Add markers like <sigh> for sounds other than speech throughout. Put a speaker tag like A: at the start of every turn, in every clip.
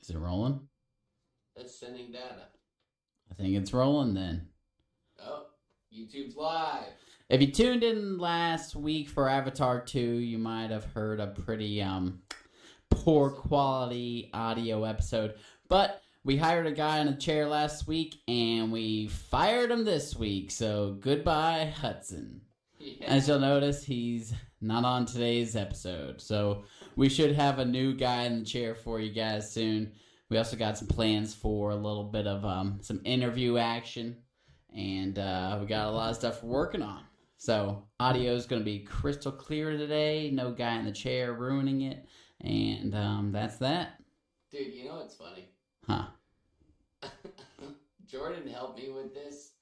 A: Is it rolling?
B: That's sending data.
A: I think it's rolling then.
B: Oh, YouTube's live. <laughs>
A: If you tuned in last week for Avatar 2, you might have heard a pretty um poor quality audio episode. But we hired a guy in a chair last week and we fired him this week. So goodbye, Hudson.
B: Yeah.
A: As you'll notice, he's not on today's episode. So we should have a new guy in the chair for you guys soon. We also got some plans for a little bit of um, some interview action. And uh, we got a lot of stuff we're working on. So audio is going to be crystal clear today. No guy in the chair ruining it. And um, that's that.
B: Dude, you know what's funny?
A: Huh.
B: <laughs> Jordan helped me with this,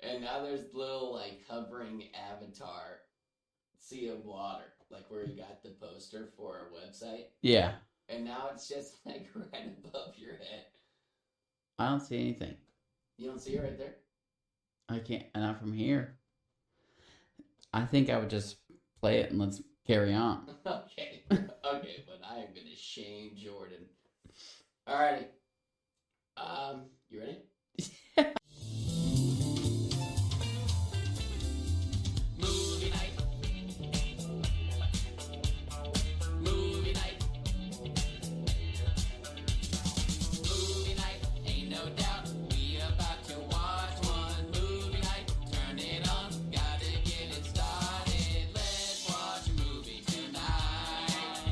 B: and now there's little like hovering avatar sea of water, like where you got the poster for our website,
A: Yeah.
B: and now it's just <laughs> like right above your head.
A: I don't see anything.
B: You don't see it right there? <laughs>
A: I can't. Not from here. I think I would just play it and let's carry on.
B: okay, <laughs> okay, but I am gonna shame Jordan. Alrighty, um, you ready? Movie night. Movie night. Movie night. Ain't no doubt we about to watch one movie night. Turn it on, gotta get it started. Let's watch a movie tonight.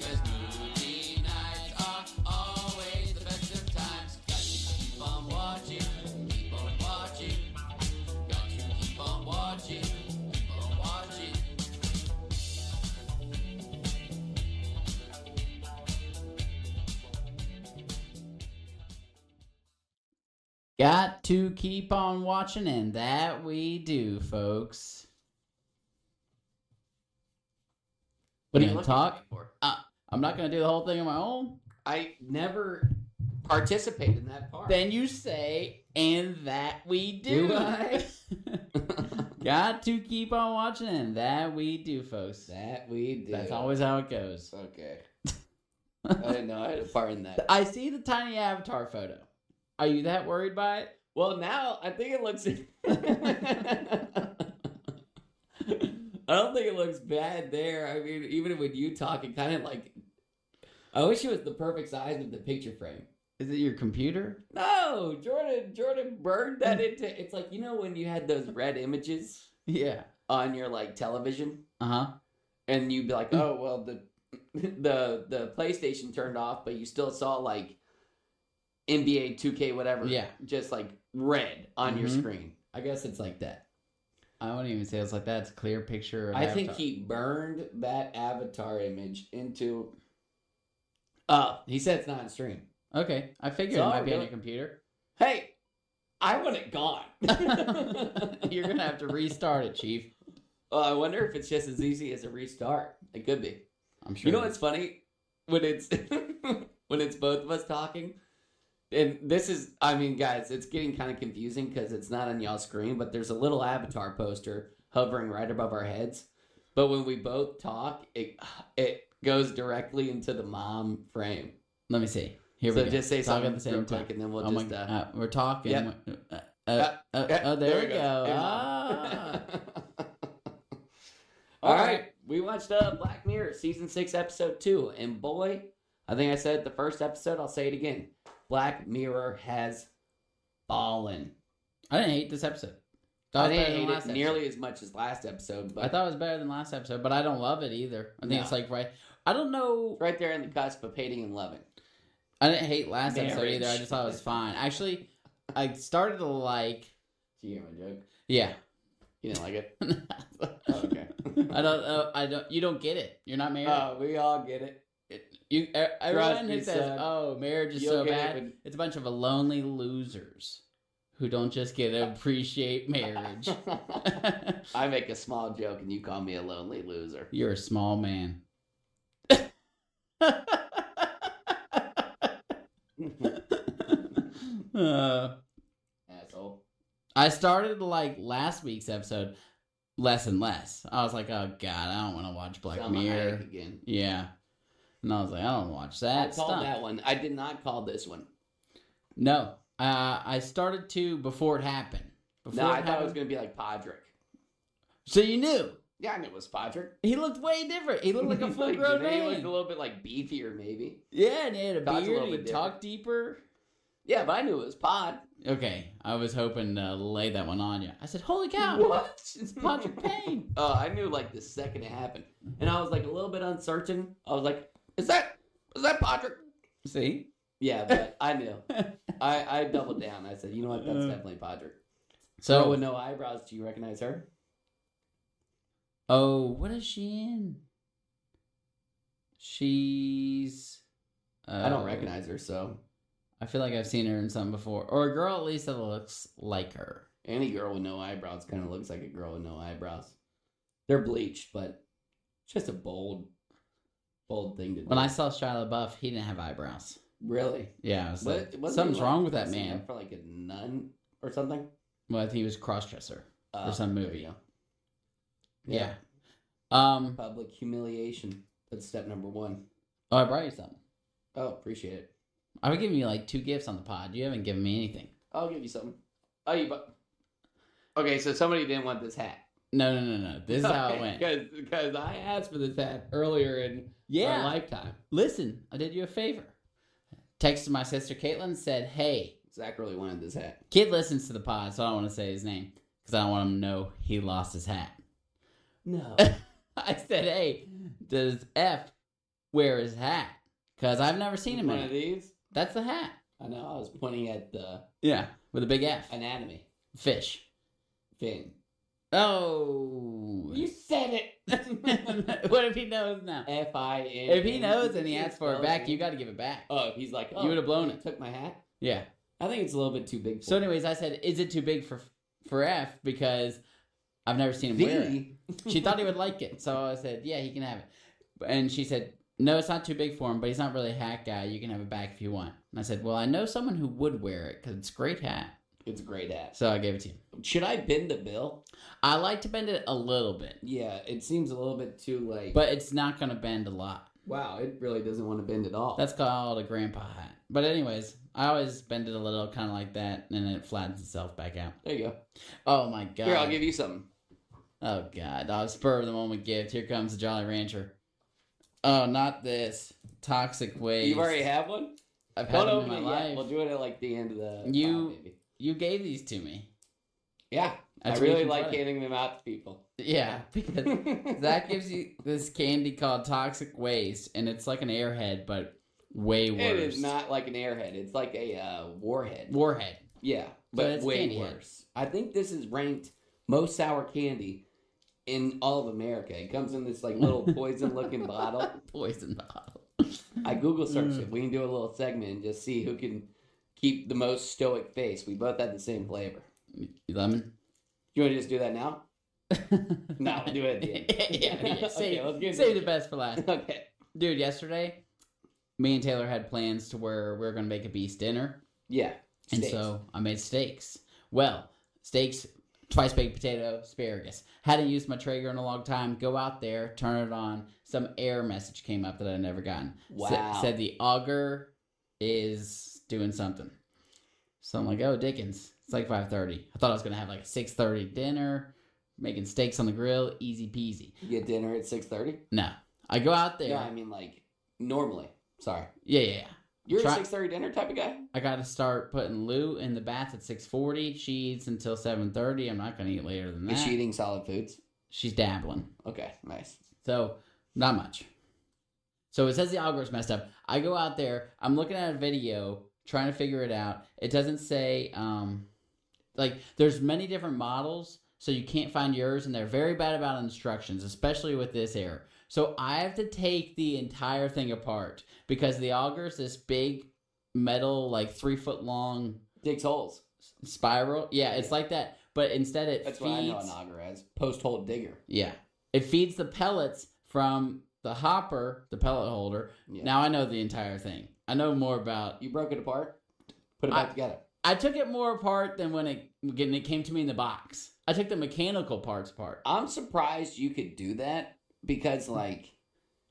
B: 'Cause movie nights are always the best of times. Got to keep on watching, keep on watching. Got to keep on watching, keep on watching.
A: Got to keep on watching, and that we do, folks. What are you gonna talk?
B: for?
A: I'm not gonna do the whole thing on my own.
B: I never participate in that part.
A: Then you say, and that we do.
B: Do I?
A: <laughs>
B: <laughs>
A: Got to keep on watching, and that we do, folks.
B: that we do.
A: That's always how it goes.
B: <laughs> okay. I didn't know I had a part in that.
A: I see the tiny avatar photo. Are you that worried by it?
B: Well, now I think it looks. <laughs> I don't think it looks bad there. I mean, even with you talking, kind of like. I wish it was the perfect size of the picture frame.
A: Is it your computer?
B: No, Jordan. Jordan burned that into. It's like you know when you had those red images
A: Yeah.
B: on your like television,
A: Uh huh.
B: and you'd be like,
A: Mm.
B: "Oh well, the <laughs> the the PlayStation turned off, but you still saw like NBA 2K whatever,
A: Yeah.
B: just like red on your
A: Mhm.
B: screen." I guess it's like that.
A: I wouldn't even say it's like that. It's a clear picture. Of
B: I think
A: Avatar.
B: he burned that avatar image into. Uh, he said it's not in stream.
A: Okay, I figured it
B: So,
A: might be on
B: really-
A: your computer. <laughs>
B: Hey, I want it gone. <laughs>
A: You're gonna have to restart it, Chief.
B: Well, I wonder if it's just as easy as a restart. It could be.
A: I'm sure.
B: You know what's funny when it's <laughs> when it's both of us talking, and this is I mean, guys, it's getting kind of confusing because it's not on y'all's screen, but there's a little avatar poster hovering right above our heads. But when we both talk, it it goes directly into the mom frame.
A: Let me see. Here
B: so
A: we go.
B: just say
A: Talk
B: something
A: at the same
B: real
A: time.
B: quick, and then we'll
A: oh my
B: just.
A: god,
B: uh,
A: we're talking.
B: yeah.
A: Uh, uh, uh, oh, there, we go.
B: Hey,
A: Ah.
B: <laughs> Mom. All right, we watched uh, Black Mirror season six, episode two, and boy, I think I said it the first episode. I'll say it again. Black Mirror has fallen.
A: I didn't hate this episode. Thought
B: I
A: was better
B: didn't
A: than
B: hate
A: last
B: it
A: episode.
B: nearly as much as last episode, but
A: I thought it was better than last episode, but I don't love it either. I think
B: No.
A: it's like right. I don't know.
B: right there in the cusp of hating and loving.
A: I didn't hate last episode
B: Marriage.
A: either. I just thought it was fine. Actually, I started to like.
B: Did you hear my joke?
A: Yeah. <laughs>
B: You didn't like it? Oh,
A: I
B: okay.
A: don't. Uh, I don't. You don't get it. You're not married.
B: Oh, we all get it.
A: You e- everyone
B: me,
A: who says,
B: son.
A: "Oh, marriage is
B: You'll
A: so
B: get it
A: bad,"
B: when-
A: it's a bunch of lonely losers who don't just get to appreciate marriage. <laughs>
B: I make a small joke and you call me a lonely loser. <laughs>
A: You're a small man. <laughs> Uh,
B: Asshole.
A: I started like last week's episode less and less. I was like, "Oh God, I don't want to watch Black
B: Selma
A: Mirror."
B: Hayek again.
A: Yeah, And I was like, I don't watch
B: I
A: that.
B: called
A: stuff.
B: that one. I did not call this one.
A: No, uh, I started to before it happened. Before
B: No,
A: it
B: I thought it
A: happened.
B: was gonna be like Podrick.
A: so you knew
B: Yeah, I knew it was Podrick.
A: he looked way different. He looked
B: <laughs>
A: like a full grown
B: Janae
A: man.
B: looked a little bit like beefier, maybe.
A: yeah, and he had a
B: Todd's a
A: beard.
B: little
A: He
B: bit
A: talked deeper.
B: Yeah, but I knew it was Pod.
A: Okay, I was hoping to lay that one on you. I said, "Holy cow,
B: <laughs> What?
A: <laughs> it's Patrick Payne."
B: <laughs> Uh, I knew like the second it happened, and I was like a little bit uncertain. I was like, "Is that is that Podrick?"
A: See,
B: Yeah,
A: <laughs>
B: but I knew. I, I doubled down. I said, "You know what? That's
A: Uh.
B: definitely Podrick." So
A: so
B: with no eyebrows, do you recognize her?
A: oh, what is she in? She's. Uh,
B: I don't recognize her, so
A: I feel like I've seen her in something before, or a girl at least that looks like her.
B: any girl with no eyebrows kind of looks like a girl with no eyebrows. They're bleached, but it's just a bold, bold thing to do.
A: When I saw Shia LaBeouf, he didn't have eyebrows.
B: really,
A: Yeah, I was
B: What-
A: like,
B: wasn't he,
A: something's
B: like,
A: wrong with that
B: signed
A: man.
B: up for like a nun or something
A: Well, I think he was cross dresser.
B: uh,
A: some
B: there
A: movie.
B: you go.
A: Yeah. Um,
B: public humiliation. That's step number one.
A: oh, I brought you something.
B: Oh, appreciate it.
A: I was giving you like two gifts on the pod. You haven't given me anything.
B: I'll give you something. Oh, you. Bu- okay, so somebody didn't want this hat.
A: No, no, no, no. This is how
B: <laughs>
A: it went.
B: Because I asked for this hat earlier in
A: Yeah.
B: our lifetime.
A: Listen, I did you a favor. Texted my sister Caitlin, said, "Hey,
B: Zach really wanted this hat.
A: kid listens to the pod, so I don't want to say his name because I don't want him to know he lost his hat." <laughs>
B: No.
A: I said, "Hey, does F wear his hat? Because I've never seen him
B: One
A: in
B: of
A: it.
B: these.
A: That's the hat.
B: I know. I was pointing at the
A: Yeah, with a big F.
B: anatomy
A: Fish.
B: thing.
A: Oh,
B: You said
A: <laughs>
B: it.
A: what if he knows now?
B: F I N. E. <laughs>
A: If he knows and he asks for it back, you got to give it back.
B: Oh, if he's like, oh,
A: You would have blown
B: I
A: it.
B: took my hat.
A: Yeah.
B: I think it's a little bit too big. For
A: So, anyways, I said, "Is it too big for for F?" Because I've never seen him wear it.
B: the
A: She thought he would like it, so I said, "Yeah, he can have it." And she said, "No, it's not too big for him, but he's not really a hat guy. You can have it back if you want." And I said, "Well, I know someone who would wear it because it's a great hat."
B: it's a great hat.
A: So I gave it to him.
B: Should I bend the bill?
A: I like to bend it a little bit,
B: Yeah, it seems a little bit too like.
A: but it's not going to bend a lot.
B: wow, it really doesn't want to bend at all.
A: That's called a grandpa hat. But anyways, I always bend it a little, kind of like that, and then it flattens itself back out.
B: there you go.
A: Oh my god!
B: Here, I'll give you something.
A: oh god! I'll spur of the moment gift. Here comes the Jolly Rancher. Oh, not this toxic waste.
B: You've already had one.
A: I've had
B: Don't
A: them in
B: open
A: my
B: it
A: life.
B: yet. We'll do it at like the end of the.
A: You-
B: pod, maybe.
A: You gave these to me.
B: Yeah, I
A: That's
B: really
A: really
B: like
A: funny.
B: handing them out to people.
A: Yeah, <laughs> because
B: <laughs>
A: that
B: that
A: gives you this candy called toxic waste, and it's like an airhead, but way worse.
B: It is not like an airhead. It's like a uh, warhead.
A: warhead.
B: Yeah,
A: But
B: but
A: it's
B: way
A: candy head.
B: worse. I think this is ranked most sour candy in all of America. It comes in this like
A: <laughs>
B: little poison looking bottle.
A: Poison bottle.
B: I Google searched
A: Mm.
B: it. We can do a little segment and just see who can keep the most stoic face. We both had the same flavor.
A: Lemon.
B: You want to just do that now? No, we'll do it. At
A: <laughs>
B: the
A: yeah,
B: end.
A: yeah, yeah.
B: <laughs> Okay,
A: Save,
B: let's get
A: save
B: into
A: the best for last.
B: Okay.
A: Dude, yesterday, me and Taylor had plans to where we were going to make a beast dinner.
B: Yeah.
A: And
B: Steaks.
A: so I made steaks. Well, steaks, twice baked potato, asparagus. Hadn't used my Traeger in a long time. Go out there, turn it on. Some error message came up that I'd never gotten. Sa-
B: Wow.
A: said the auger is doing something. So I'm like, oh, Dickens. It's like 5.30. I thought I was going to have like a 6.30 dinner, making steaks on the grill, easy peasy.
B: you get dinner at six thirty.
A: No. I go out there.
B: No, I mean like normally. Sorry.
A: yeah, yeah, yeah.
B: You're
A: Try-
B: a six thirty dinner type of guy.
A: I gotta start putting Lou in the bath at six forty. She eats until seven thirty. I'm not gonna eat later than that.
B: Is she eating solid foods?
A: She's dabbling,
B: Okay, nice.
A: so not much. So it says the algorithm's messed up. I go out there. I'm looking at a video, trying to figure it out. It doesn't say um, like there's many different models, so you can't find yours, and they're very bad about instructions, especially with this error. So I have to take the entire thing apart because the auger's this big metal, like three foot long
B: Digs holes.
A: spiral. Yeah, it's like that. But instead, it
B: That's what I know an
A: feeds.
B: auger as post hole digger.
A: Yeah, it feeds the pellets from the hopper, the pellet holder.
B: Yeah.
A: Now I know the entire thing. I know more about.
B: you broke it apart. Put it back
A: I-
B: together.
A: I took it more apart than when it when it came to me in the box. I took the mechanical parts apart. Hmm.
B: I'm surprised you could do that because like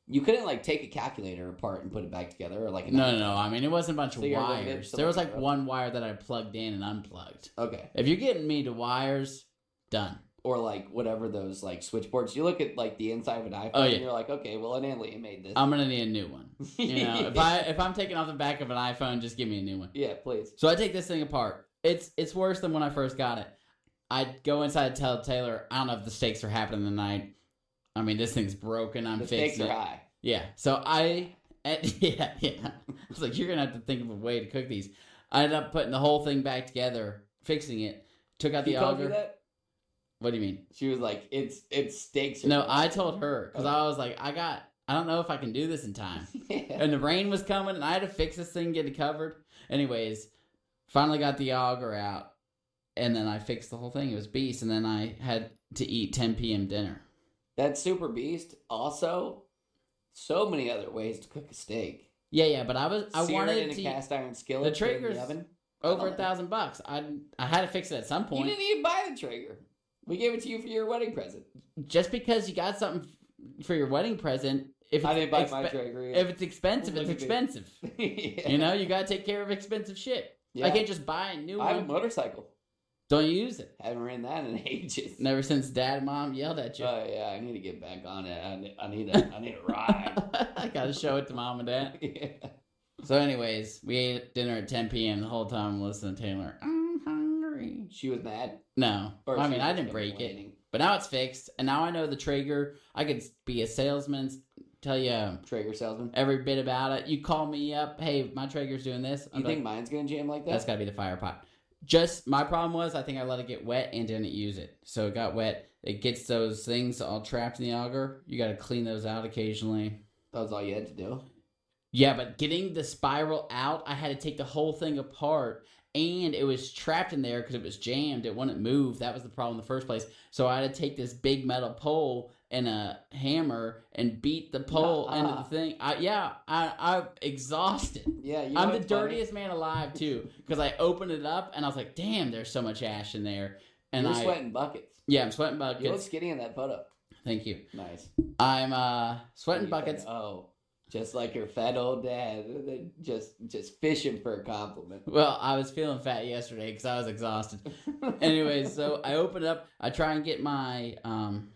B: You couldn't like take a calculator apart and put it back together, or like a
A: No, no, no. I mean, it wasn't a bunch of
B: Figure out what it
A: wires.
B: is to
A: There was
B: look
A: like
B: up.
A: one wire that I plugged in and unplugged.
B: Okay,
A: If you're getting me to wires, done.
B: or like whatever those like switchboards. You look at like the inside of an iPhone,
A: Oh, yeah.
B: and you're like, okay, well, an alien made this. <laughs>
A: I'm gonna need a new one. You know, if I if I'm taking off the back of an iPhone, just give me a new one.
B: yeah, please.
A: So I take this thing apart. It's it's worse than when I first got it. I go inside and tell Taylor, I don't know if the stakes are happening tonight. I mean, this thing's broken. I'm
B: the stakes
A: fixing it.
B: are high.
A: Yeah. So I, <laughs> and- yeah, yeah. I was like, you're gonna have to think of a way to cook these. I ended up putting the whole thing back together, fixing it. Took out
B: She
A: the
B: told you
A: auger.
B: that?
A: What do you mean?
B: She was like, it's it's stakes. Are
A: No,
B: high.
A: I told her because I was like, I got. I don't know if I can do this in time.
B: <laughs> yeah.
A: and the rain was coming, and I had to fix this thing, get it covered. Anyways, finally got the auger out, and then I fixed the whole thing. It was beast, and then I had to eat 10 p.m. dinner.
B: that super beast also so many other ways to cook a steak.
A: Yeah, yeah, but I was I
B: Sear it in
A: wanted
B: a
A: to eat
B: cast iron skillet.
A: The
B: put it in
A: triggers-
B: the oven.
A: over a thousand bucks. I I had to fix it at some
B: You
A: point.
B: didn't even buy the Traeger. We gave it to you for your wedding present.
A: Just because you got something f- for your wedding present, if it's,
B: I didn't buy my
A: expe-
B: Traeger.
A: if it's expensive,
B: Look
A: it's
B: at me.
A: expensive.
B: <laughs> yeah.
A: You know, you gotta take care of expensive shit.
B: yeah.
A: I can't just buy a new
B: I have a
A: one.
B: motorcycle.
A: Don't use it.
B: Haven't ridden that in <laughs> ages.
A: Never since dad and mom yelled at you.
B: Oh yeah, I need to get back on it. I need, I need a I need a ride.
A: <laughs>
B: <laughs>
A: I gotta show it to mom and dad.
B: yeah.
A: So, anyways, we ate dinner at 10 p.m. the whole time listening to Taylor. I'm hungry.
B: She was mad.
A: No,
B: or
A: I
B: she
A: mean I
B: was
A: didn't break it,
B: complaining.
A: but now it's fixed, and now I know the Traeger. I could be a salesman, tell you
B: Traeger salesman.
A: every bit about it. You call me up, hey, my Traeger's doing this. I'm
B: You think
A: like,
B: mine's gonna jam like that?
A: that's got to be the fire pot. Just my problem was I think I let it get wet and didn't use it, so it got wet. It gets those things all trapped in the auger. You got to clean those out occasionally.
B: that was all you had to do.
A: Yeah, but getting the spiral out, I had to take the whole thing apart, and it was trapped in there because it was jammed. It wouldn't move. That was the problem in the first place. So I had to take this big metal pole and a hammer and beat the pole
B: Nuh-uh.
A: into the thing. I, yeah, I, I'm exhausted.
B: Yeah, you know
A: I'm the
B: what's funny?
A: dirtiest man alive too because I opened it up and I was like, "Damn, there's so much ash in there." And
B: You're
A: I,
B: sweating buckets.
A: yeah, I'm sweating
B: You look
A: buckets.
B: skinny in that photo.
A: Thank you.
B: Nice.
A: I'm uh, sweating
B: You think,
A: buckets.
B: Oh, just like your fat old dad. Just just fishing for
A: <laughs>
B: a compliment.
A: Well, I was feeling fat yesterday because I was exhausted. anyway, so I open up. I try and get my um,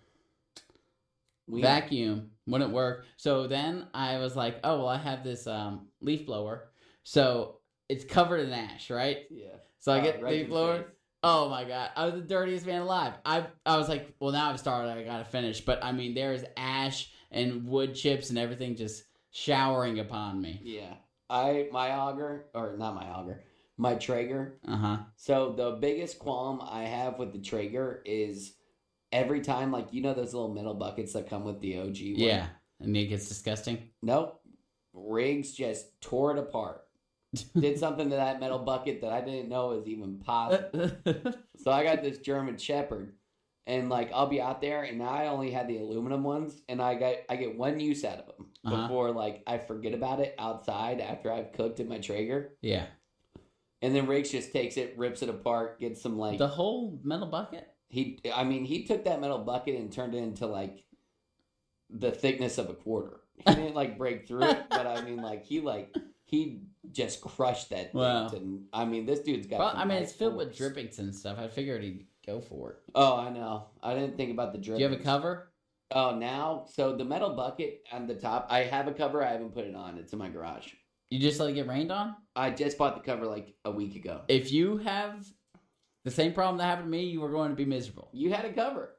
B: We-
A: vacuum. Wouldn't work. So then I was like, oh, well, I have this um, leaf blower. So it's covered in ash, right?
B: Yeah.
A: So I
B: Uh,
A: get the
B: right
A: leaf
B: to the
A: blower.
B: face.
A: Oh my god, I was the dirtiest man alive. I I was like, well, now I've started. I gotta finish. But I mean, there is ash and wood chips and everything just showering upon me.
B: Yeah. I my auger or not my auger, my Traeger.
A: Uh huh.
B: So the biggest qualm I have with the Traeger is every time, like you know those little metal buckets that come with the OG. one?
A: Yeah, and it gets disgusting.
B: Nope. Riggs just tore it
A: <laughs>
B: apart. Did something to that metal bucket that I didn't know was even
A: Uh,
B: possible. So I got this German Shepherd, and like I'll be out there, and I only had the aluminum ones, and I got I get one use out of them
A: <laughs> Uh-huh.
B: before like I forget about it outside after I've cooked in my Traeger,
A: yeah.
B: and then Riggs just takes it, rips it apart, gets some like
A: The whole metal bucket?
B: he I mean he took that metal bucket and turned it into like the thickness of a quarter.
A: <laughs>
B: He didn't like break through it, but I mean like he like he just crushed that. thing
A: Wow.
B: to- I mean this dude's got.
A: Well,
B: some
A: I mean,
B: nice
A: it's filled with
B: force.
A: drippings and stuff. I figured he'd go for it.
B: Oh, I know. I didn't think about the drip.
A: Do you have a cover?
B: Oh, now so the metal bucket on the top. I have a cover. I haven't put it on. It's in my garage.
A: You just let it get rained on?
B: I just bought the cover like a week ago.
A: If you have the same problem that happened to me, you are going to be miserable.
B: You had a cover.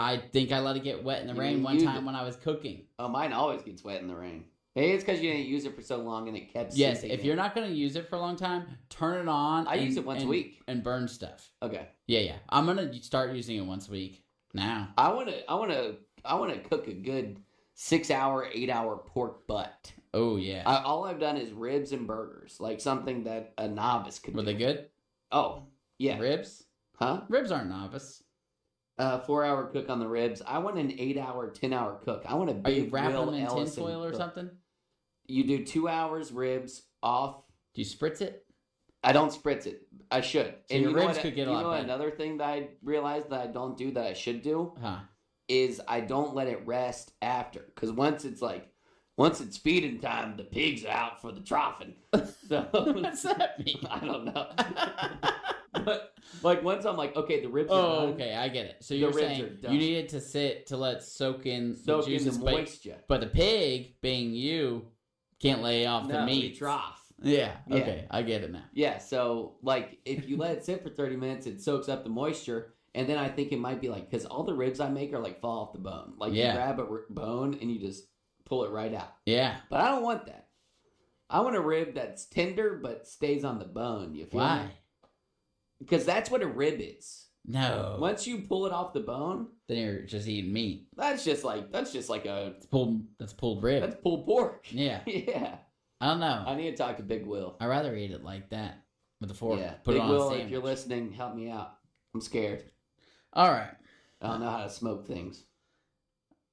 A: I think I let it get wet in the
B: You
A: rain
B: didn't
A: one
B: use
A: time
B: it.
A: when I was cooking.
B: Oh, mine always gets wet in the rain. Maybe it's because you didn't use it for so long and it kept.
A: Yes,
B: sinking
A: if
B: in.
A: you're not going to use it for a long time, turn it on.
B: I use it once a
A: and-
B: week.
A: And burn stuff.
B: okay.
A: Yeah, yeah. I'm going to start using it once a week now.
B: I want to. I want to. I want to cook a good six-hour, eight-hour pork butt.
A: Oh, yeah.
B: I, all I've done is ribs and burgers, like something that a novice could.
A: Were
B: do.
A: they good?
B: Oh, yeah.
A: Ribs?
B: Huh?
A: Ribs aren't novice.
B: uh, four hour cook on the ribs. I want an eight hour, ten hour cook. I want
A: Are
B: a big
A: you wrapping
B: Will
A: them in
B: Ellison
A: tinfoil or
B: cook.
A: something?
B: You do two hours ribs off.
A: Do you spritz it?
B: I don't spritz it. I should.
A: So your
B: you know
A: ribs
B: what-
A: could get a
B: you
A: lot
B: know
A: better.
B: another thing that I realized that I don't do that I should do
A: Huh. <laughs>
B: is I don't let it rest after because once it's like once it's feeding time, the pigs are out for
A: <laughs>
B: the troughing. So
A: What's that mean?
B: I don't
A: <laughs>
B: know. but like once I'm like, okay, the ribs are
A: Oh,
B: done.
A: okay, I get it. So
B: The
A: you're
B: ribs are
A: saying
B: done.
A: you need it to sit to let soak in
B: soak
A: the
B: in the
A: juices, but-
B: moisture.
A: but, the pig, being you, can't lay off the
B: No, we
A: meat.
B: trough.
A: Yeah.
B: Yeah.
A: Okay, I get it now.
B: Yeah, so like if you let it sit for 30 minutes, it soaks up the moisture. And then I think it might be like, because all the ribs I make are like fall off the bone. Like
A: Yeah.
B: you grab a r- bone and you just pull it right out.
A: Yeah.
B: But I don't want that. I want a rib that's tender but stays on the bone. You feel
A: Why?
B: Because that's what a rib is.
A: No.
B: Once you pull it off the bone,
A: Then you're just eating meat.
B: that's just like that's just like a
A: It's pulled. That's pulled rib.
B: that's pulled pork. <laughs>
A: yeah.
B: yeah,
A: I don't know.
B: I need to talk to Big Will.
A: I'd rather eat it like that with a fork.
B: yeah,
A: Put
B: Big
A: it on
B: Will,
A: a
B: if
A: sandwich.
B: you're listening, help me out. I'm scared.
A: All right.
B: I don't know how to smoke things.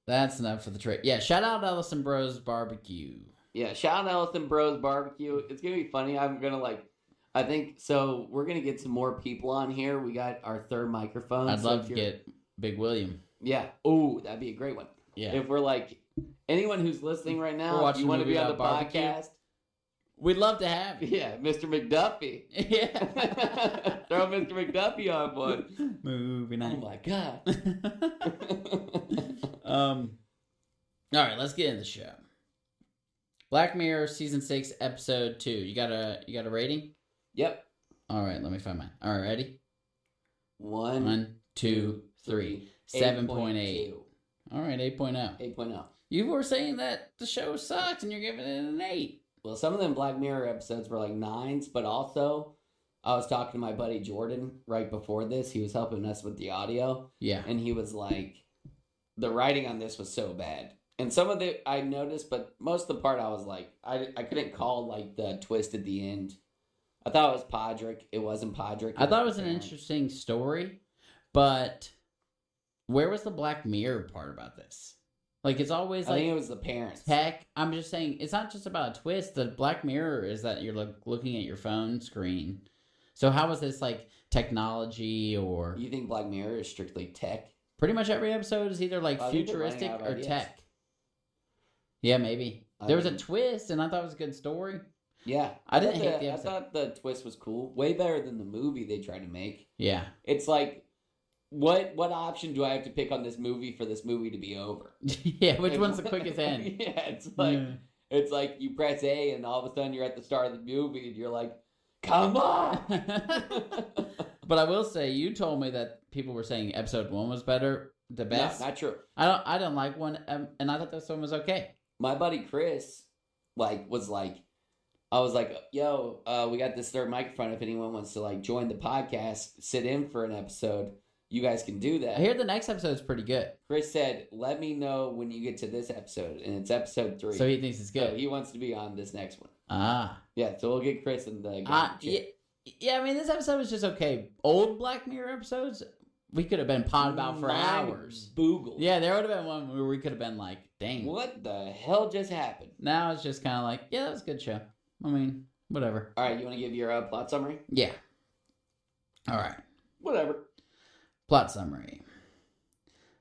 A: That's enough for the trip. Yeah, shout out Ellison Bros Barbecue.
B: Yeah, shout out Ellison Bros Barbecue. It's gonna be funny. I'm gonna like, I think so. We're gonna get some more people on here. We got our third microphone.
A: I'd
B: so
A: love
B: if
A: to
B: you're-
A: get Big William.
B: Yeah. Oh, that'd be a great one.
A: Yeah.
B: If we're like anyone who's listening right
A: We're
B: now, if
A: watching
B: you want to
A: Movie
B: be on the
A: Dot Barbecue.
B: podcast,
A: We'd love to have you. <laughs>
B: yeah, Mr. McDuffie. <laughs>
A: Yeah.
B: Throw Mr. McDuffie
A: <laughs>
B: on board.
A: Movie
B: Oh
A: night.
B: my god.
A: <laughs>
B: <laughs>
A: um, all right, let's get into the show. Black Mirror season six, episode two. You got a you got a rating?
B: yep.
A: All right, let me find mine. All right, ready?
B: One,
A: One, two, three. Seven point eight. All right, eight point oh.
B: Eight point oh.
A: You were saying that the show sucks, and you're giving it an eight.
B: Well, some of them Black Mirror episodes were like nines, but also I was talking to my buddy Jordan right before this. He was helping us with the audio,
A: Yeah.
B: and he was like, the writing on this was so bad. And some of it I noticed, but most of the part I was like, I, I couldn't call like the twist at the end. I thought it was Podrick. It wasn't Podrick.
A: I thought it was an interesting story, but where was the Black Mirror part about this? Like, it's always
B: I think it
A: like
B: was the parents.
A: tech. I'm just saying, it's not just about a twist. The Black Mirror is that you're like looking at your phone screen. So, how was this like technology or
B: You think Black Mirror is strictly tech?
A: pretty much every episode is either like
B: I think they're running
A: futuristic
B: out of
A: or
B: ideas.
A: tech? Yeah, maybe.
B: I
A: there was a
B: mean-
A: twist, and I thought it was a good story.
B: Yeah,
A: I didn't
B: thought
A: hate the
B: I
A: episode.
B: thought the twist was cool. Way better than the movie they tried to make.
A: Yeah. <laughs>
B: It's like, what what option do I have to pick on this movie for this movie to be over?
A: yeah, which one's the
B: <laughs>
A: quickest end?
B: yeah, it's like
A: Yeah. <laughs>
B: it's like you press A and all of a sudden you're at the start of the movie and you're like, come on.
A: but I will say, you told me that people were saying episode one was better, <laughs> the
B: No,
A: best.
B: not true.
A: I don't, I don't like one, um, and I thought this one was okay.
B: my buddy Chris, like, was like, I was like, yo, uh, we got this third microphone. If anyone wants to like join the podcast, sit in for an episode, you guys can do
A: I
B: that.
A: hear the next episode is pretty good,
B: Chris said, let me know when you get to this episode, and it's episode three. Oh,
A: so he thinks it's
B: So
A: good.
B: he wants to be on this next one.
A: ah,
B: Yeah, so we'll get Chris and uh, the.
A: I- yeah, yeah. I mean, this episode was just okay. Old Black Mirror episodes, we could have been pod about for
B: Mind
A: hours.
B: Boogle.
A: Yeah, there would have been one where we could have been like, dang.
B: What the hell just happened?
A: Now it's just kind of like, yeah, that was a good show. I mean, whatever.
B: All right, you want to give your uh, plot summary?
A: Yeah. All right.
B: Whatever.
A: Plot summary.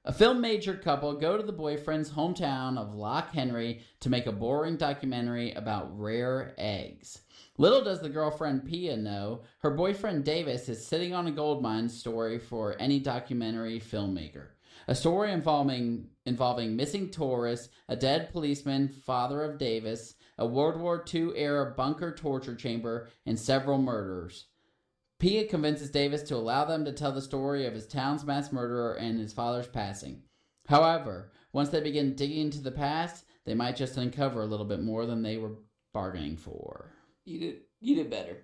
A: A film major couple go to the boyfriend's hometown of Lock Henry to make a boring documentary about rare eggs. Little does the girlfriend Pia know, her boyfriend Davis is sitting on a gold mine story for any documentary filmmaker. A story involving involving missing tourists, a dead policeman, father of Davis, a World War II era bunker torture chamber, and several murders. Pia convinces Davis to allow them to tell the story of his town's mass murderer and his father's passing. However, once they begin digging into the past, they might just uncover a little bit more than they were bargaining for.
B: You did. You did better.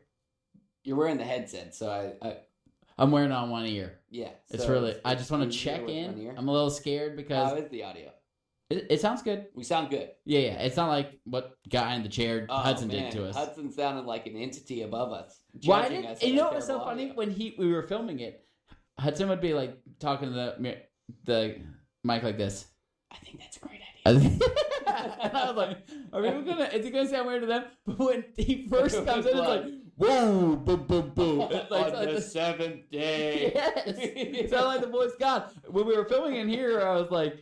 B: You're wearing the headset, so I. I
A: I'm wearing it on one ear.
B: yeah.
A: It's
B: so
A: really. I just want to
B: easier
A: check
B: with one
A: in.
B: ear.
A: I'm a little scared
B: How
A: because
B: is the audio?
A: it, it sounds good.
B: We sound good.
A: Yeah, yeah. It's not like what guy in the chair
B: Oh,
A: Hudson
B: man,
A: did to us.
B: Hudson sounded like an entity above us.
A: Why
B: judging
A: did
B: us
A: and you
B: on
A: know
B: our
A: what was so
B: terrible
A: funny
B: audio.
A: when he we were filming it, Hudson would be like talking to the mi- the mic like this.
B: I think that's
A: <laughs>
B: a great idea.
A: and I was like, are people gonna? Is it gonna sound weird to them? But when
B: <laughs>
A: he first comes in, it's like, whoa, boom, boom, boom. It's <laughs> like,
B: on
A: like
B: <laughs> the
A: this-
B: seventh day.
A: yes, it sounded like the voice God. When we were filming in here, I was like,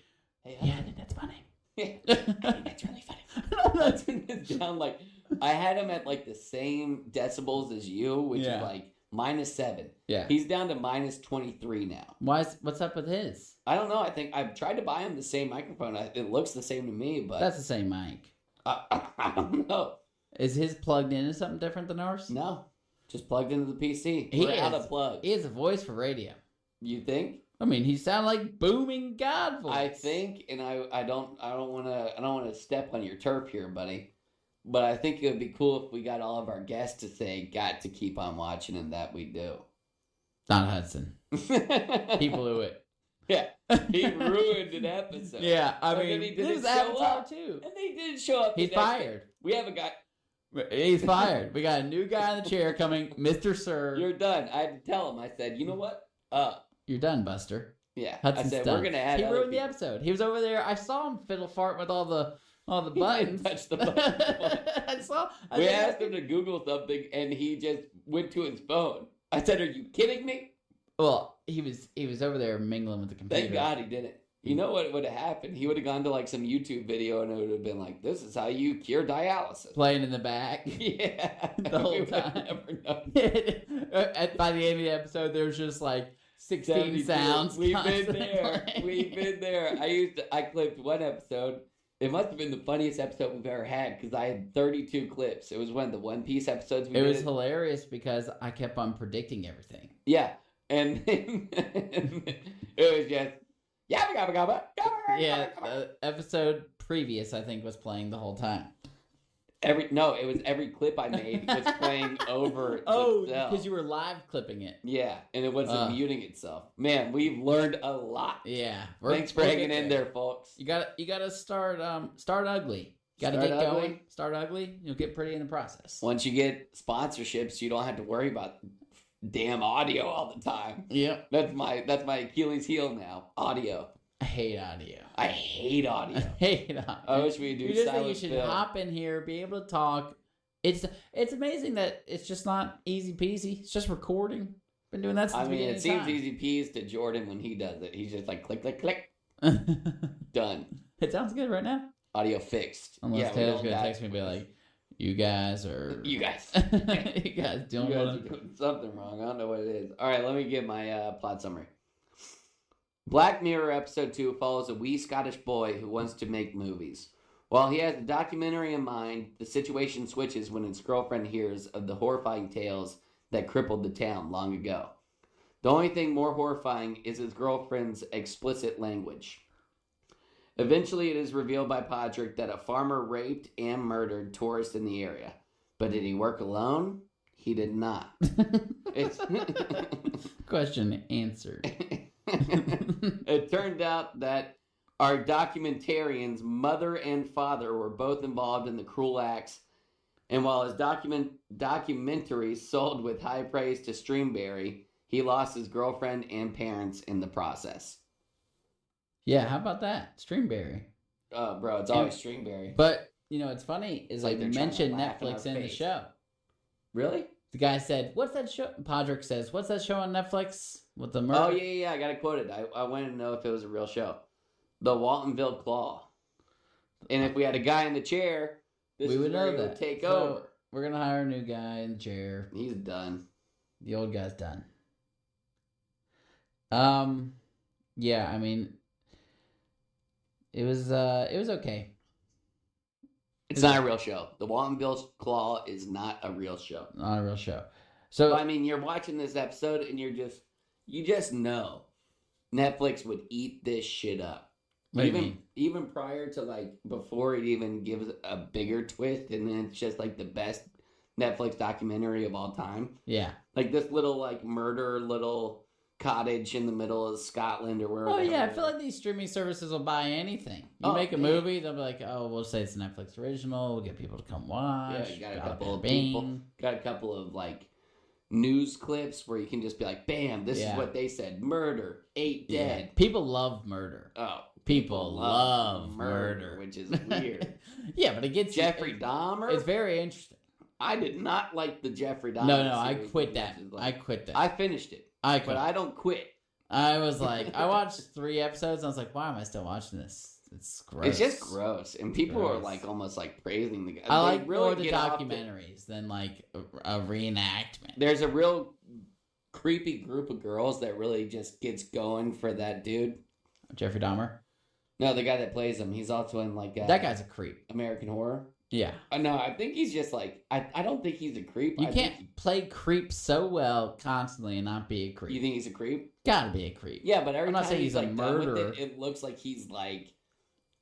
B: Hey,
A: yeah, I think that's funny. <laughs>
B: Yeah.
A: I think <laughs>
B: <laughs> that's really funny. down like I had him at like the same decibels as you, which
A: Yeah.
B: is like minus seven.
A: Yeah.
B: He's down to minus twenty three now.
A: Why's what's up with his?
B: I don't know. I think I've tried to buy him the same microphone. I, it looks the same to me, but
A: That's the same mic.
B: I, <laughs> I don't know.
A: Is his plugged into something different than ours?
B: No, just plugged into the PC.
A: He
B: We're out
A: is-
B: of plug.
A: He has a voice for radio.
B: You think?
A: I mean, he sounds like booming God voice.
B: I think, and I, I don't, I don't want to, I don't want to step on your turf here, buddy. But I think it would be cool if we got all of our guests to say, "Got to keep on watching," and that we do. <laughs>
A: Don Hudson. He blew it.
B: <laughs> Yeah.
A: <laughs>
B: he ruined an episode.
A: Yeah, I
B: So
A: mean,
B: then he didn't
A: he was
B: show
A: Avatar
B: up.
A: too.
B: and they didn't show up. the
A: He's
B: next day.
A: fired.
B: We have a guy.
A: He's fired. We got a new guy in the chair
B: <laughs>
A: coming, Mister Sir.
B: You're done. I had to tell him. I said, you know what? Uh,
A: You're done, Buster.
B: yeah.
A: Hudson's
B: I said
A: done.
B: we're gonna add.
A: he
B: other
A: ruined the
B: people." <laughs>
A: episode. He was over there. I saw him fiddle fart with all the all the
B: <laughs> He
A: buttons. <laughs>
B: didn't touch the button.
A: I saw. I
B: <laughs> we
A: think-
B: asked him to Google something, and he just went to his phone. I said, "Are you kidding me?"
A: Well, he was he was over there mingling with the computer.
B: Thank God he didn't. You know what would have happened? He would have gone to like some YouTube video, and it would have been like, "This is how you cure dialysis." <laughs>
A: Playing in the back. <laughs>
B: yeah,
A: The whole
B: We would have
A: time.
B: Never known.
A: At- By the end of the episode, there was just like 16
B: 72.
A: sounds.
B: We've been
A: constantly
B: there.
A: playing.
B: We've been there. I used to, I clipped one episode. It must have been the funniest episode we've ever had because I had 32 clips. It was one of the One Piece episodes we
A: It
B: did.
A: was hilarious because I kept on predicting everything.
B: yeah. And <laughs> then it was just yabba gabba gabba. gabba
A: Yeah,
B: gabba, gabba.
A: the episode previous, I think, was playing the whole time.
B: Every no, it was every clip I made was
A: <laughs>
B: playing over. itself.
A: because Oh, you were live clipping it.
B: Yeah, and it wasn't
A: Uh.
B: muting itself. Man, we've learned a lot.
A: Yeah. we're-
B: Thanks for
A: we'll
B: hanging
A: get
B: in there, folks.
A: You gotta you gotta start um start ugly. Gotta
B: Start
A: get
B: ugly?
A: going. Start ugly. You'll get pretty in the process.
B: Once you get sponsorships, you don't have to worry about damn audio all the time.
A: Yep.
B: That's my that's my Achilles heel now. Audio.
A: I hate <laughs> audio.
B: I hate
A: I
B: audio.
A: hate audio. <laughs>
B: I wish we
A: you
B: could do
A: just think you
B: silent
A: should
B: film.
A: hop in here, be able to talk. It's it's amazing that it's just not easy peasy. It's just recording. Been doing that since
B: I
A: the
B: mean,
A: beginning
B: it
A: of
B: seems
A: time.
B: easy peas to Jordan when he does it. He's just like click click click done.
A: <laughs> it sounds good right now.
B: Audio fixed.
A: Unless
B: we
A: Taylor's
B: all
A: gonna
B: got-
A: text me and be like, "You guys are
B: <laughs> you guys.
A: <laughs> you guys
B: You
A: doing
B: guys
A: what
B: are
A: I'm
B: doing something wrong. I don't know what it is. All right, let me give my uh, plot summary. Black Mirror episode two follows a wee Scottish boy who wants to make movies. While he has a documentary in mind, the situation switches when his girlfriend hears of the horrifying tales that crippled the town long ago. The only thing more horrifying is his girlfriend's explicit language. Eventually, it is revealed by Podrick that a farmer raped and murdered tourists in the area. But did he work alone? He did not. It's, <laughs>
A: Question answered.
B: it turned out that our documentarian's mother and father were both involved in the cruel acts. And while his document documentary sold with high praise to Streamberry, he lost his girlfriend and parents in the process.
A: Yeah, how about that? Streamberry.
B: Oh, bro, it's always Streamberry.
A: But you know, it's funny is I
B: Like they're trying to
A: mentioned
B: laugh in
A: Netflix
B: our
A: in the
B: face.
A: show.
B: Really?
A: The guy said, "What's that show?" Podrick says, "What's that show on Netflix with the murder?"
B: Oh yeah, yeah, yeah. I gotta quote it. I, I wanted to know if it was a real show. The Waltonville Claw. And if we had a guy in the chair, this
A: We
B: is
A: would
B: where
A: know
B: he would
A: that.
B: take
A: So-
B: over.
A: We're gonna hire a new guy in the chair.
B: He's done.
A: The old guy's done. Um, yeah, I mean, it was uh, it was okay.
B: It's not a real show. The Waltonville Claw is not a real show.
A: Not a real show. So
B: So, I mean, you're watching this episode and you're just, you just know Netflix would eat this shit up.
A: what do you
B: even
A: mean?
B: even prior to like before it even gives a bigger twist, and then it's just like the best Netflix documentary of all time.
A: Yeah.
B: like this little like murder little cottage in the middle of Scotland or wherever.
A: Oh yeah, I feel like these streaming services will buy anything. You
B: Oh,
A: make a
B: yeah.
A: movie, they'll be like, "Oh, we'll say it's a Netflix original. We'll get people to come watch."
B: Yeah, you got a
A: bada
B: couple
A: bing,
B: of people.
A: bing.
B: got a couple of like news clips where you can just be like, "Bam, this
A: Yeah.
B: is what they said: murder, eight
A: Yeah.
B: dead."
A: People love murder.
B: Oh,
A: People love, murder. <laughs>
B: which is weird.
A: yeah, but it gets you-
B: Jeffrey
A: it-
B: Dahmer.
A: It's very interesting.
B: I did not like the Jeffrey Dahmer.
A: no, no, I
B: series
A: quit
B: as
A: that.
B: much as,
A: I
B: like-
A: quit that.
B: I
A: I,
B: finished it,
A: quit.
B: but I don't quit. <laughs>
A: I was like, I watched three episodes. And I was like, why am I still watching this? it's gross.
B: It's just gross, and people are
A: Gross.
B: like almost like praising the guy.
A: I
B: They
A: like more the
B: get off the-
A: documentaries than like a, a reenactment.
B: There's a real creepy group of girls that really just gets going for that dude.
A: Jeffrey Dahmer.
B: No, the guy that plays him, he's also in like uh,
A: That guy's a creep.
B: American Horror.
A: Yeah,
B: Uh, no, I think he's just like I. I don't think he's a creep.
A: you
B: I
A: can't
B: Think,
A: play creep so well constantly and not be a creep.
B: you think he's a creep?
A: Gotta be a creep.
B: Yeah, but every
A: I'm not
B: time
A: saying
B: he's,
A: he's a
B: like done with
A: murderer.
B: it, it looks like he's like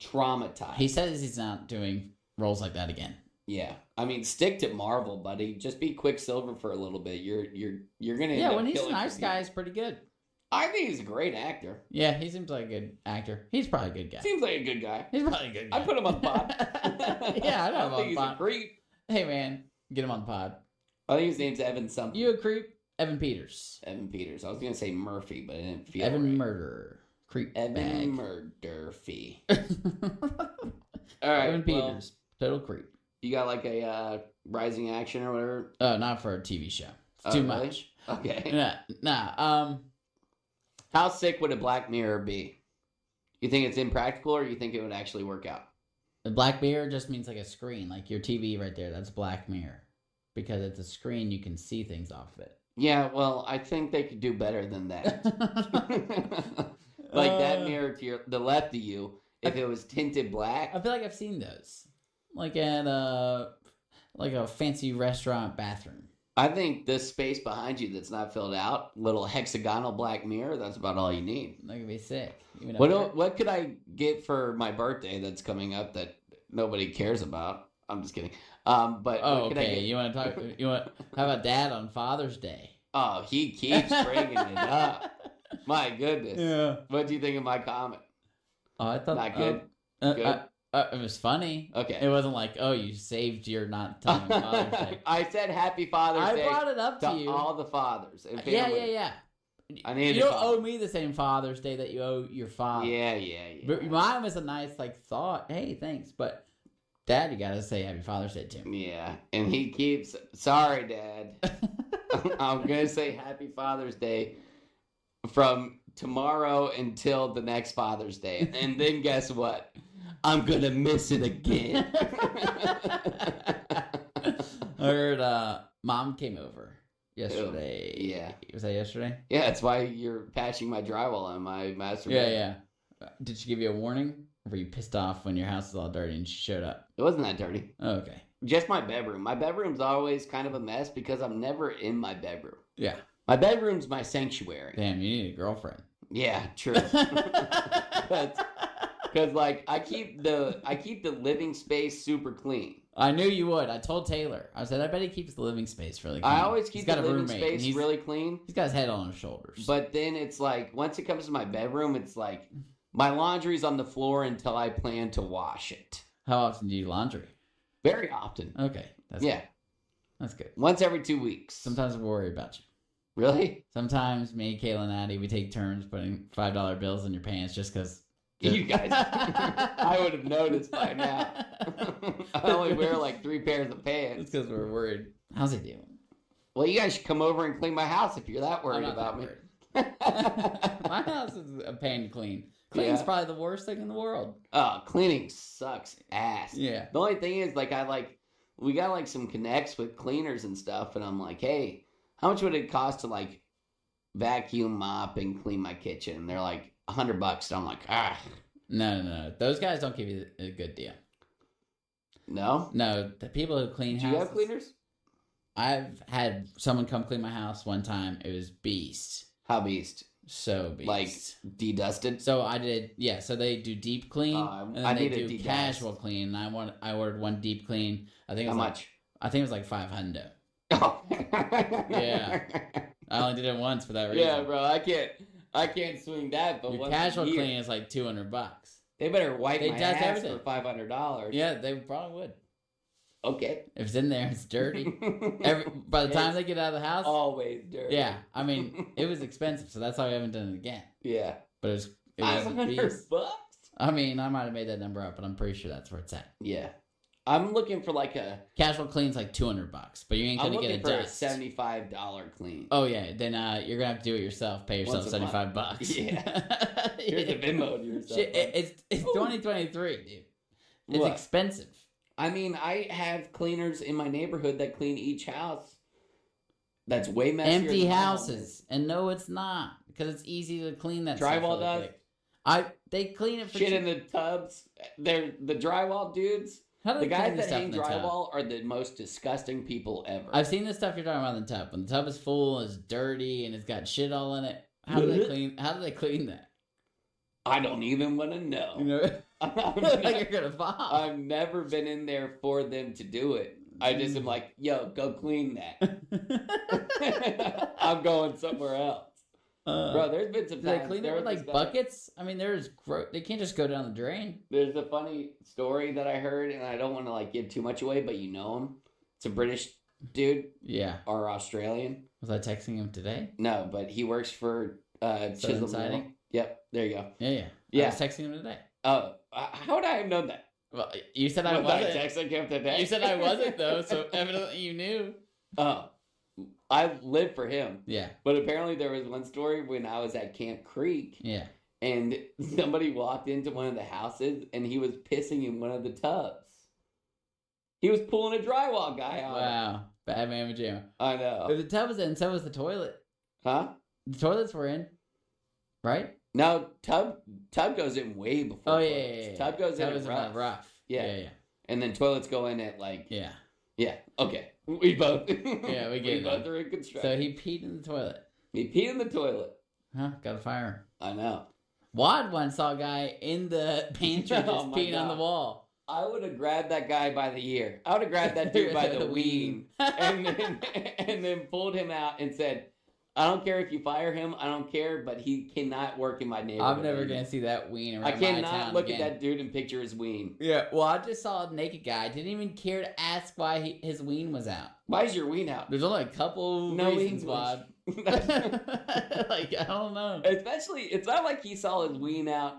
B: traumatized.
A: He says he's not doing roles like that again.
B: yeah, I mean, stick to Marvel, buddy. Just be Quicksilver for a little bit. You're you're you're gonna. end
A: Yeah,
B: up
A: when he's a
B: killing
A: nice
B: people.
A: guy, he's pretty good.
B: I think he's a great actor.
A: Yeah, he seems like a good actor. He's probably a good guy.
B: Seems like a good guy.
A: He's probably a good guy.
B: I put
A: <laughs>
B: him on Bob.
A: yeah, I know
B: I think
A: him
B: he's
A: on
B: a
A: pod.
B: creep.
A: Hey man, get him on the pod.
B: I think his name's Evan something.
A: You a creep? Evan Peters.
B: Evan Peters. I was gonna say Murphy, but I didn't feel
A: Evan
B: right.
A: Murderer. Creep bag.
B: Evan
A: <laughs>
B: Murderfee. All right,
A: Evan
B: well,
A: Peters. Total creep.
B: You got like a uh, rising action or whatever?
A: Oh, not for a TV show. It's
B: Oh,
A: too
B: really?
A: much. <laughs>
B: Okay.
A: Nah, nah. Um,
B: How sick would a Black Mirror be? You think it's impractical or you think it would actually work out?
A: a black mirror just means like a screen, like your TV right there. That's black mirror because it's a screen you can see things off of it.
B: Yeah, well, I think they could do better than
A: <laughs>
B: that. <laughs> like that
A: Uh,
B: mirror to your, the left of you, if it was tinted black.
A: I feel like I've seen those, like at a like a fancy restaurant bathroom.
B: I think the space behind you that's not filled out, little hexagonal black mirror, that's about all you need.
A: That could be sick. Even if
B: What
A: you're-
B: el- what could I get for my birthday that's coming up that nobody cares about? I'm just kidding. Um, but
A: Oh,
B: what could I
A: okay.
B: get?
A: You want to talk? You want? How about dad on Father's Day?
B: Oh, he keeps bringing
A: <laughs>
B: it up. My goodness.
A: Yeah.
B: What do you think of my comment?
A: Oh, I thought
B: Not good.
A: Uh, uh,
B: Good?
A: uh, uh, it was funny. It
B: Okay.
A: wasn't like, oh, you saved your not
B: <laughs>
A: telling me Father's <laughs> Day.
B: I said happy Father's
A: I
B: Day
A: brought it up to
B: to
A: you.
B: all the fathers and family.
A: yeah, yeah, yeah.
B: I
A: You
B: needed to
A: don't
B: call.
A: owe me the same Father's Day that you owe your father.
B: Yeah, yeah, yeah.
A: But mine was a nice like thought. Hey, thanks, but Dad, you gotta say Happy Father's Day
B: <laughs>
A: to me.
B: yeah, and he keeps. Sorry, Dad. <laughs> I'm gonna say Happy Father's Day from tomorrow until the next Father's Day, and then guess what? I'm gonna miss
A: <laughs>
B: it again.
A: I <laughs> heard uh, Mom came over yesterday.
B: yeah.
A: was that yesterday?
B: yeah, that's why you're patching my drywall on my master.
A: Yeah,
B: bedroom.
A: yeah. Uh, Did she give you a warning? Or were you pissed off when your house was all dirty and she showed up?
B: It wasn't that dirty.
A: Okay.
B: Just my bedroom. My bedroom's always kind of a mess because I'm never in my bedroom.
A: Yeah.
B: My bedroom's my sanctuary.
A: Damn, you need a girlfriend. <laughs>
B: Yeah, true. Because like I keep the I keep the living space super clean.
A: I knew you would. I told Taylor. I said, I bet he keeps the living space really clean.
B: I always
A: Mm-hmm. He's
B: keep
A: got
B: the
A: a
B: living
A: roommate, and
B: space
A: he's,
B: really clean.
A: He's got his head on his shoulders.
B: But then it's like once it comes to my bedroom, it's like my laundry's on the floor until I plan to wash it.
A: How often do you laundry?
B: Very often.
A: Okay. That's
B: yeah.
A: That's good.
B: Once every two weeks.
A: Sometimes I worry about you.
B: Really?
A: <laughs> Sometimes me, Kayla, and Addie, we take turns putting five dollar bills in your pants just because.
B: You guys I would have noticed <laughs> by now.
A: <laughs>
B: I only wear like three pairs of
A: It's
B: pants.
A: because we're worried. How's he doing?
B: Well, you guys should come over and clean my house if you're that
A: I'm
B: worried
A: not that
B: about me.
A: worried.
B: <laughs>
A: My house is a pain to clean. Clean's
B: Yeah.
A: probably the worst thing in the world.
B: oh, cleaning sucks ass.
A: Yeah.
B: The only thing is, like, I like we got like some connects with cleaners and stuff, and I'm like, hey, how much would it cost to like vacuum mop and clean my kitchen? And they're like, a hundred bucks. And I'm like, ah,
A: No, no, no. Those guys don't give you a good deal.
B: no.
A: No, the people who clean
B: Do
A: houses.
B: you have cleaners?
A: I've had someone come clean my house one time. It was beast.
B: How beast?
A: So beast.
B: Like, Dedusted.
A: So I did, yeah. So they do deep clean,
B: Oh, I-
A: and then
B: I
A: they
B: need a
A: do
B: deep
A: casual clean. And I want, I ordered one deep clean. I think it
B: How
A: was like,
B: much?
A: I think it was like five hundo.
B: Oh. <laughs>
A: Yeah. I only did it once for that reason.
B: yeah, bro. I can't. I can't swing that. But
A: Your
B: once a
A: casual
B: year-
A: clean is like two hundred bucks.
B: they better wipe
A: They
B: my
A: dust
B: ass
A: everything.
B: for five hundred dollars.
A: Yeah, they probably would.
B: Okay.
A: If it's in there, it's
B: <laughs>
A: dirty. Every by the time
B: It's
A: they get out of the house,
B: always dirty.
A: yeah. I
B: <laughs>
A: mean, it was expensive, so that's why we haven't done it again.
B: Yeah.
A: But it was, it
B: Five
A: was a
B: hundred
A: beast.
B: bucks.
A: I mean, I might have made that number up, but I'm pretty sure that's where it's at.
B: Yeah. I'm looking for like a.
A: Casual clean's like two hundred bucks, but you ain't
B: I'm
A: gonna get
B: looking
A: a
B: for a
A: dust.
B: seventy-five dollar clean.
A: Oh yeah, then uh, you're gonna have to do it yourself. Pay yourself
B: Once a
A: seventy
B: month.
A: five bucks.
B: <laughs>
A: Yeah, <laughs>
B: Here's a Venmo to yourself.
A: Shit, it- it's it's
B: Ooh.
A: 2023, dude. It's
B: What?
A: expensive.
B: I mean, I have cleaners in my neighborhood that clean each house. That's way messier.
A: Empty
B: than my home is.
A: houses, and no, it's not because it's easy to clean that stuff
B: Drywall
A: really
B: does?
A: quick. I they clean it for
B: Shit
A: cheap.
B: in the tubs. They're the drywall dudes.
A: How do
B: The
A: they clean
B: guys
A: this
B: that
A: stuff
B: hang
A: in the tub?
B: drywall are the most disgusting people ever.
A: I've seen the stuff you're talking about in the tub. When the tub is full, and it's dirty, and it's got shit all in it. How
B: <laughs>
A: do they
B: Blech.
A: clean? How do they clean that?
B: I don't even want to know. <laughs>
A: You know, <laughs>
B: I've,
A: like
B: never,
A: you're
B: <laughs>
A: gonna fall.
B: I've never been in there for them to do it. I just
A: Mm.
B: am like, yo, go clean
A: <laughs>
B: that. I'm going somewhere else,
A: Uh,
B: bro. There's been some
A: Do they
B: times
A: clean it
B: there
A: with
B: was
A: like
B: this guy-
A: buckets? I mean, there's gro- they can't just go down the drain.
B: There's a funny story that I heard, and I don't want to like give too much away, but you know him. It's a British dude
A: Yeah,
B: or Australian.
A: was I texting him today?
B: No, but he works for uh,
A: Southern
B: Chisholm.
A: Siding?
B: Mill. Yep, there you go.
A: Yeah, yeah, I
B: Yeah.
A: was texting him today.
B: Oh, uh, how would I have known that?
A: Well, you said I
B: Was I
A: wasn't.
B: texting him today?
A: You said I wasn't though, so evidently you knew.
B: <laughs> oh, I live for him.
A: Yeah,
B: But apparently, there was one story when I was at Camp Creek
A: yeah.
B: and <laughs> somebody walked into one of the houses and he was pissing in one of the tubs. He was pulling a drywall guy out.
A: Wow, bad man pajama.
B: I know.
A: If the tub was in, so was the toilet.
B: Huh?
A: The toilets were in, right?
B: No, tub tub goes in way before.
A: Oh yeah,
B: toilets.
A: yeah, yeah, yeah.
B: Tub goes in,
A: was
B: at
A: that
B: rough,
A: rough.
B: Yeah.
A: yeah, yeah,
B: and then toilets go in at like yeah.
A: yeah.
B: Okay, we both. <laughs>
A: Yeah, we get it.
B: both are in
A: So
B: construction.
A: he peed in the toilet.
B: he, peed in the toilet.
A: Huh? Got to fire him.
B: I know.
A: Wad once saw a guy in <laughs> the pantry just
B: Oh my
A: peeing on the
B: God.
A: wall.
B: I would have grabbed that guy by the ear. I would have
A: <laughs>
B: grabbed that dude by the <laughs> ween, and then and then pulled him out and said, "I don't care if you fire him. I don't care, but he cannot work in my neighborhood."
A: I'm never
B: anymore."
A: gonna see that ween around
B: I
A: my town
B: cannot look
A: again.
B: at that dude and picture his ween.
A: Yeah, well, I just saw a naked guy. Didn't even care to ask why he, his ween was out.
B: Why is your ween out?
A: There's only a couple
B: No
A: reasons
B: English.
A: why.
B: <laughs>
A: <laughs> like I don't know.
B: Especially, it's not like he saw his ween out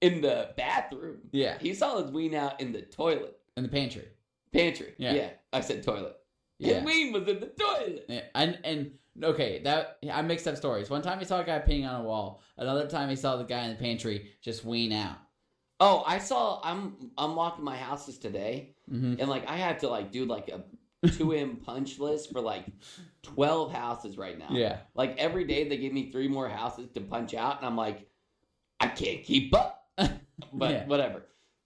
B: in the bathroom.
A: Yeah,
B: He saw his ween out in the toilet,
A: in the pantry.
B: pantry.
A: Yeah.
B: Yeah, I said toilet.
A: Yeah.
B: His ween was in the toilet.
A: Yeah, and and okay, that I mixed up stories. One time he saw a guy peeing on a wall. Another time he saw the guy in the pantry just wean out.
B: Oh, I saw. I'm I'm walking my houses today,
A: hmm
B: and like I have to like do like a
A: <laughs>
B: two M punch list for like twelve houses right now.
A: Yeah,
B: Like every day they give me three more houses to punch out, and I'm like, I can't
A: <laughs>
B: keep up. but
A: Yeah.
B: whatever.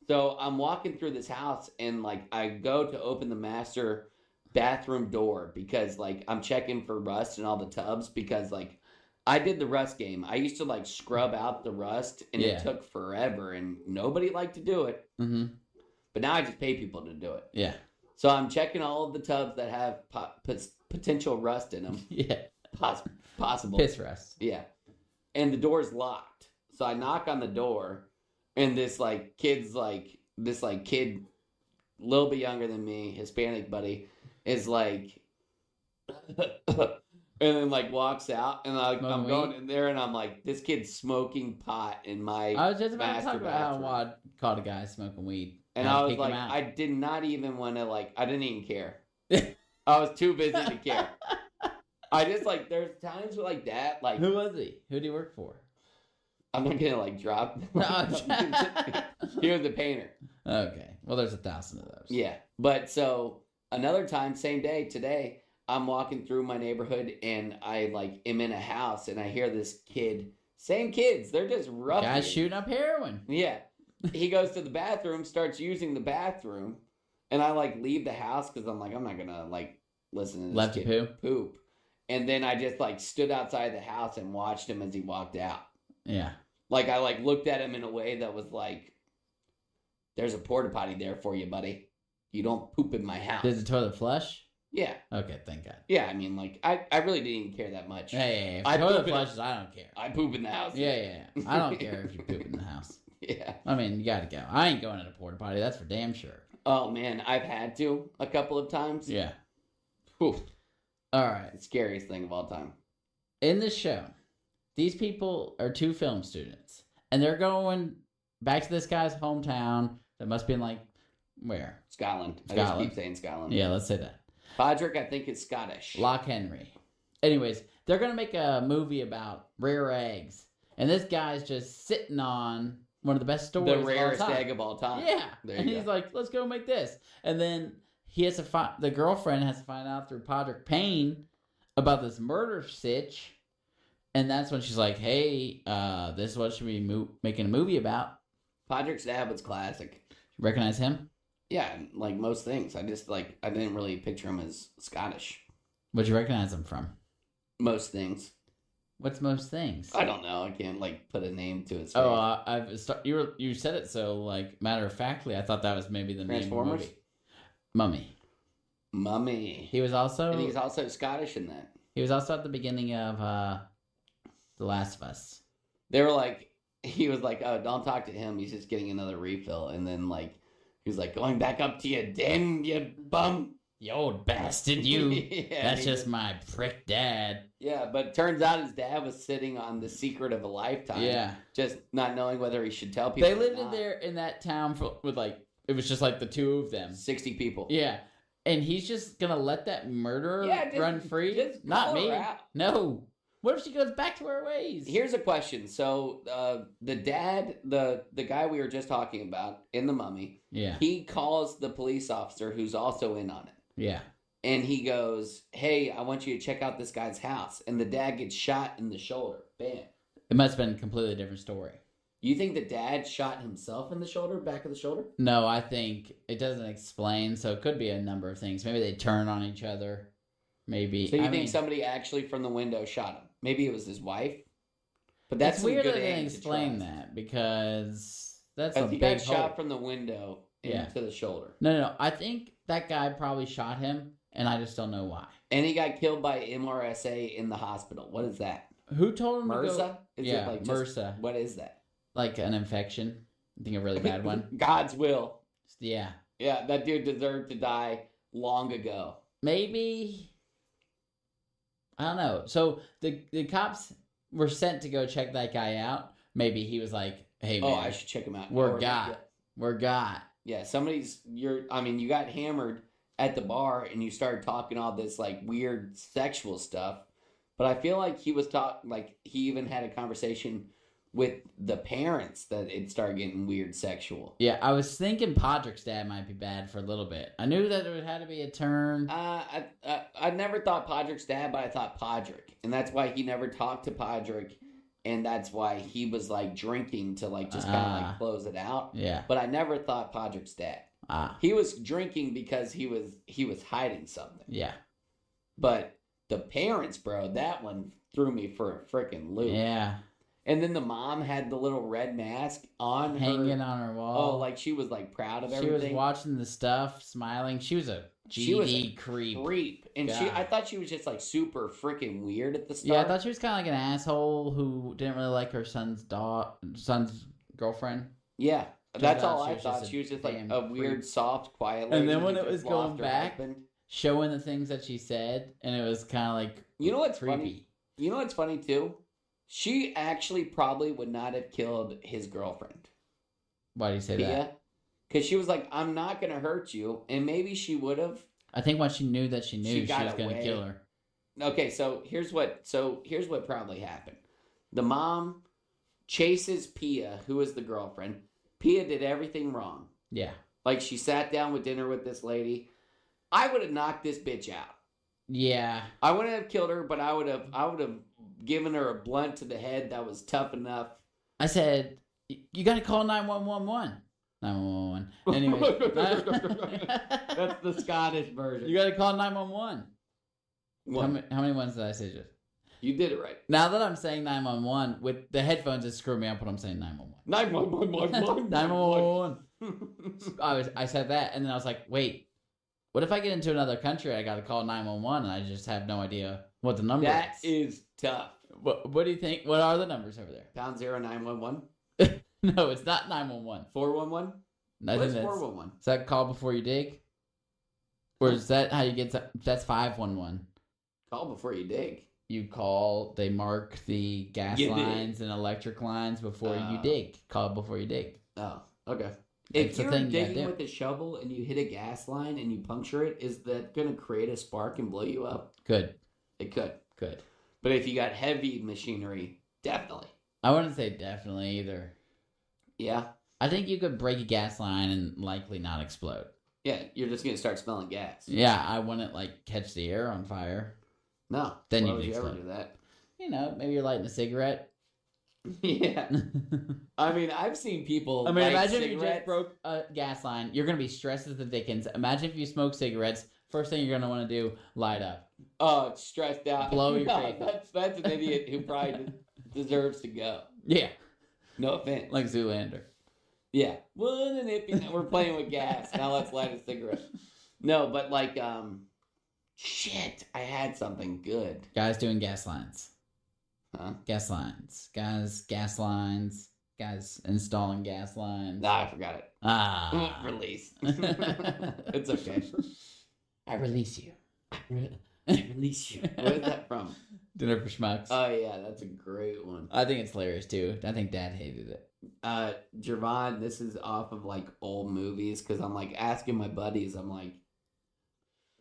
B: So I'm walking through this house, and like I go to open the master bathroom door because like I'm checking for rust in all the tubs because like I did the rust game. I used to like scrub out the rust, and
A: Yeah.
B: it took forever, and nobody liked to do it.
A: hmm
B: But now I just pay people to do it.
A: yeah, <laughs>
B: So I'm checking all of the tubs that have po- pos- potential rust in them,
A: yeah. <laughs>
B: Poss- possible.
A: Piss rest.
B: Yeah. And the door's locked. So I knock on the door and this like kid's like this like kid a little bit younger than me, Hispanic buddy, is like <laughs> and then like walks out and like
A: Smoking
B: I'm
A: weed?
B: going in there and I'm like, this kid's smoking pot in my
A: I was just about to
B: Master
A: talk about how
B: bathroom.
A: Wad caught a guy smoking weed,
B: and
A: had to
B: I was
A: kick him
B: like,
A: out.
B: I did not even want to like I didn't even
A: <laughs>
B: care. I was too busy to care. I just like there's times like that, like
A: Who was he? Who did he work
B: <laughs>
A: for? <laughs>
B: I'm not gonna like drop <laughs> he
A: <laughs> okay.
B: was a painter.
A: Well, there's a thousand of those.
B: Yeah. But so another time, same day, today, I'm walking through my neighborhood and I like am in a house and I hear this kid, same kids, they're just rough.
A: Guys shooting up heroin.
B: Yeah. He goes to the bathroom, starts using the bathroom, and I like leave the house because I'm like, I'm not gonna like listen to this
A: Left to
B: kid
A: poo.
B: poop. And then I just like stood outside the house and watched him as he walked out.
A: Yeah.
B: Like I like looked at him in a way that was like, "There's a porta potty there for you, buddy. You don't poop in my house."
A: Did the toilet flush?
B: yeah,
A: Okay, thank God.
B: yeah. I mean, like I, I really didn't even care that much.
A: Yeah, yeah, yeah. If
B: I
A: the toilet
B: poop in-
A: flushes, I don't care.
B: I poop in the house.
A: Yeah, yeah, yeah. I don't care if you poop in the house.
B: <laughs> yeah.
A: I mean, you gotta go. I ain't going to the porta potty. That's for damn sure.
B: Oh man, I've had to a couple of times.
A: Yeah.
B: Oof.
A: All right.
B: The scariest thing of all time.
A: In this show, these people are two film students, and they're going back to this guy's hometown that must be in like Where?
B: Scotland. I just
A: Scotland.
B: keep saying Scotland.
A: Yeah, let's say that.
B: Podrick, I think, is Scottish.
A: Lock Henry. Anyways, they're gonna make a movie about rare eggs, and this guy's just sitting on one of the best stories.
B: the
A: of all
B: rarest
A: time.
B: egg of all time.
A: Yeah,
B: Ah, There
A: and
B: you
A: he's like, "Let's go make this," and then he has to find the girlfriend has to find out through Podrick Payne about this murder sitch, and that's when she's like, "Hey, uh, this is what should be mo- making a movie about."
B: Podrick's dad was classic.
A: You recognize him?
B: Yeah, like most things. I just like I didn't really picture him as Scottish.
A: What'd you recognize him from?
B: Most things.
A: What's most things?
B: I don't know. I can't like put a name to his face.
A: Oh, uh, I've start, you were, you said it so like matter of factly. I thought that was maybe the name of
B: Transformers?
A: the movie. Mummy.
B: Mummy.
A: He was also
B: and he's also Scottish in that.
A: he was also at the beginning of uh, The Last of Us.
B: They were like, <laughs> he was like, oh, don't talk to him. He's just getting another refill. And then like, he was like, going back up to your den, you bum.
A: You old
B: <laughs>
A: bastard, you.
B: yeah,
A: That's
B: he
A: just my prick dad.
B: Yeah, but turns out his dad was sitting on the secret of a lifetime.
A: Yeah.
B: Just not knowing whether he should tell people.
A: They
B: or
A: lived in
B: not.
A: there in that town for with like it was just like the two of them.
B: 60 people.
A: Yeah. And he's just gonna let that murderer
B: Yeah, just-
A: run free?
B: just
A: Not
B: call
A: me.
B: her out.
A: No. What if she goes back to her ways?
B: Here's a question. So uh, the dad, the the guy we were just talking about in the mummy,
A: Yeah.
B: he calls the police officer who's also in on it.
A: Yeah.
B: and he goes, "Hey, I want you to check out this guy's house." And the dad gets shot in the shoulder. Bam.
A: It must have been a completely different story.
B: You think the dad shot himself in the shoulder, back of the shoulder?
A: No, I think it doesn't explain, so it could be a number of things. Maybe they turn on each other. Maybe
B: So you
A: I
B: think
A: mean,
B: somebody actually from the window shot him? Maybe it was his wife. But
A: that's
B: that's
A: it's weird
B: some
A: that
B: good
A: they didn't
B: egg to
A: explain
B: try.
A: that because that's a
B: If he got
A: big
B: shot
A: hole.
B: from the window
A: Yeah.
B: into the shoulder,
A: No, no, no. I think that guy probably shot him, and I just don't know why.
B: and he got killed by MRSA in the hospital. What is that?
A: Who told him to go?
B: MRSA? Is
A: yeah,
B: it like just,
A: MRSA,
B: what is that?
A: like an infection. I think a really bad one.
B: <laughs> God's will.
A: Yeah,
B: Yeah, that dude deserved to die long ago.
A: maybe. I don't know. So the the cops were sent to go check that guy out. Maybe he was like, "Hey, man,
B: Oh, I should check him out.
A: We're
B: Or-
A: God. we're got."
B: Yeah, somebody's you're I mean, you got hammered at the bar and you started talking all this like weird sexual stuff. But I feel like he was talk like he even had a conversation with the parents that it started getting weird sexual.
A: Yeah, I was thinking Podrick's dad might be bad for a little bit. I knew that there had to be a turn.
B: Uh, I, I I never thought Podrick's dad, but I thought Podrick, and that's why he never talked to Podrick, and that's why he was like drinking to like just kind of
A: Ah.
B: like close it out.
A: Yeah.
B: But I never thought Podrick's dad.
A: Ah.
B: He was drinking because he was he was hiding something.
A: Yeah.
B: But the parents, bro, that one threw me for a freaking loop.
A: Yeah.
B: And then the mom had the little red mask on
A: Hanging
B: her.
A: on her wall.
B: Oh, like she was like proud of
A: she was
B: everything.
A: watching the stuff, smiling. She was a GD
B: She was a
A: creep.
B: creep. And she,
A: God.
B: I thought she was just like super freaking weird at the start.
A: Yeah, I thought she was kind of like an asshole who didn't really like her son's dog, son's girlfriend.
B: Yeah,
A: Turned
B: that's
A: out
B: all
A: she
B: I
A: was
B: thought.
A: just a
B: She was just like
A: damn
B: a weird,
A: creep.
B: soft, quiet.
A: And then
B: lady
A: when
B: who
A: it
B: just
A: was going
B: lost her
A: back-
B: husband.
A: Showing the things that she said, and it was kind of like
B: You know what's
A: creepy.
B: funny? you know what's funny too? She actually probably would not have killed his girlfriend.
A: Why do you say that?
B: Pia. Because she was like, I'm not going to hurt you. And maybe she would have.
A: I think once she knew that she knew
B: She
A: she,
B: got
A: was going to
B: away.
A: kill her.
B: Okay, so here's what so here's what probably happened. The mom chases Pia, who is the girlfriend. Pia did everything wrong.
A: Yeah,
B: Like she sat down with dinner with this lady. I would have knocked this bitch out.
A: yeah.
B: I wouldn't have killed her, but I would have I would have given her a blunt to the head that was tough <laughs> enough.
A: I said, "Y- you got to call nine one one one. Nine one one
B: <laughs>
A: one. Anyway, <laughs>
B: That's the Scottish version.
A: you got to call nine one one. How
B: Well,
A: many how many ones did I say? Just
B: you did it right.
A: now that I'm saying nine one one with the headphones, it screwed me up when I'm saying nine one one.
B: Nine one one <laughs>
A: <laughs>
B: one one.
A: Nine one one.
B: one.
A: I was I said that, and then I was like, wait, what if I get into another country? I got to call nine one one, and I just have no idea what the number
B: <laughs> That
A: is.
B: is tough.
A: What, what do you think? What are the numbers over there? <laughs>
B: Pound zero nine one one
A: No, it's not nine one one.
B: four one one.
A: I
B: What
A: think
B: is
A: that's
B: four one one?
A: is that call before you dig, or is that how you get to, that's five one one?
B: Call before you dig.
A: You call, they mark the gas
B: Get it.
A: lines and electric lines before you
B: Uh,
A: dig. Call before you dig.
B: Oh, okay. If
A: It's a
B: you're
A: thing you gotta
B: digging
A: do.
B: with a shovel and you hit a gas line and you puncture it, is that going to create a spark and blow you up?
A: Good,
B: It could.
A: good.
B: But if you got heavy machinery, definitely.
A: I wouldn't say definitely either.
B: Yeah.
A: I think you could break a gas line and likely not explode.
B: Yeah. You're just going to start smelling gas.
A: Yeah, I wouldn't like catch the air on fire.
B: No.
A: Then
B: Why
A: you'd
B: would you ever
A: explode.
B: do that? <laughs>
A: You know, maybe you're lighting a cigarette.
B: yeah.
A: I
B: I mean, I've seen people.
A: mean,
B: light
A: imagine if you just
B: cigarettes.
A: broke a gas line. You're gonna be stressed as the dickens. Imagine if you smoke cigarettes. First thing you're gonna want to do, light up.
B: Oh, it's stressed out.
A: Blow your
B: <laughs> No,
A: face up.
B: That's, that's an idiot who probably <laughs> deserves to go.
A: Yeah,
B: No offense.
A: like Zoolander.
B: Yeah. Wouldn't it be? We're playing with gas. Now let's light a cigarette. No, but like, um, shit, I had something good.
A: Guys doing gas lines.
B: Huh?
A: Gas lines. Guys, gas lines. Guys installing gas lines.
B: Nah, I forgot it.
A: Ah. <laughs>
B: <laughs> Release. it's okay.
A: I release you.
B: Release you. Where's that from?
A: Dinner for schmucks.
B: Oh, yeah, that's a great one.
A: I think it's hilarious too. I think Dad hated it.
B: uh Javon, this is off of like old movies because I'm like asking my buddies, I'm like,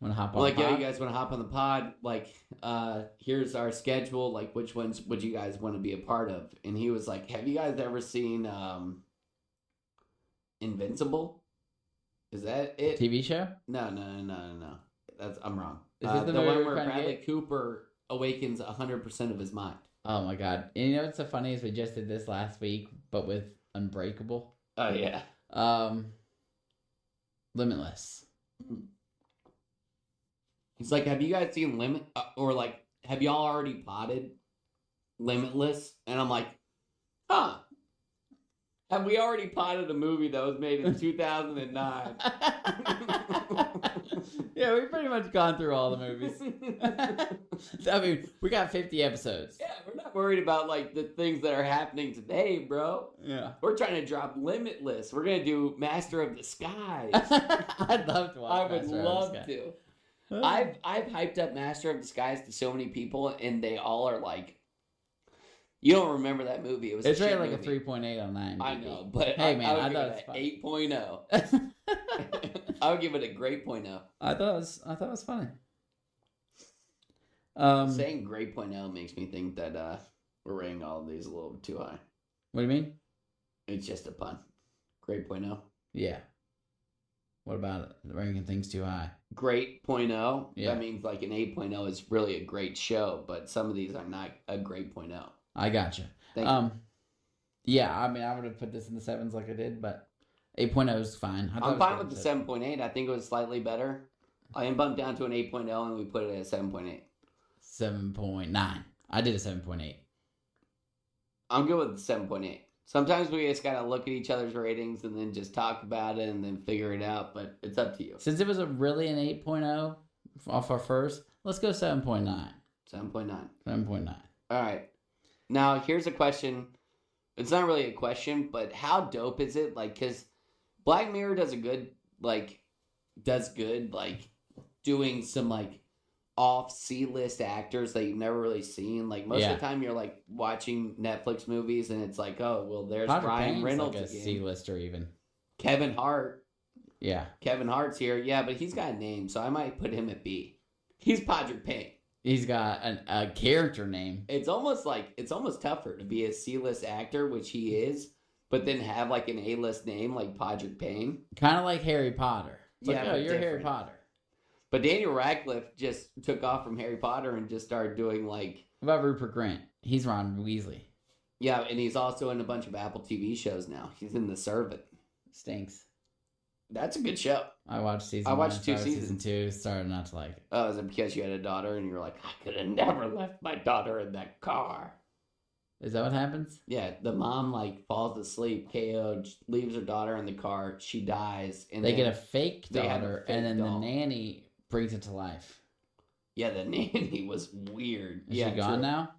A: Want to hop
B: I'm
A: on?
B: like,
A: the
B: yo, you
A: pod?
B: guys want to hop on the pod? Like, uh, here's our schedule. Like, which ones would you guys want to be a part of? And he was like, Have you guys ever seen um Invincible? Is that it?
A: TV show.
B: No, no, no, no, no, no. That's I'm wrong.
A: Is
B: Uh,
A: this the
B: the
A: movie
B: one
A: we're
B: where
A: trying to
B: Bradley Cooper awakens hundred percent of his mind.
A: Oh my god! And you know what's so funny is we just did this last week, but with Unbreakable,
B: Oh yeah.
A: um, Limitless. <laughs>
B: He's like, have you guys seen Limit uh, or like, have y'all already potted Limitless? And I'm like, huh? Have we already potted a movie that was made <laughs> in 2009?
A: yeah, we've pretty much gone through all the movies. I mean, we got fifty episodes.
B: <laughs> yeah, we're not worried about like the things that are happening today, bro.
A: Yeah,
B: We're trying to drop Limitless. We're gonna do Master of the <laughs> Skies.
A: <laughs> I'd love to watch.
B: I would
A: Master of
B: love
A: Disguise. <gasps>
B: to. I've I've hyped up Master of Disguise to so many people, and they all are like, "You don't remember that movie? It was
A: It's
B: a
A: rated
B: shit
A: like a
B: movie."
A: three point eight on IMDb.
B: I know, but
A: Hey,
B: I,
A: man, I
B: I
A: thought
B: would give
A: it's
B: it
A: fun.
B: an eight oh.
A: <laughs>
B: <laughs> I would give it a great point oh.
A: I thought it was. I thought it was funny. Um,
B: Saying great point oh makes me think that uh, we're rating all of these a little too high.
A: what do you mean?
B: It's just a pun. Great point oh.
A: Yeah. What about it? ranking things too high?
B: Great point oh.
A: Yeah.
B: That means like an eight oh is really a great show, but some of these are not a great point oh.
A: I gotcha.
B: Thank you.
A: um, yeah, I mean, I would have put this in the sevens like I did, but 8.0 is fine. I thought it was
B: I'm fine
A: better
B: with the
A: than
B: 7.8. I think it was slightly better. I am bumped down to an 8.0 and we put it at 7.8.
A: seven. 7.9. I did a 7.8.
B: I'm good with 7.8. Sometimes we just gotta look at each other's ratings and then just talk about it and then figure it out, but it's up to you.
A: Since it was a really an 8.0 off our first, let's go 7.9.
B: 7.9.
A: 7.9.
B: All right. Now, here's a question. It's not really a question, but how dope is it? Like, because Black Mirror does a good, like, does good, like, doing some, like, off C list actors that you've never really seen. Like, most
A: Yeah.
B: of the time you're, like, watching Netflix movies and it's like, oh, well, there's
A: Patrick
B: Ryan
A: Payne's
B: Reynolds
A: like a
B: again.
A: C-lister even.
B: Kevin Hart.
A: Yeah.
B: Kevin Hart's here. Yeah, but he's got a name, so I might put him at B. He's Podrick Payne.
A: He's got an, a character name.
B: it's almost like it's almost tougher to be a C-list actor, which he is, but then have like an A-list name like Podrick Payne.
A: Kind of like Harry Potter. It's like,
B: Yeah,
A: oh,
B: but
A: you're Harry
B: different.
A: Potter.
B: But Daniel Radcliffe just took off from Harry Potter and just started doing like
A: What about Rupert Grant? He's Ron Weasley.
B: yeah, and he's also in a bunch of Apple TV shows now. He's in The Servant.
A: Stinks.
B: That's a good show.
A: I watched season.
B: I watched
A: one,
B: two
A: started Season two started not to like it.
B: Oh, is it because you had a daughter and you were like, I could have never left my daughter in that car?
A: Is that what happens?
B: Yeah, the mom like falls asleep, KO'd, leaves her daughter in the car, she dies, and
A: they
B: then-
A: get a fake
B: they have a
A: daughter,
B: fake
A: and then
B: doll.
A: the nanny brings it to life.
B: yeah, the <laughs> nanny was weird.
A: Is
B: yeah,
A: she gone
B: true.
A: now?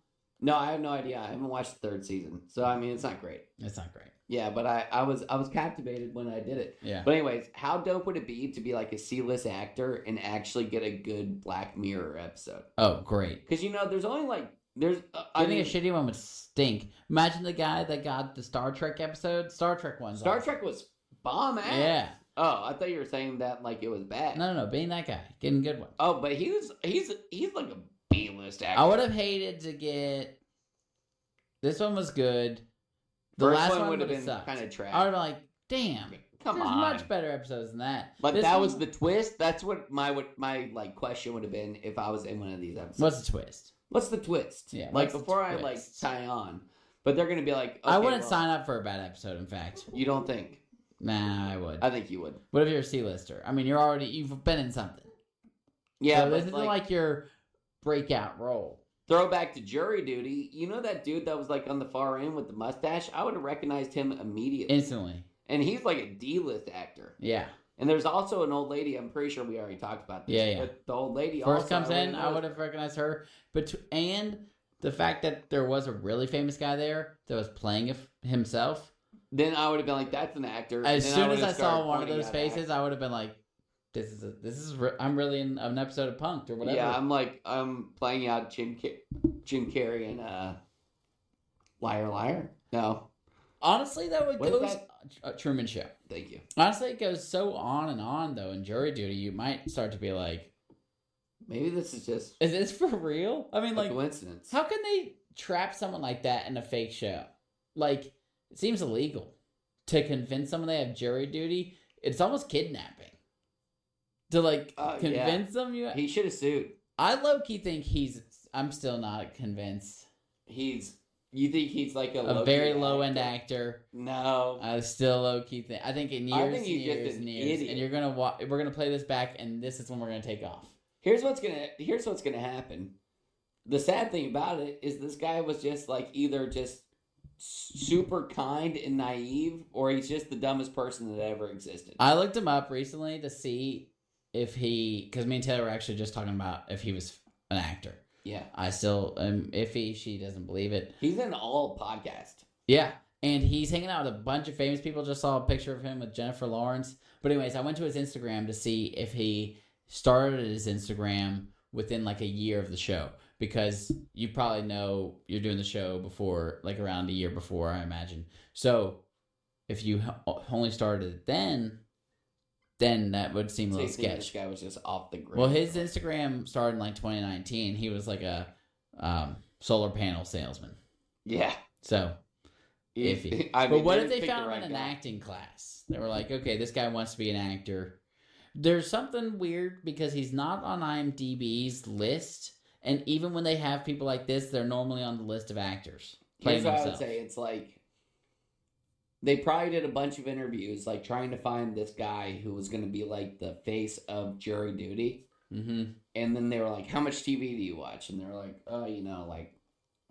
B: No, I have no idea. I haven't watched the third season, so I mean, it's not great.
A: That's not great.
B: Yeah, but I, I was I was captivated when I did it.
A: Yeah,
B: But anyways, how dope would it be to be like a C-list actor and actually get a good Black Mirror episode?
A: oh great.
B: Because you know, there's only like there's uh, I
A: I think
B: mean,
A: a shitty one would stink. Imagine the guy that got the Star Trek episode. Star Trek ones.
B: Star
A: off.
B: Trek was bomb ass.
A: Yeah.
B: Oh, I thought you were saying that like it was bad.
A: No, no, no. Being that guy, getting good one.
B: Oh, but he was he's he's like a B list actor.
A: I would have hated to get. This one was good. The
B: First
A: last
B: one
A: one
B: would have
A: would've
B: been
A: sucked.
B: kind
A: I
B: of
A: would
B: trash.
A: have like, damn.
B: Come
A: There's
B: on.
A: much better episodes than that.
B: but
A: This
B: that
A: one-
B: was the twist. That's what my what my like question would have been if I was in one of these episodes.
A: What's the twist?
B: What's the twist?
A: Yeah,
B: like
A: what's the
B: before I like
A: twist?
B: tie on, but they're gonna be like,
A: I
B: okay,
A: wouldn't
B: well,
A: sign up for a bad episode. In fact,
B: You Uh, don't think?
A: nah, I would.
B: I think you would.
A: what if you're a C-lister? I mean, you're already you've been in something.
B: Yeah,
A: so
B: but
A: this isn't
B: like,
A: like, your breakout role.
B: throwback to jury duty. You know that dude that was like on the far end with the mustache? I would have recognized him immediately.
A: Instantly,
B: and he's like a D list actor.
A: yeah.
B: And there's also an old lady. I'm pretty sure we already talked about this.
A: Yeah, yeah.
B: But the old lady
A: First
B: also,
A: comes
B: already
A: in, I
B: knows-
A: would have recognized her. But and the fact that there was a really famous guy there that was playing if- himself.
B: Then I would have been like, "That's an actor."
A: As
B: And then
A: soon
B: would
A: as
B: have
A: I
B: started
A: saw one of
B: pointing
A: those
B: at actors.
A: faces, I would have been like, "This is a, this is re- I'm really in an episode of Punked or whatever."
B: Yeah, I'm like I'm playing out Jim Car- Jim Carrey and uh, Liar Liar. No,
A: Honestly, though, it
B: What is
A: goes uh, Truman Show.
B: thank you.
A: Honestly, it goes so on and on though. In jury duty, you might start to be like,
B: Maybe this is just
A: "Is this for real?" I mean,
B: a
A: like,
B: coincidence.
A: how can they trap someone like that in a fake show? Like, it seems illegal to convince someone they have jury duty. It's almost kidnapping. To like
B: Oh, yeah.
A: convince them you,
B: he should have sued.
A: I low key think he's. I'm still not convinced.
B: He's. You think he's like
A: A
B: a, low-key
A: very low end
B: actor?
A: actor.
B: No,
A: I still low key think. I think in years,
B: I think he's
A: and years,
B: just an
A: and years,
B: idiot.
A: and you're gonna wa- we're gonna play this back, and this is when we're gonna take off.
B: here's what's gonna here's what's gonna happen the sad thing about it is this guy was just like either just super kind and naive or he's just the dumbest person that ever existed
A: I looked him up recently to see if he, because me and Taylor were actually just talking about if he was an actor.
B: yeah
A: I still am iffy. She doesn't believe it.
B: he's in all podcast
A: Yeah. And he's hanging out with a bunch of famous people. Just saw a picture of him with Jennifer Lawrence. But, anyways, I went to his Instagram to see if he started his Instagram within like a year of the show because you probably know you're doing the show before, like around a year before, I imagine. So, if you ho- only started it then, then that would seem a
B: So you
A: little
B: think this
A: sketch.
B: guy was just off the grid
A: Well, his Instagram started in like 2019. He was like a um, solar panel salesman.
B: yeah <laughs>
A: So, Iffy.
B: I mean,
A: but what if
B: just
A: they
B: pick the
A: found him
B: right
A: in an
B: guy.
A: acting class? They were like, okay, this guy wants to be an actor. There's something weird because he's not on IMDb's list, and even when they have people like this, they're normally on the list of actors playing
B: Here's what I would
A: themselves.
B: say. It's like they probably did a bunch of interviews, like trying to find this guy who was going to be like the face of jury duty.
A: hmm
B: And then they were like, "How much TV do you watch?" And they were like, "Oh, you know, like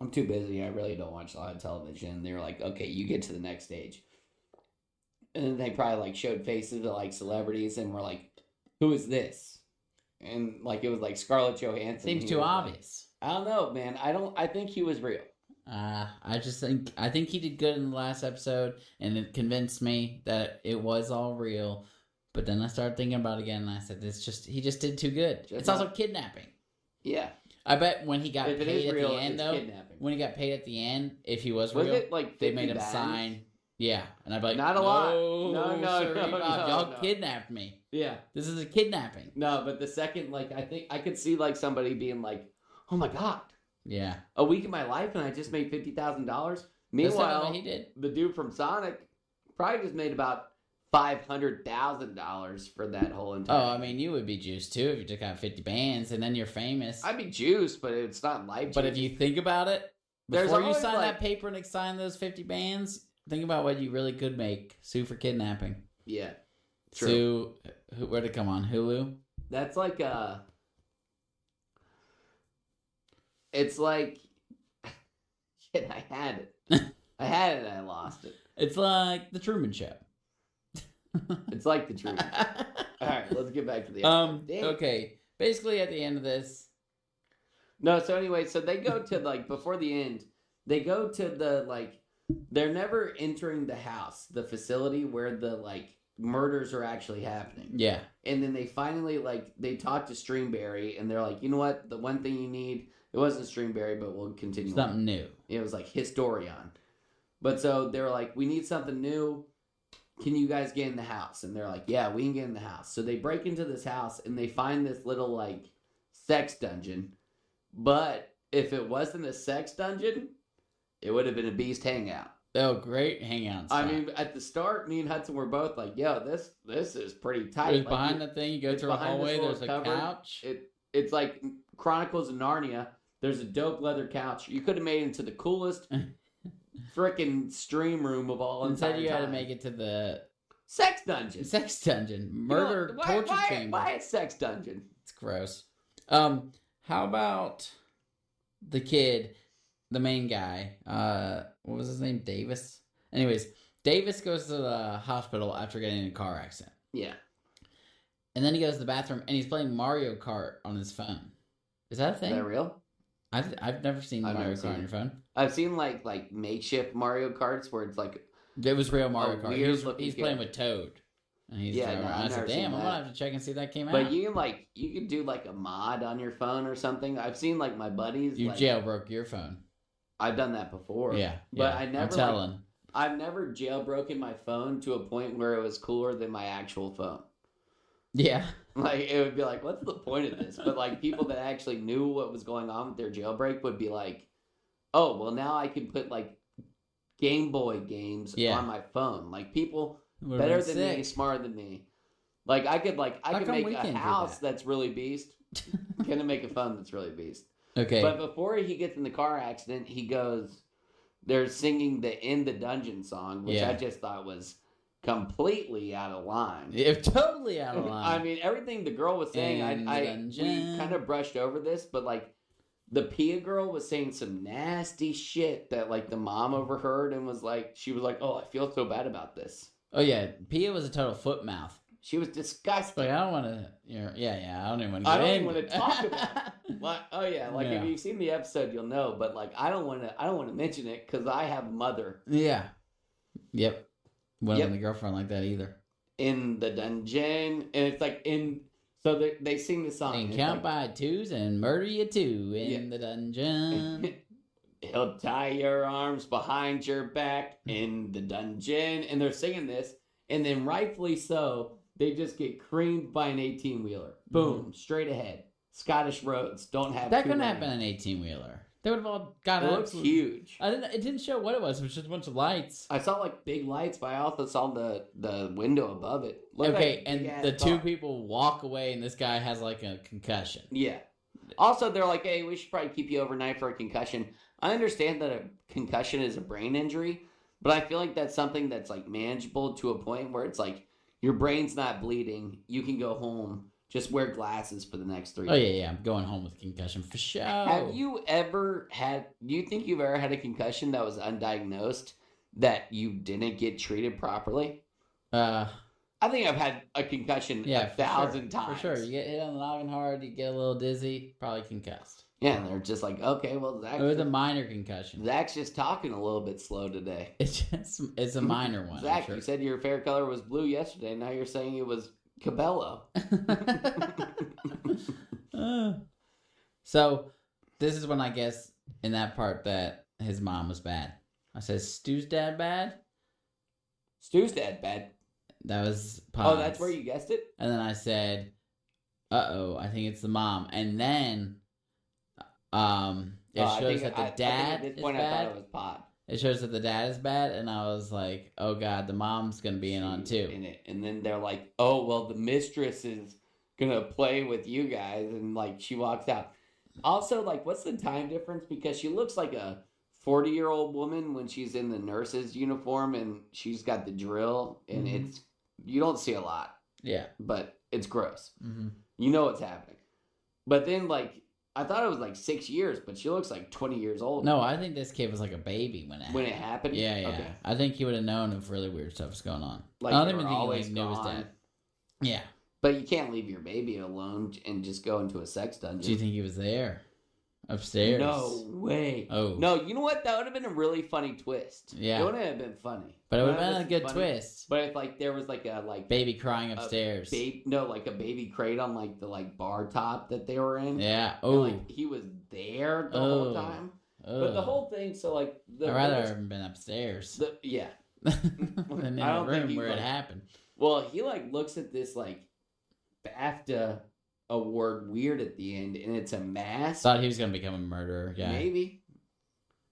B: I'm too busy. I really don't watch a lot of television." And they were like, "Okay, you get to the next stage." And then they probably like showed faces of like celebrities, and were like, "Who is this?" And like it was like Scarlett Johansson.
A: Seems
B: He
A: too
B: was, like-
A: obvious.
B: I don't know, man. I don't. I think he was real.
A: Uh, I just think I think he did good in the last episode, and it convinced me that it was all real. But then I started thinking about it again, and I said, "It's just he just did too good.
B: Just
A: it's
B: not-
A: also kidnapping."
B: Yeah.
A: I bet when he got
B: If it
A: paid
B: is
A: at
B: real,
A: the end
B: it's
A: though,
B: kidnapping.
A: when he got paid at the end, if he was,
B: Was
A: real,
B: it like
A: they made
B: 50
A: him
B: bags?
A: sign. Yeah, and I'd be like,
B: Not a
A: no,
B: lot. No, no,
A: sorry,
B: no,
A: Bob,
B: no,
A: y'all
B: no."
A: kidnapped me.
B: Yeah.
A: This is a kidnapping.
B: No, but the second, like, I think I could see like somebody being like, "Oh my god,
A: Yeah,
B: a week in my life, and I just made fifty thousand dollars."
A: That's not
B: Meanwhile,
A: what he did.
B: the dude from Sonic probably just made about five hundred thousand dollars for that whole entire.
A: Oh, I mean, you would be juiced too if you took out fifty bands and then you're famous.
B: I'd be juiced, but it's not life.
A: But if you think about it,
B: There's
A: before you
B: always,
A: sign
B: like-
A: that paper and sign those 50 bands, think about what you really could make. Sue for kidnapping.
B: yeah, true.
A: Sue, who, where'd it come on? Hulu?
B: That's like uh It's like <laughs> shit, I had it.
A: <laughs>
B: I had it and I lost it.
A: It's like The Truman Show.
B: <laughs> It's like
A: <laughs>
B: the truth. Alright, let's get back to the
A: um,
B: Damn.
A: okay. Basically, at the end of this,
B: No, so anyway, so they go to like before the end, they go to the like they're never entering the house, the facility where the like murders are actually happening.
A: yeah.
B: and then they finally like they talk to Streamberry and they're like, you know what? The one thing you need it wasn't Streamberry, but we'll continue. on.
A: Something new.
B: It was like Historion. But so they were like, we need something new. can you guys get in the house? And they're like, yeah, we can get in the house. So they break into this house and they find this little like sex dungeon. But if it wasn't a sex dungeon, it would have been a beast hangout.
A: Oh, great hangouts.
B: I mean, at the start, me and Hudson were both like, "Yo, this this is pretty tight."
A: there's
B: Like,
A: behind the thing. You go
B: it's
A: through a
B: behind this
A: hallway.
B: little
A: There's a
B: cupboard.
A: couch.
B: it it's like Chronicles of Narnia. There's a dope leather couch. You could have made it into
A: <laughs>
B: the coolest freaking stream room of all
A: Instead,
B: entire
A: you got to
B: time.
A: make it to the
B: sex dungeon.
A: sex dungeon, murder,
B: You know, why-
A: torture
B: why,
A: chamber.
B: Why a sex dungeon?
A: It's gross. Um, how about the kid, the main guy? Uh, what was his name? Davis. Anyways, Davis goes to the hospital after getting in a car accident,
B: Yeah,
A: and then he goes to the bathroom and he's playing Mario Kart on his phone. Is that a
B: is
A: thing?
B: that real?
A: I've I've never seen
B: I've
A: Mario
B: never
A: Kart
B: seen
A: on
B: it.
A: your phone.
B: I've seen like like makeshift Mario Karts where it's like
A: It was real Mario
B: A
A: Kart.
B: weird
A: He's,
B: looking
A: he's
B: kid.
A: playing with Toad, and he's
B: Yeah,
A: driving
B: no,
A: around.
B: I've
A: I said,
B: never seen
A: "Damn, I'm gonna
B: that.
A: have to check and see if that came out."
B: But you can like you could do like a mod on your phone or something. I've seen like my buddies.
A: You
B: like,
A: jailbroke your phone.
B: I've done that before.
A: yeah,
B: but
A: yeah.
B: I
A: I'm
B: never, like-
A: telling.
B: I've never jailbroken my phone to a point where it was cooler than my actual phone.
A: <laughs> yeah,
B: <laughs> Like it would be like, what's the point of this? But like people that actually knew what was going on with their jailbreak would be like, oh well, now I can put like Game Boy games
A: Yeah.
B: on my phone. Like people
A: Would've
B: better
A: been
B: than
A: sick.
B: me, smarter than me. Like I could like I
A: How
B: could
A: come
B: make
A: we can't
B: a
A: do
B: house that's really beast.
A: <laughs>
B: Gonna make a phone that's really beast.
A: Okay. <laughs>
B: But before he gets in the car accident, he goes, they're singing the In the Dungeon song, which
A: Yeah.
B: I just thought was completely out of line.
A: If totally out of line.
B: <laughs> I mean, everything the girl was saying,
A: In the
B: I, I
A: dungeon.
B: we kind of brushed over this, but like the Pia girl was saying some nasty shit that like the mom overheard and was like, she was like, oh, I feel so bad about this.
A: oh yeah, Pia was a total foot mouth.
B: She was disgusted.
A: Like I don't want to. You know, yeah, yeah. I don't even want to.
B: I don't even wanna
A: <laughs>
B: talk about Like, oh yeah, like
A: Yeah.
B: if you've seen the episode, you'll know. But like, I don't want to, I don't want to mention it because I have a mother
A: yeah. Yep. Wouldn't
B: Yep.
A: want a girlfriend like that either.
B: in the dungeon, and it's like in. So they, they sing the song.
A: And
B: it's
A: count
B: like,
A: by twos and murder you two in
B: Yeah.
A: the
B: <laughs>
A: dungeon.
B: He'll tie your arms behind your back in the dungeon, and they're singing this, and then rightfully so, they just get creamed by an eighteen wheeler. Boom, straight ahead. Scottish roads don't have
A: Mm-hmm. that
B: too
A: couldn't
B: many.
A: happen in an eighteen wheeler. They would have all got
B: It looks
A: absolute-
B: huge.
A: I didn't. It didn't show what it was. It was just a bunch of lights.
B: I saw like big lights, but I also saw the the window above it. Looked
A: okay,
B: like a big-ass
A: and the two
B: bar.
A: people walk away, and this guy has like a concussion.
B: Yeah. Also, they're like, hey, we should probably keep you overnight for a concussion. I understand that a concussion is a brain injury, but I feel like that's something that's like manageable to a point where it's like your brain's not bleeding. You can go home. Just wear glasses for the next three.
A: Oh yeah, yeah. I'm going home with concussion for sure.
B: Have you ever had? Do you think you've ever had a concussion that was undiagnosed that you didn't get treated properly?
A: Uh,
B: I think I've had a concussion
A: yeah,
B: a
A: for
B: thousand
A: sure.
B: times.
A: for sure. You get hit on the noggin hard, you get a little dizzy, probably concussed.
B: Yeah, and they're just like, okay, well,
A: It was
B: Zach's,
A: a minor concussion.
B: Zach's just talking a little bit slow today.
A: It's just
B: <laughs>
A: it's a minor one. I'm
B: Zach,
A: sure.
B: you said your favorite color was blue yesterday. Now you're saying it was
A: <laughs>
B: Cabello.
A: Uh, <laughs> so this is when I guess in that part that his mom was bad. I said Stu's dad bad.
B: Stu's dad bad.
A: That was
B: Oh,
A: Pod's.
B: that's where you guessed it.
A: And then I said, "Uh oh, I think it's the mom." And then, um, it
B: Oh, I
A: shows
B: think-
A: that
B: I-
A: the
B: I think
A: dad
B: at this
A: is
B: point, I
A: bad.
B: thought it was Pod.
A: it shows that the dad is bad, and I was like, "Oh God, the mom's gonna be in on
B: She's
A: too."
B: in it. And then they're like, "Oh, well, the mistress is gonna play with you guys," and like she walks out. Also, like, what's the time difference? Because she looks like a forty-year-old woman when she's in the nurse's uniform and she's got the drill, and
A: Mhm.
B: it's you don't see a lot,
A: Yeah.
B: but it's gross.
A: Mm-hmm.
B: You know what's happening. But then, like, I thought it was like six years, but she looks like 20 years old
A: No, I think this kid was like a baby when it
B: when it
A: happened.
B: happened.
A: Yeah, yeah.
B: Okay.
A: I think he would have known if really weird stuff was going on.
B: Like,
A: I don't
B: they
A: even
B: were
A: think
B: always
A: he like, knew his
B: gone.
A: dad. Yeah.
B: But you can't leave your baby alone and just go into a sex dungeon.
A: Do you think he was there upstairs?
B: No way.
A: Oh.
B: No, you know what? That would have been a really funny twist.
A: Yeah.
B: It would have been funny.
A: But it would
B: None
A: have
B: of
A: been a
B: this is
A: good
B: funny.
A: twist.
B: But if, like, there was, like, a, like,
A: Baby crying
B: Uh,
A: upstairs.
B: babe, no, like a baby crate on, like, the, like, bar top that they were in.
A: Yeah.
B: And,
A: Oh.
B: like, he was there the
A: Oh.
B: whole time. But the whole thing, so, like,
A: <laughs>
B: the.
A: I'd rather have been upstairs.
B: the, yeah.
A: and in
B: I
A: the
B: don't think
A: room
B: he
A: where it
B: like-
A: happened.
B: Well, he like looks at this like BAFTA award weird at the end, and it's a mask.
A: Thought he was gonna become a murderer. Yeah. <laughs>
B: Maybe.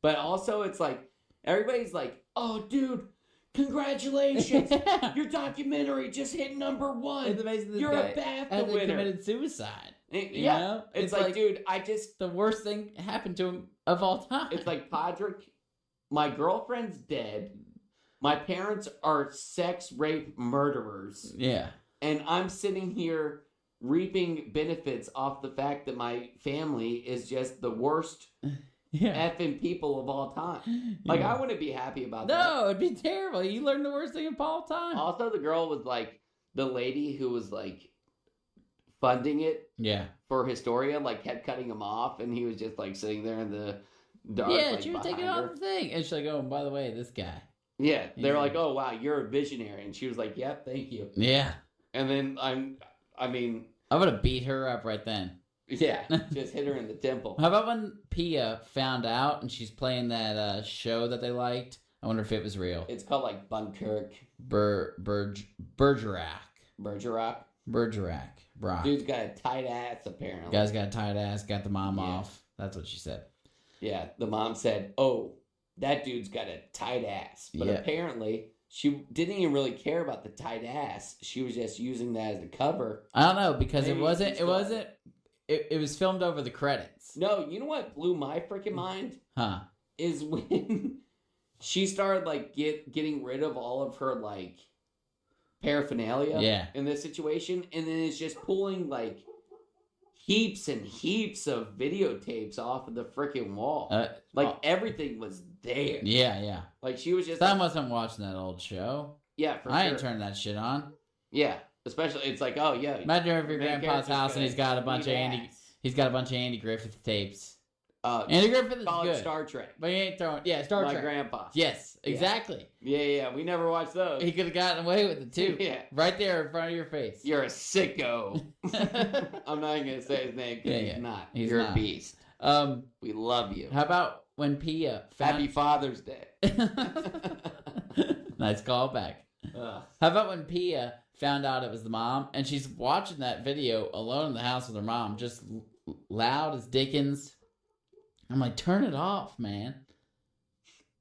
B: But also, it's like everybody's like, "Oh, dude,
A: <laughs>
B: congratulations!
A: it's
B: Your documentary just hit number one.
A: amazing. This
B: You're
A: guy
B: a BAFTA
A: hasn't
B: winner."
A: committed suicide.
B: And-
A: You
B: yeah,
A: know?
B: it's, like, dude, I just
A: the worst thing happened to him of all time.
B: it's like Podrick. My girlfriend's dead. My parents are sex rape murderers,
A: <laughs> yeah,
B: and I'm sitting here reaping benefits off the fact that my family is just the worst
A: yeah.
B: effing people of all time. Like
A: Yeah.
B: I Oh, wouldn't be happy about that.
A: no, it'd be terrible. You learned the worst thing of all time.
B: Also, the girl was like the lady who was like funding it
A: yeah,
B: for Historia, like kept cutting him off, and he was just like sitting there in the dark.
A: yeah.
B: like,
A: she was taking
B: behind
A: off
B: her.
A: the thing, and she's like, "Oh, and by the way, this guy."
B: Yeah, they're
A: Yeah.
B: like, "Oh wow, you're a visionary," and she was like, "Yep, thank you."
A: Yeah,
B: And then I'm, I mean,
A: I would have beat her up right then. <laughs>
B: yeah, just hit her in the temple.
A: How about when Pia found out and she's playing that uh, show that they liked? I wonder if it was real.
B: It's called like Bunkirk
A: Ber, Berg, Bergerac.
B: Bergerac.
A: Bergerac. Rock.
B: Dude's got a tight ass apparently.
A: Guys got tight ass, got the mom
B: Yeah.
A: off. That's what she said.
B: Yeah, the mom said, "Oh, that dude's got a tight ass." But
A: Yeah.
B: apparently, she didn't even really care about the tight ass. She was just using that as a cover.
A: I don't know because
B: Maybe
A: it wasn't.
B: she's
A: It
B: got-
A: wasn't. It, it was filmed over the credits.
B: No, you know what blew my freaking mind
A: Huh.
B: is <laughs> when she started like get getting rid of all of her like paraphernalia
A: Yeah.
B: in this situation, and then it's just pulling like heaps and heaps of videotapes off of the freaking wall.
A: Uh,
B: like
A: oh.
B: everything was there.
A: yeah. Yeah.
B: Like she was just
A: I
B: like,
A: wasn't watching that old show.
B: yeah, for
A: I
B: sure.
A: ain't turning that shit on.
B: Yeah, especially it's like, oh yeah,
A: Imagine if your
B: main
A: grandpa's
B: character's
A: house and
B: gonna
A: he's got a bunch of
B: eat
A: Andy.
B: ass.
A: He's got a bunch of Andy Griffith tapes.
B: Uh,
A: Andy Griffith is
B: call it
A: good,
B: Star Trek.
A: but he ain't throwing. Yeah, Star
B: My
A: Trek.
B: grandpa.
A: Yes,
B: Yeah.
A: exactly.
B: yeah, yeah, yeah, We never watched those.
A: He could have gotten away with it too.
B: <laughs> Yeah,
A: Right there in front of your face.
B: you're a sicko.
A: <laughs>
B: <laughs> I'm not even gonna say his name because
A: Yeah,
B: he's
A: yeah.
B: not.
A: He's
B: you're
A: not.
B: a beast.
A: um,
B: We love you.
A: how about when Pia
B: Happy
A: found
B: Father's Day.
A: <laughs> nice callback.
B: Ugh.
A: How about when Pia found out it was the mom and she's watching that video alone in the house with her mom, just l- loud as Dickens. I'm like, turn it off, man.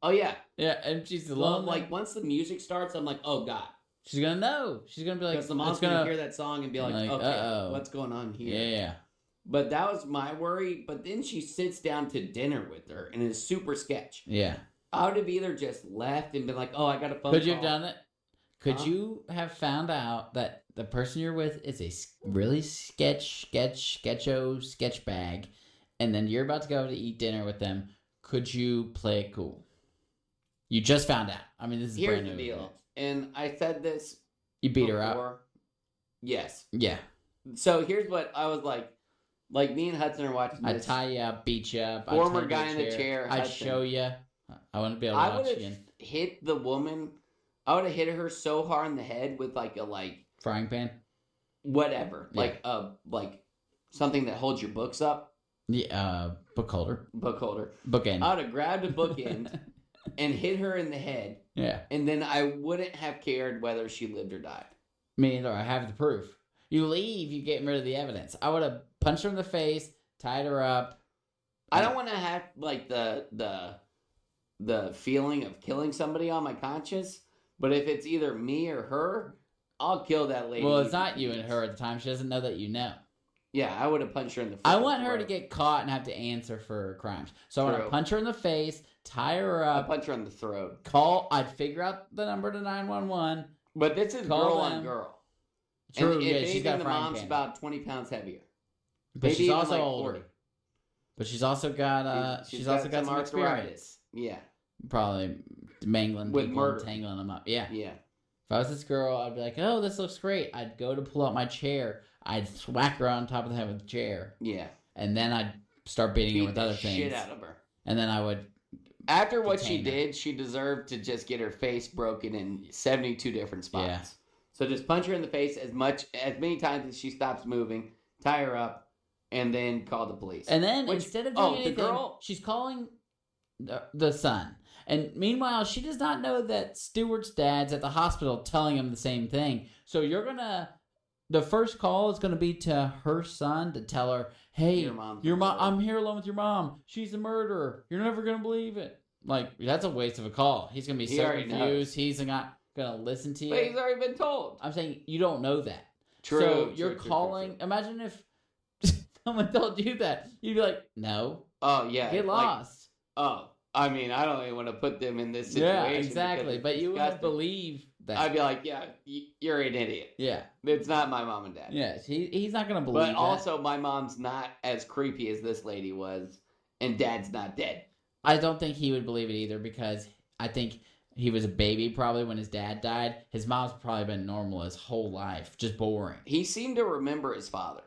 B: Oh yeah.
A: Yeah, and she's
B: Well,
A: alone.
B: like
A: like,
B: once the music starts, I'm like, oh god,
A: she's gonna know. She's gonna be like,
B: because the mom's
A: it's
B: gonna,
A: gonna,
B: hear that song and be like,
A: Like,
B: okay,
A: uh-oh.
B: what's going on here?
A: yeah,
B: But that was my worry. But then she sits down to dinner with her, and it's super sketch.
A: yeah.
B: I would have either just left and been like, "Oh, I got a phone."
A: Could you have
B: call.
A: done it? Could
B: Huh?
A: you have found out that the person you're with is a s- really sketch, sketch, sketcho, sketch bag, and then you're about to go to eat dinner with them? Could you play it cool? You just found out. I mean, this is
B: Here's
A: brand
B: the
A: new.
B: deal, and I said this.
A: You beat her up.
B: before. Yes.
A: Yeah,
B: So here's what I was like. Like me and Hudson are watching
A: I
B: this.
A: tie you up, beat you up. I
B: Former
A: turn to
B: guy in the chair,
A: I
B: Hudson.
A: show you. I want to be able to
B: I
A: watch
B: would
A: you
B: have
A: in
B: hit the woman. I would have hit her so hard in the head with like a like
A: frying pan.
B: whatever,
A: Yeah.
B: like a like something that holds your books up,
A: Yeah, uh, book holder,
B: book holder.
A: bookend.
B: I would have grabbed
A: <laughs>
B: a bookend and hit her in the head,
A: yeah,
B: and then I wouldn't have cared whether she lived or died.
A: Me either. I have the proof. You leave, you get rid of the evidence. I would have punched her in the face, tied her up.
B: I
A: Yeah.
B: don't want to have like the the the feeling of killing somebody on my conscience, but if it's either me or her, I'll kill that lady.
A: Well, it's not you and her at the time. She doesn't know that you know.
B: Yeah, I would have punched her in the.
A: I
B: freaking
A: want her to
B: throat.
A: get caught and have to answer for her crimes. So I want to
B: True.
A: punch her in the face, tie her
B: I
A: up,
B: punch her in the throat.
A: call. I'd figure out the number to nine one one.
B: But this is
A: Call
B: girl
A: them.
B: on girl.
A: True.
B: and if
A: yeah,
B: anything,
A: she's got a
B: the
A: frying
B: mom's
A: pan.
B: about twenty pounds heavier.
A: but
B: maybe
A: she's
B: even,
A: also
B: like,
A: older.
B: 40.
A: But she's also got uh, she's, also got some, experience.
B: arthritis. Yeah,
A: Probably mangling
B: With
A: people, and
B: murder.
A: tangling them up. Yeah.
B: yeah.
A: If I was this girl, I'd be like, "Oh, this looks great." I'd go to pull out my chair. I'd smack her on top of the head with the chair,
B: Yeah,
A: and then I'd start beating her
B: beat
A: with
B: the
A: other
B: shit
A: things.
B: out of her.
A: And then I would,
B: After what she
A: Container.
B: did, she deserved to just get her face broken in seventy-two different spots.
A: Yeah.
B: So just punch her in the face as much as many times as she stops moving, tie her up, and then call the police.
A: and then
B: Which-
A: instead of
B: oh,
A: doing
B: the
A: anything,
B: girl-
A: she's calling the, the son, And meanwhile, she does not know that Stewart's dad's at the hospital telling him the same thing. So you're gonna. The first call is gonna be to her son to tell her, "Hey,
B: Your mom's
A: your
B: a
A: mom.
B: murderer."
A: I'm here alone with your mom. She's a murderer. You're never gonna believe it." Like that's a waste of a call. He's gonna be
B: He
A: so
B: already
A: confused. He's not gonna listen to you.
B: But he's already been told.
A: I'm saying you don't know that.
B: True.
A: Uh, So
B: true,
A: you're
B: true, true,
A: calling.
B: true.
A: Imagine if <laughs> someone told you that. You'd be like, "No,
B: Oh yeah.
A: get
B: like,
A: lost."
B: oh, I mean, I don't even want to put them in this situation.
A: yeah,
B: because
A: exactly.
B: it's
A: But you wouldn't
B: disgusting.
A: believe that.
B: I'd be like, yeah, y- you're an idiot.
A: yeah,
B: It's not my mom and dad.
A: yeah. He, he's not gonna believe.
B: But also, my mom's not as creepy as this lady was, and dad's not dead.
A: that. I don't think he would believe it either because I think he was a baby probably when his dad died. His mom's probably been normal his whole life, just boring.
B: He seemed to remember his father.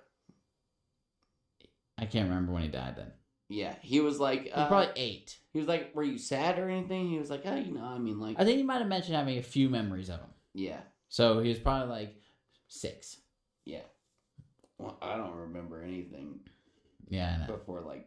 A: I can't remember when he died. Then
B: Yeah, he was like,
A: he
B: uh,
A: was probably eight.
B: he was like, were you sad or anything? He was like, oh, you know, I mean, like,
A: I think he might have mentioned having a few memories of him.
B: yeah,
A: So he was probably like six.
B: yeah. Well, I don't remember anything
A: Yeah, I know.
B: before like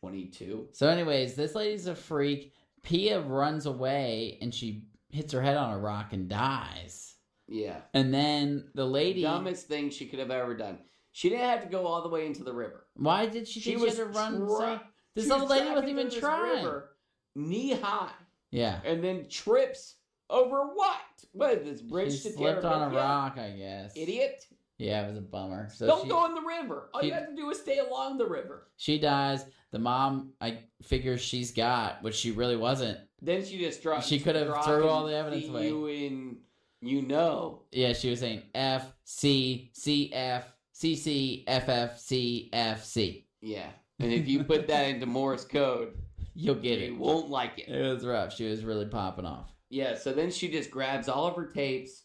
B: twenty-two.
A: So, anyways, this lady's a freak. Pia runs away and she hits her head on a rock and dies.
B: Yeah,
A: And then the lady,
B: dumbest thing she could have ever done. She didn't have to go all the way into the river.
A: why did she?
B: She
A: think
B: was
A: she had to run.
B: try-
A: so- this
B: She
A: little
B: was
A: lady wasn't
B: driving
A: even
B: through this
A: trying.
B: river Knee high.
A: Yeah,
B: and then trips over what? What is this bridge
A: she
B: to
A: slipped on a
B: Terabithia?
A: rock, I guess.
B: Idiot!
A: Yeah, it was a bummer. So
B: Don't
A: she,
B: go in the river. All
A: she-
B: you have to do is stay along the river.
A: she dies. The mom, I figure she's got, which she really wasn't.
B: Then she just dropped.
A: She could have threw all the evidence away.
B: You in, you know.
A: Yeah, she was saying F C C F C C F F C F C.
B: Yeah, and if you put that into Morse code,
A: You'll get
B: you
A: it.
B: won't like it.
A: It was rough. She was really popping off.
B: Yeah. So then she just grabs all of her tapes,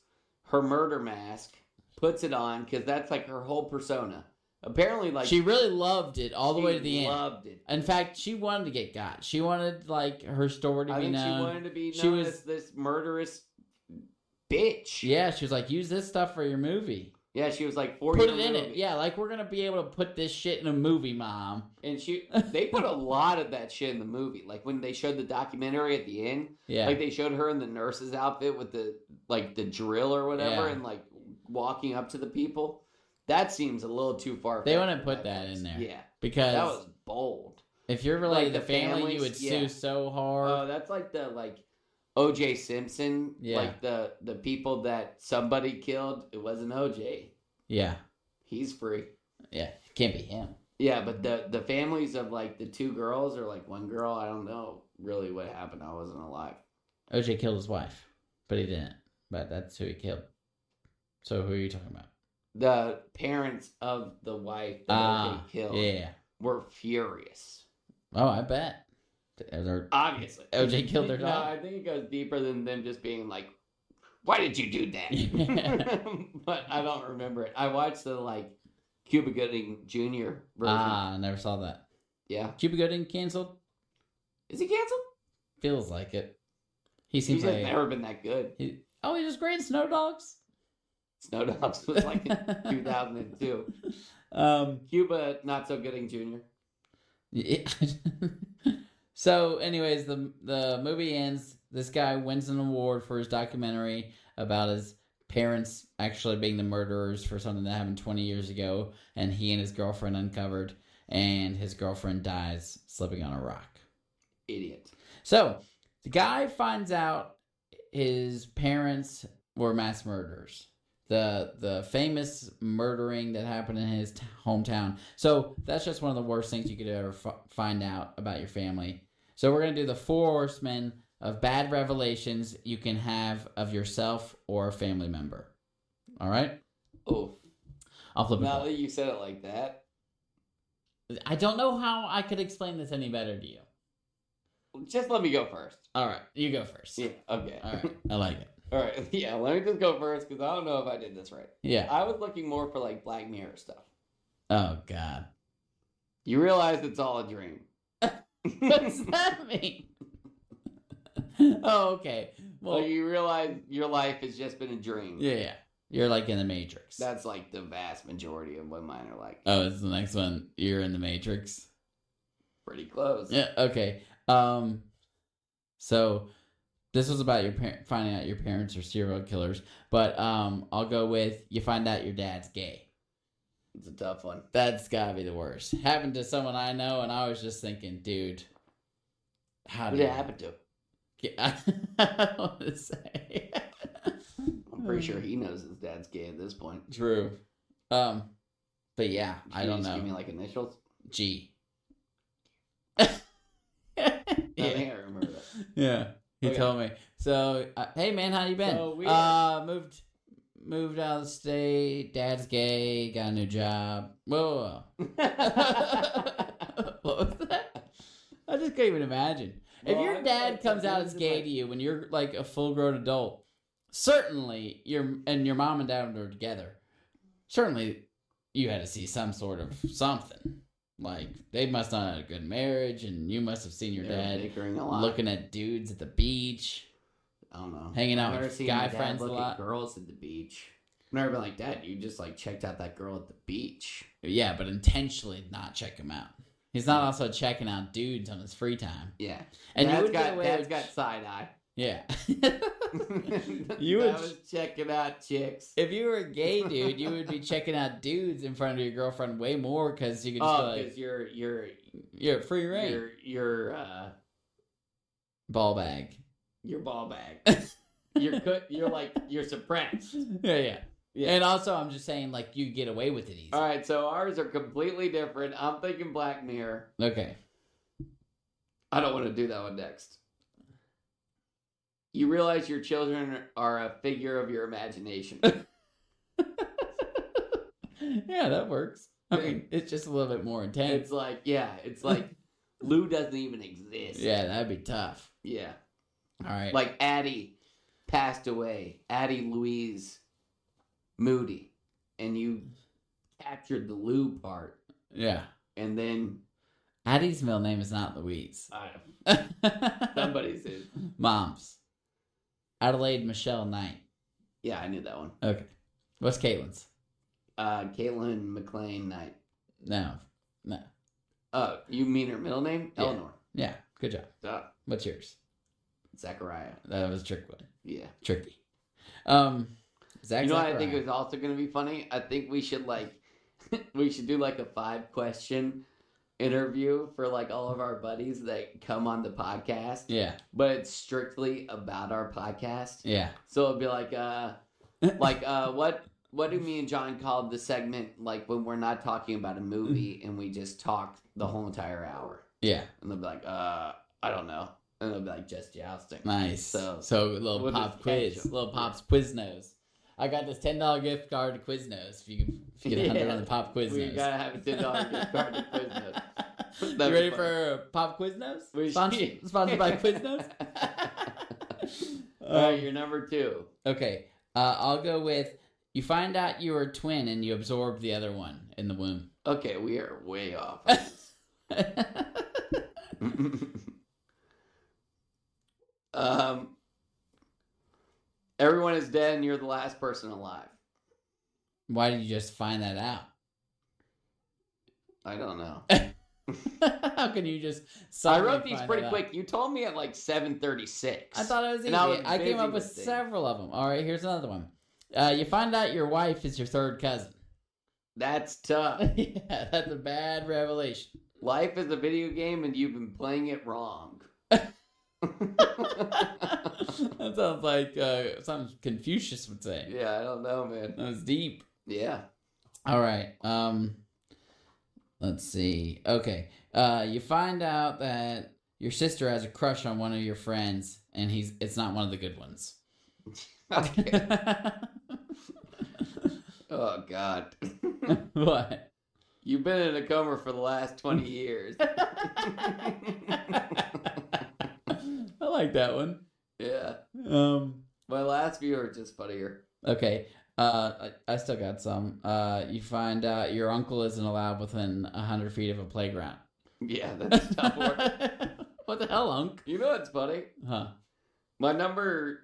B: her murder mask, puts it on because that's like her whole persona. Apparently, like
A: she really loved it all the way
B: she
A: to the end.
B: Loved it.
A: In fact, she wanted to get got. She wanted like her story to
B: I
A: be
B: think
A: known.
B: she wanted to be known
A: She was-
B: as this murderous bitch.
A: yeah, she was like, use this stuff for your movie.
B: Yeah, she was like four.
A: Put it in it. Yeah, like we're gonna be able to put this shit in a movie, mom. <laughs>
B: and she they put a lot of that shit in the movie. Like when they showed the documentary at the end,
A: Yeah,
B: like they showed her in the nurse's outfit with the like the drill or whatever,
A: Yeah.
B: and like walking up to the people. That seems a little too far.
A: They
B: fetched
A: wanna
B: for
A: put that
B: Netflix.
A: in there.
B: Yeah,
A: because
B: that was bold.
A: if you're related
B: like the
A: to family, you
B: families,
A: would
B: yeah.
A: sue so hard.
B: Oh, that's like the like O.J. Simpson.
A: Yeah.
B: like the the people that somebody killed. It wasn't O.J.
A: yeah,
B: He's free.
A: yeah, can't be him.
B: Yeah, but the the families of like the two girls or like one girl, I don't know really what happened. I wasn't alive.
A: OJ killed his wife, but he didn't. But that's who he killed. So who are you talking about?
B: The parents of the wife that
A: Ah,
B: they killed
A: Yeah.
B: were furious.
A: Oh, I bet. They're-
B: Obviously,
A: O.J. killed their
B: No,
A: dog.
B: I think it goes deeper than them just being like, "Why did you do
A: <laughs>
B: that?" <laughs> but I don't remember it. I watched the like Cuba Gooding Jr. version.
A: Ah, I never saw that.
B: yeah,
A: Cuba Gooding canceled?
B: is he canceled?
A: Feels like it. He
B: He's
A: seems
B: just
A: like
B: never been that good.
A: he, oh, he was great in Snow Dogs.
B: Snow Dogs was
A: <laughs>
B: like in 2002.
A: um.
B: Cuba, not so Gooding Jr.
A: yeah. <laughs> so, anyways, the the movie ends. This guy wins an award for his documentary about his parents actually being the murderers for something that happened 20 years ago, and he and his girlfriend uncovered, and his girlfriend dies slipping on a rock.
B: Idiot.
A: So the guy finds out his parents were mass murderers. The the famous murdering that happened in his t- hometown. So that's just one of the worst things you could ever f- find out about your family. So we're gonna do the four horsemen of bad revelations you can have of yourself or a family member. All right,
B: Oh,
A: I'll flip it.
B: Now
A: back.
B: that you said it like that,
A: I don't know how I could explain this any better to you.
B: just let me go first.
A: All right, you go first.
B: Yeah. Okay.
A: All right, I like it.
B: All right. <laughs> Yeah. Let me just go first because I don't know if I did this right.
A: Yeah.
B: I was looking more for like Black Mirror stuff.
A: Oh God.
B: You realize it's all a dream. <laughs>
A: <laughs> What does that mean? <laughs> oh, okay. Well,
B: Well, you realize your life has just been a dream.
A: yeah, yeah. You're like in the Matrix.
B: That's like the vast majority of what mine are like.
A: oh, it's the next one. You're in the Matrix.
B: Pretty close.
A: Yeah. Okay. Um. So this was about your par- finding out your parents are serial killers, but um, I'll go with you find out your dad's gay.
B: It's a tough one.
A: That's gotta be the worst. Happened to someone I know, and I was just thinking, dude, how
B: Who
A: did
B: did it happen to?
A: <laughs> I don't want to say.
B: I'm pretty
A: Uh.
B: sure he knows his dad's gay at this point.
A: True. Um, but yeah, I
B: Can you
A: don't
B: just
A: know.
B: Give me like initials. <laughs>
A: G.
B: I
A: yeah.
B: think I remember that.
A: yeah, he
B: Okay.
A: told me. So, uh, hey man, how you been?
B: So we-
A: uh, moved, moved out of the state. Dad's gay. Got a new job. Whoa. whoa, whoa. <laughs>
B: <laughs>
A: what was that? I just can't even imagine. if
B: Well,
A: your
B: I'm-
A: dad
B: I'm-
A: comes
B: I'm
A: out as gay
B: like-
A: to you when you're like a full grown adult, certainly your and your mom and dad are together. Certainly, you had to see some sort of something. Like they must not have had a good marriage, and you must have seen your
B: They were
A: dad
B: bickering a lot.
A: looking at dudes at the beach,
B: I don't know.
A: hanging
B: I've
A: out
B: never
A: with
B: seen
A: guy
B: my dad
A: friends a
B: look at
A: lot.
B: girls at the beach. I've never been like, Dad, you just like checked out that girl at the beach.
A: Yeah, but intentionally not check him out. He's not also checking out dudes on his free time.
B: Yeah,
A: And you
B: Dad's
A: would get
B: got
A: away
B: Dad's
A: with-
B: got
A: <laughs>
B: side eye. <laughs>
A: yeah. You
B: you
A: would-
B: was checking out chicks.
A: If you were a <laughs> gay dude, you would be checking out dudes in front of your girlfriend way more because you could just
B: Oh,
A: be like,
B: because you're you're
A: you're free reign.
B: you're you're uh,
A: Ball bag.
B: your ball
A: <laughs>
B: bag. you're good. You're like you're suppressed.
A: Yeah, yeah,
B: Yeah. Uh,
A: And also, I'm just saying, like, you get away with it easy.
B: All right, so ours are completely different. I'm thinking Black Mirror.
A: Okay.
B: I don't want to do that one next. You realize your children are a figure of your
A: <laughs>
B: imagination.
A: yeah, that works. I mean, it's just a little bit more intense.
B: it's like, yeah, it's like Lou doesn't even exist.
A: Yeah, that'd be tough.
B: Yeah.
A: All right.
B: Like Addie passed away. Addie Louise Moody. And you captured the Lou part.
A: yeah.
B: And then
A: Addie's middle name is not Louise. <laughs>
B: <laughs> I don't know, somebody's in.
A: Mom's. Adelaide Michelle Knight.
B: Yeah, I knew that one.
A: Okay. What's Caitlin's?
B: Uh, Caitlin McLean Knight.
A: No. No.
B: Oh, you mean her middle name?
A: Yeah.
B: Eleanor.
A: Yeah. Good job.
B: Uh,
A: What's yours?
B: Zachariah.
A: That was a trick one.
B: Yeah.
A: Tricky. Um, Zach
B: you know what I
A: Zachariah.
B: think is also going to be funny? I think we should like <laughs> we should do like a five question interview for like all of our buddies that come on the podcast,
A: Yeah,
B: but it's strictly about our podcast.
A: yeah.
B: So it'll be
A: <laughs>
B: like uh like uh what what do me and John call the segment like when we're not talking about a movie
A: Mm.
B: and we just talk the whole entire hour?
A: Yeah,
B: And they'll be like, uh, I don't know. And they'll be like just jousting.
A: nice. So,
B: So-
A: a little
B: We'll
A: pop
B: just
A: quiz,
B: catch 'em.
A: little pops Quiznos. I got this ten dollar gift card to Quiznos. If you can, if you get a hundred
B: Yeah.
A: on the pop Quiznos,
B: We gotta have
A: <laughs>
B: a ten dollar gift card to Quiznos.
A: you
B: That'd be
A: ready
B: funny.
A: for pop Quiznos?
B: We
A: Sponsored,
B: should.
A: sponsored
B: <laughs>
A: by Quiznos.
B: All right,
A: Um,
B: you're number two.
A: okay, uh, I'll go with. You find out you are a twin and you absorb the other one in the womb. <laughs>
B: Okay, we are way off. on this. um, everyone is dead, and you're the last person alive.
A: Why did you just find that out? <laughs>
B: I don't know.
A: How can you just?
B: I
A: suddenly
B: wrote these
A: find
B: pretty
A: that out?
B: quick. You told me at like seven thirty six.
A: I thought it was easy.
B: And I
A: I,
B: was
A: came
B: busy
A: up with
B: with things.
A: several of them. All right, here's another one. Uh, you find out your wife is your third cousin. <laughs>
B: that's tough.
A: yeah, that's a bad revelation. <laughs>
B: Life is a video game, and you've been playing it wrong. <laughs>
A: that sounds like uh, something Confucius would say.
B: Yeah, I don't know, man.
A: That was deep.
B: Yeah, <laughs>
A: All right. Um, let's see. Okay. Uh, you find out that your sister has a crush on one of your friends, and he's it's not one of the good ones. <laughs>
B: Okay. oh God. <laughs>
A: what?
B: You've been in a coma for the last 20 <laughs> years.
A: I like that one.
B: yeah.
A: Um.
B: My last few are just funnier.
A: Okay. Uh, I, I still got some. Uh, you find out your uncle isn't allowed within a hundred feet of a
B: <laughs>
A: playground.
B: Yeah, that's a tough one.
A: what the hell, Unc?
B: You know what's funny?
A: Huh?
B: My number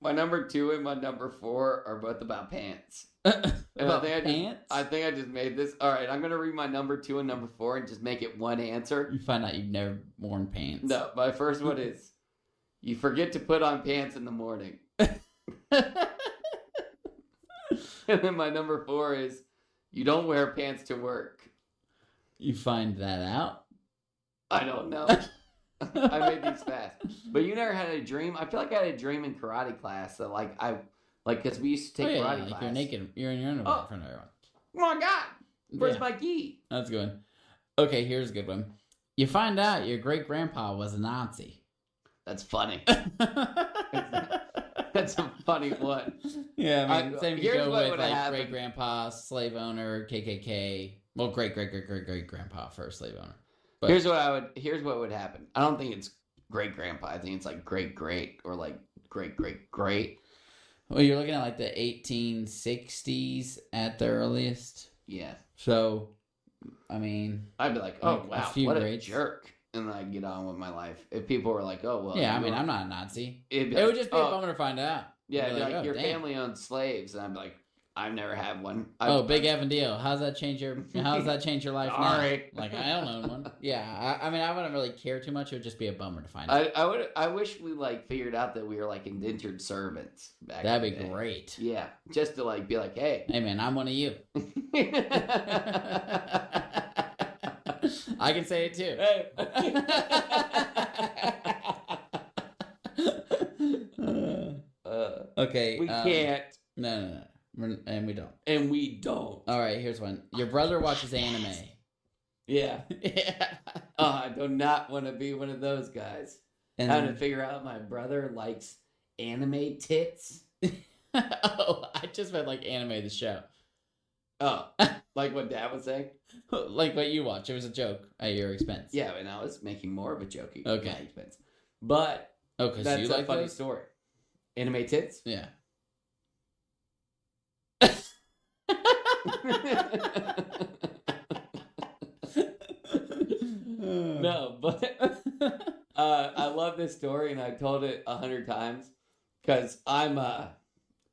B: my number two and my number four are both about <laughs> pants. And I
A: About
B: think I, just,
A: pants?
B: I think I just made this. All right, I'm going to read my number two and number four and just make it one answer.
A: You find out you've never worn pants.
B: No, my first one is You forget to put on pants in the morning. <laughs> and then my number four is you don't wear pants to work.
A: You find that out.
B: I don't know. I made
A: <laughs>
B: these fast. But you never had a dream. I feel like I had a dream in karate class that like I like because we used to
A: Oh,
B: take
A: yeah,
B: karate
A: like
B: class.
A: you're naked. You're in your underwear
B: Oh.
A: in front of everyone.
B: Oh my god, where's
A: Yeah,
B: my key?
A: that's a good one. Okay, here's a good one. You find out your great grandpa was a
B: <laughs>
A: Nazi. <laughs>
B: That's funny.
A: yeah,
B: That's a funny one.
A: I mean,
B: I-
A: same if you
B: here's
A: go
B: what
A: with
B: would've
A: like
B: happened.
A: great grandpa, slave owner, KKK. Well, great great great great great grandpa first slave owner. But-
B: here's what I would. Here's what would happen. I don't think it's great grandpa. I think it's like great great or like great great great.
A: Well, you're looking at like the 1860s at the earliest.
B: Yeah,
A: So, I mean,
B: I'd be like, oh
A: Like, a
B: wow,
A: few
B: what
A: grades.
B: a jerk, and then I get on with my life. If people were like, oh well,
A: yeah, I
B: you
A: mean,
B: were-
A: I'm not a Nazi.
B: It'd be
A: It
B: like,
A: would just be
B: oh,
A: a bummer to find out.
B: Yeah,
A: You'd be
B: like,
A: like, oh,
B: your
A: damn.
B: family owned slaves, and I'm like, I've never had one. I,
A: Oh, Big Evan Deal. How's that change your How's that change
B: <laughs>
A: your life now?
B: Sorry.
A: Like I don't own
B: <laughs>
A: one. Yeah, I, I mean, I wouldn't really care too much. It would just be a bummer to find out.
B: I, I would. I wish we like figured out that we were like indentured servants. Back in
A: That'd
B: the
A: be
B: day.
A: great.
B: Yeah, just to like be like,
A: <laughs>
B: hey. <laughs>
A: Hey man, I'm one of you. I can say it too.
B: Uh,
A: <laughs> okay.
B: we
A: um,
B: can't,
A: No, no, no. We're, and we don't.
B: and we don't.
A: All right, here's one. Your brother watches anime.
B: Yeah, <laughs>
A: yeah.
B: uh, I do not want to be one of those guys. How to
A: And
B: figure out my brother likes anime tits?
A: <laughs> oh, I just meant like anime the show, <laughs>
B: Oh, <laughs> like what Dad would say.
A: like what you watch. It was a joke at your expense.
B: Yeah, and I was making more of a joke. at
A: Okay.
B: my expense. but
A: Oh, because
B: that's
A: you
B: a
A: like
B: funny
A: those?
B: story. Anime tits.
A: <laughs>
B: <laughs>
A: Yeah. no.
B: no, but <laughs> uh, I love this story, and I told it a hundred times because I'm a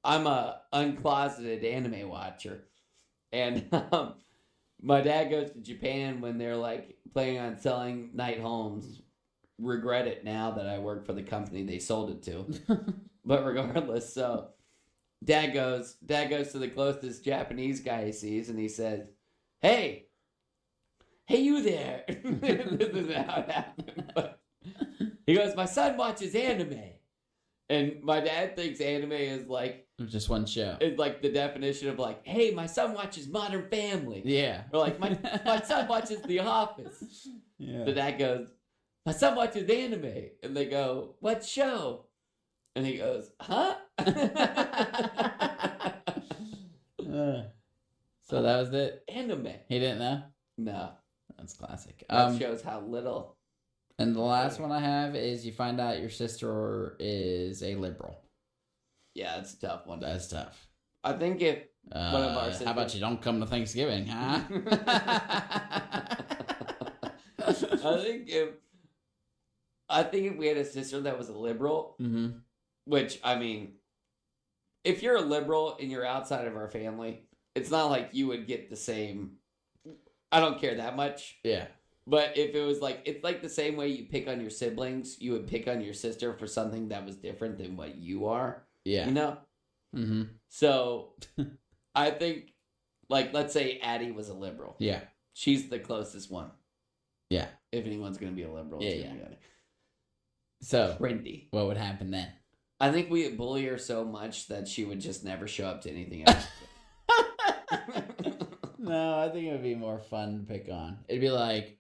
B: I'm a uncloseted anime watcher, and <laughs> um, my dad goes to Japan when they're like planning on selling night homes. Regret it now that I work for the company they sold it to, but regardless, so dad goes dad goes to the closest japanese guy he sees and he says hey hey you there <laughs> this is how it happened but he goes my son watches anime and my dad thinks anime is like
A: Just one show.
B: is like the definition of like hey my son watches modern family
A: yeah.
B: or like my my son watches the office
A: <laughs> Yeah.
B: the dad goes, My son watches anime. And they go, What show? And he goes, Huh? <laughs>
A: Uh, so that was it.
B: anime.
A: He didn't know.
B: No,
A: That's classic.
B: that
A: Um,
B: shows how little.
A: and the last one I have is you find out your sister is a liberal.
B: Yeah, it's a tough one.
A: That's tough.
B: I think if.
A: Uh,
B: One of our
A: how about
B: sisters-
A: you don't come to Thanksgiving, <laughs> huh?
B: I think if. I think if we had a sister that was a liberal,
A: mm-hmm.
B: which, I mean, if you're a liberal and you're outside of our family, it's not like you would get the same. I don't care that much.
A: Yeah.
B: But if it was like it's like the same way you pick on your siblings, you would pick on your sister for something that was different than what you are.
A: Yeah.
B: You know?
A: Mm-hmm.
B: So <laughs> I think like let's say Addie was a liberal.
A: Yeah.
B: She's the closest one.
A: Yeah.
B: If anyone's gonna be a liberal,
A: Yeah,
B: it's gonna
A: yeah.
B: be
A: So
B: Trendy.
A: what would happen then?
B: I think we bully her so much that she would just never show up to
A: <laughs>
B: anything else. <laughs>
A: No, I think it would be more fun to pick on. It'd be like,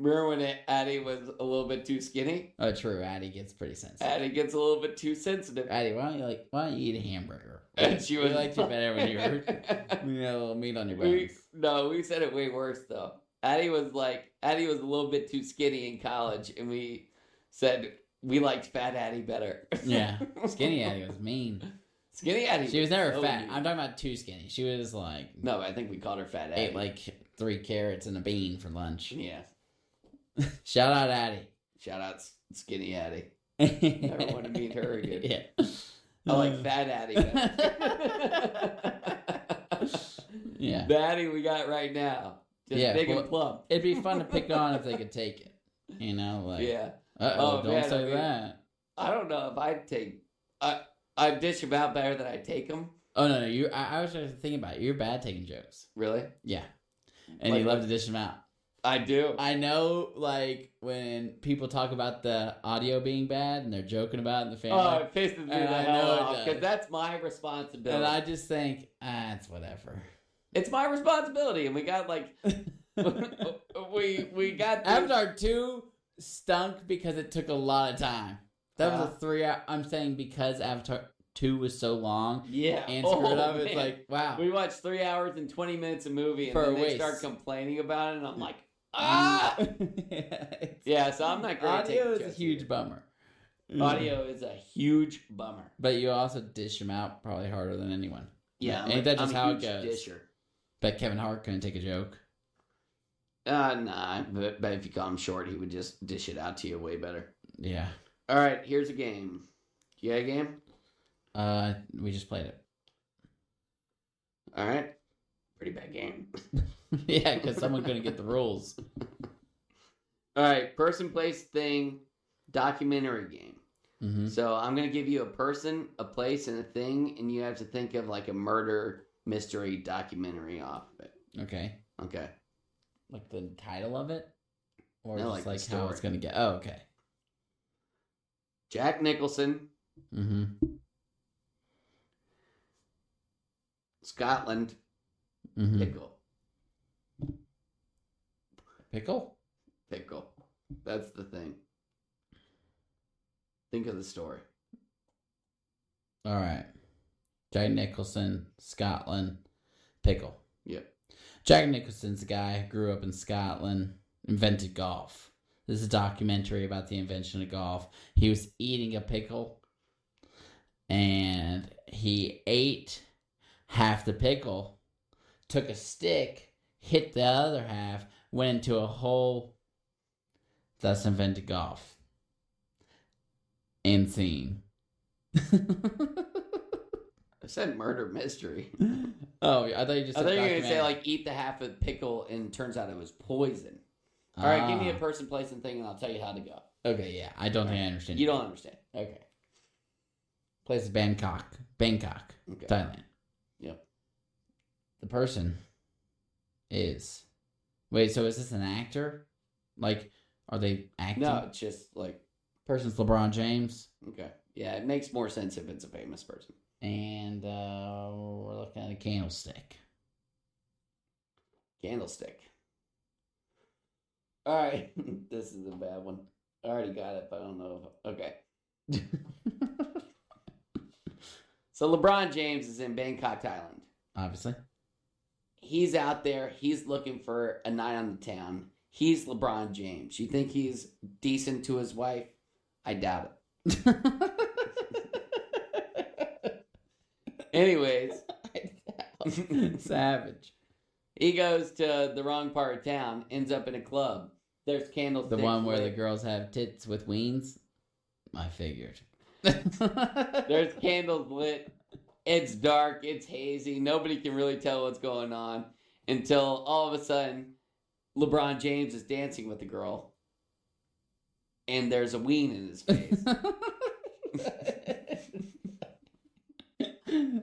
B: Remember when Addie was a little bit too skinny?
A: oh, true. Addie gets pretty sensitive.
B: Addie gets a little bit too sensitive.
A: Addie, why don't you like? Why don't you eat a <laughs> hamburger?
B: And she
A: we
B: was
A: liked you better when you <laughs> were
B: <laughs>
A: when you had a little meat on your
B: We,
A: bones.
B: no, we said it way worse though. Addie was like Addie was a little bit too skinny in college, and we said we liked fat Addie better. <laughs>
A: yeah, skinny Addie was mean.
B: skinny Addie.
A: She was never
B: so
A: fat.
B: mean.
A: I'm talking about too skinny. She was like
B: no, I think we called her fat Addie.
A: ate like three carrots and a bean for
B: <laughs>
A: lunch.
B: yeah.
A: Shout out Addie.
B: Shout out S-
A: <laughs>
B: skinny Addie.
A: Never
B: Never want to meet
A: <laughs>
B: her again.
A: Yeah.
B: I like fat Addie. better.
A: Yeah.
B: <laughs> the Addie we got right now, just
A: Yeah,
B: big
A: well-
B: and plump.
A: It'd be fun to pick on if they could take it. You know, like
B: yeah.
A: uh oh,
B: Oh,
A: don't
B: man,
A: say
B: I mean-
A: that.
B: I don't know if I'd take. I I dish them out better than I take them.
A: Oh no, no you. I, I was just thinking about it. You're bad taking jokes.
B: Really,
A: Yeah, and you
B: Like-
A: love to dish them out.
B: I do.
A: I know, like when people talk about the audio being bad and they're joking about it in the family,
B: oh, it pisses me the
A: And I
B: hell
A: know it
B: off
A: does.
B: because that's my
A: and
B: responsibility.
A: I just think, ah, it's whatever.
B: It's my responsibility, and we got like
A: <laughs>
B: <laughs> we we got this-
A: Avatar two stunk because it took a lot of time. That was a
B: Yeah.
A: three. hour I'm saying because Avatar two was so long
B: yeah
A: and
B: Oh,
A: screwed up. It's
B: man.
A: like wow. <laughs>
B: we watched three hours and twenty minutes of movie, and
A: For
B: then
A: a
B: they
A: waste. Mm.
B: start complaining about it, and I'm like, ah. Yeah, so I'm not great. at taking
A: Audio is a
B: jokes
A: huge
B: either.
A: bummer.
B: Audio is a huge bummer.
A: but you also dish them out probably harder than anyone.
B: Yeah,
A: ain't that just
B: a
A: how it
B: huge
A: goes?
B: Disher.
A: Bet Kevin Hart couldn't take a joke.
B: Uh, nah, but, but if you call him short, he would just dish it out to you way better.
A: Yeah.
B: All right, here's a game. You got a game?
A: Uh, we just played it. <laughs>
B: All right. Pretty bad game.
A: yeah, because someone couldn't get the rules.
B: All right, person, place, thing, documentary game.
A: Mm-hmm.
B: So I'm going to give you a person, a place, and a thing, and you have to think of like a murder mystery documentary off of it.
A: Okay.
B: Okay.
A: Like the title of it, or
B: No,
A: just like,
B: like the
A: how it's
B: story.
A: gonna get. Oh, okay.
B: Jack Nicholson,
A: Mm-hmm.
B: Scotland,
A: mm-hmm.
B: pickle.
A: Pickle.
B: Pickle. That's the thing. Think of the story.
A: All right. Jack Nicholson, Scotland, pickle.
B: Yep.
A: Jack Nicholson's the guy who grew up in Scotland, invented golf. This is a documentary about the invention of golf. He was eating a pickle and he ate half the pickle, took a stick, hit the other half, went into a hole. Thus invented golf. End scene.
B: I said murder mystery.
A: <laughs> oh, I thought you just
B: <laughs> I
A: said
B: thought you were going to say,
A: documentary.
B: like, eat the half of pickle, and turns out it was poison. All right, give me a
A: Ah.
B: person, place, and thing, and I'll tell you how to go.
A: Okay, yeah, I don't think I understand.
B: You don't understand.
A: Okay. Place is Bangkok, Bangkok,
B: Okay.
A: Thailand.
B: Yep.
A: The person is. Wait, so is this an actor? Like, are they acting?
B: No, it's just like,
A: Person's LeBron James,
B: okay. Yeah, it makes more sense if it's a famous person.
A: and uh, we're looking at a candlestick.
B: Candlestick. All right. <laughs> this is a bad one. I already got it, but I don't know. If... Okay.
A: <laughs>
B: So LeBron James is in Bangkok, Thailand.
A: Obviously. <laughs>
B: He's out there. He's looking for a night on the town. He's LeBron James. You think he's decent to his wife? I doubt it. <laughs> Anyways,
A: Savage.
B: he goes to the wrong part of town, ends up in a club. There's candlesticks.
A: The one where the
B: lit.
A: girls have tits with weens. I figured. <laughs>
B: there's candles lit. It's dark. It's hazy. Nobody can really tell what's going on until all of a sudden, LeBron James is dancing with the girl, and there's a ween in his face. you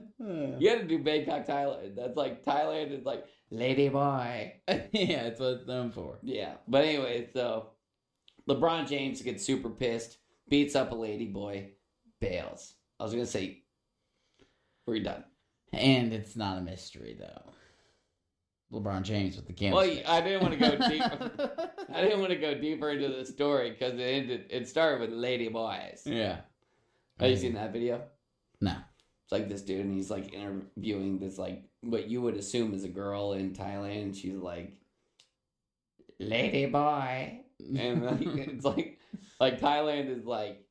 B: got to do Bangkok, Thailand. That's like Thailand is like lady boy.
A: <laughs> yeah, that's what it's known for.
B: Yeah. But anyway, so LeBron James gets super pissed, beats up a lady boy, bails. I was gonna say we're done.
A: And it's not a mystery though. LeBron James with the
B: well,
A: candlestick.
B: I didn't want to go
A: <laughs>
B: deeper. I didn't want to go deeper into the story because it ended. It started with lady boys.
A: yeah.
B: Have you seen that video?
A: No.
B: It's like this dude, and he's like interviewing this like what you would assume is a girl in Thailand. She's like, lady boy, and like, it's like like Thailand is like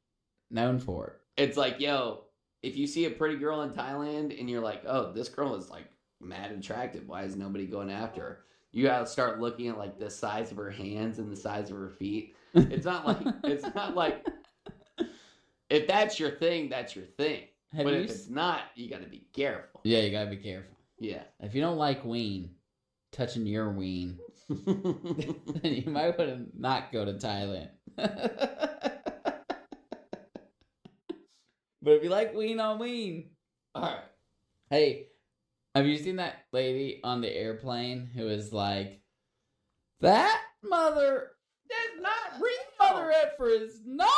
A: known for it.
B: it's like, yo, if you see a pretty girl in Thailand and you're like, oh, this girl is like mad attractive. Why is nobody going after her? You gotta start looking at like the size of her hands and the size of her feet. It's
A: <laughs>
B: not like it's not like if that's your thing, that's your thing.
A: Have
B: but
A: you
B: if
A: s-
B: it's not, you gotta be careful.
A: Yeah, you gotta be careful. <laughs>
B: Yeah.
A: If you don't like ween, touching your ween, <laughs> then you might want to not go to Thailand. <laughs> But if you like Ween on Ween,
B: All right.
A: hey, have you seen that lady on the airplane who is like, that mother, that's not real. Mother Effer is not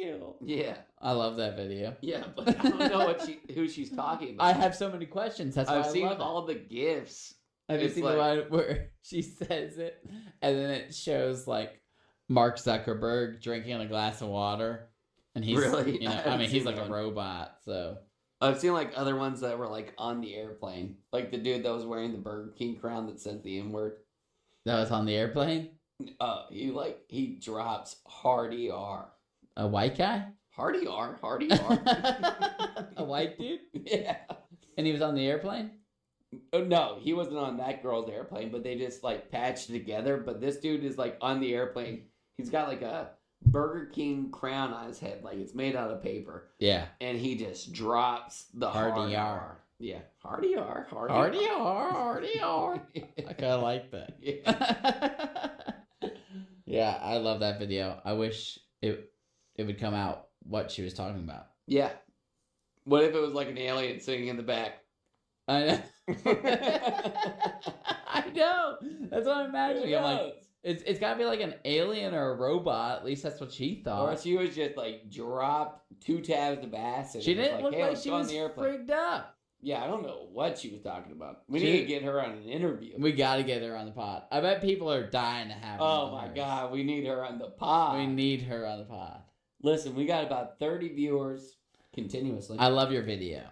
A: real.
B: Yeah.
A: I love that video.
B: Yeah, but I don't know what she who she's talking about.
A: I have so many questions. That's why
B: I've
A: I
B: seen
A: love it.
B: all the gifs.
A: Have you
B: It's
A: seen the
B: like-
A: one <laughs> where she says it and then it shows like Mark Zuckerberg drinking a glass of water? And he's
B: Really?
A: you
B: <laughs>
A: know,
B: I
A: I,
B: haven't
A: mean, he's
B: seen
A: like
B: that
A: a
B: one.
A: robot, so
B: I've seen like other ones that were like on the airplane, like the dude that was wearing the Burger King crown that says the N word.
A: that was on the airplane.
B: Uh, he like he drops hard ER,
A: A white
B: <laughs>
A: guy, <laughs>
B: hard ER, hard ER.
A: a white dude,
B: <laughs> yeah.
A: and he was on the airplane.
B: Oh, no, he wasn't on that girl's airplane, but they just like patched together. But this dude is like on the airplane. He's got like a Burger King crown on his head, like it's made out of paper,
A: Yeah,
B: and he just drops the
A: Hard
B: hard,
A: ER.
B: ER. Yeah, hard ER, hard
A: RDR,
B: ER.
A: RDR. <laughs> I kind of like
B: <laughs>
A: <laughs>
B: yeah.
A: that. yeah, I love that video. I wish it it would come out what she was talking about.
B: yeah. What if it was like an alien sitting in the back? <laughs>
A: I know. <laughs> I know. That's what I'm imagining. I'm like, it's, it's got to be like an alien or a robot. At least that's what she
B: or
A: thought.
B: she was just like dropped two tabs of acid.
A: She
B: and was
A: didn't look
B: "Hey,
A: like
B: let's
A: she
B: go on
A: was
B: the airplane.
A: freaked up.
B: Yeah, I don't know what she was talking about. We
A: She-
B: need to get her on an interview.
A: We got to get her on the pod. I bet people are dying to have her.
B: Oh
A: on
B: my
A: hers.
B: god, we need her on the pod.
A: We need her on the pod.
B: Listen, we got about thirty viewers continuously.
A: I love your video.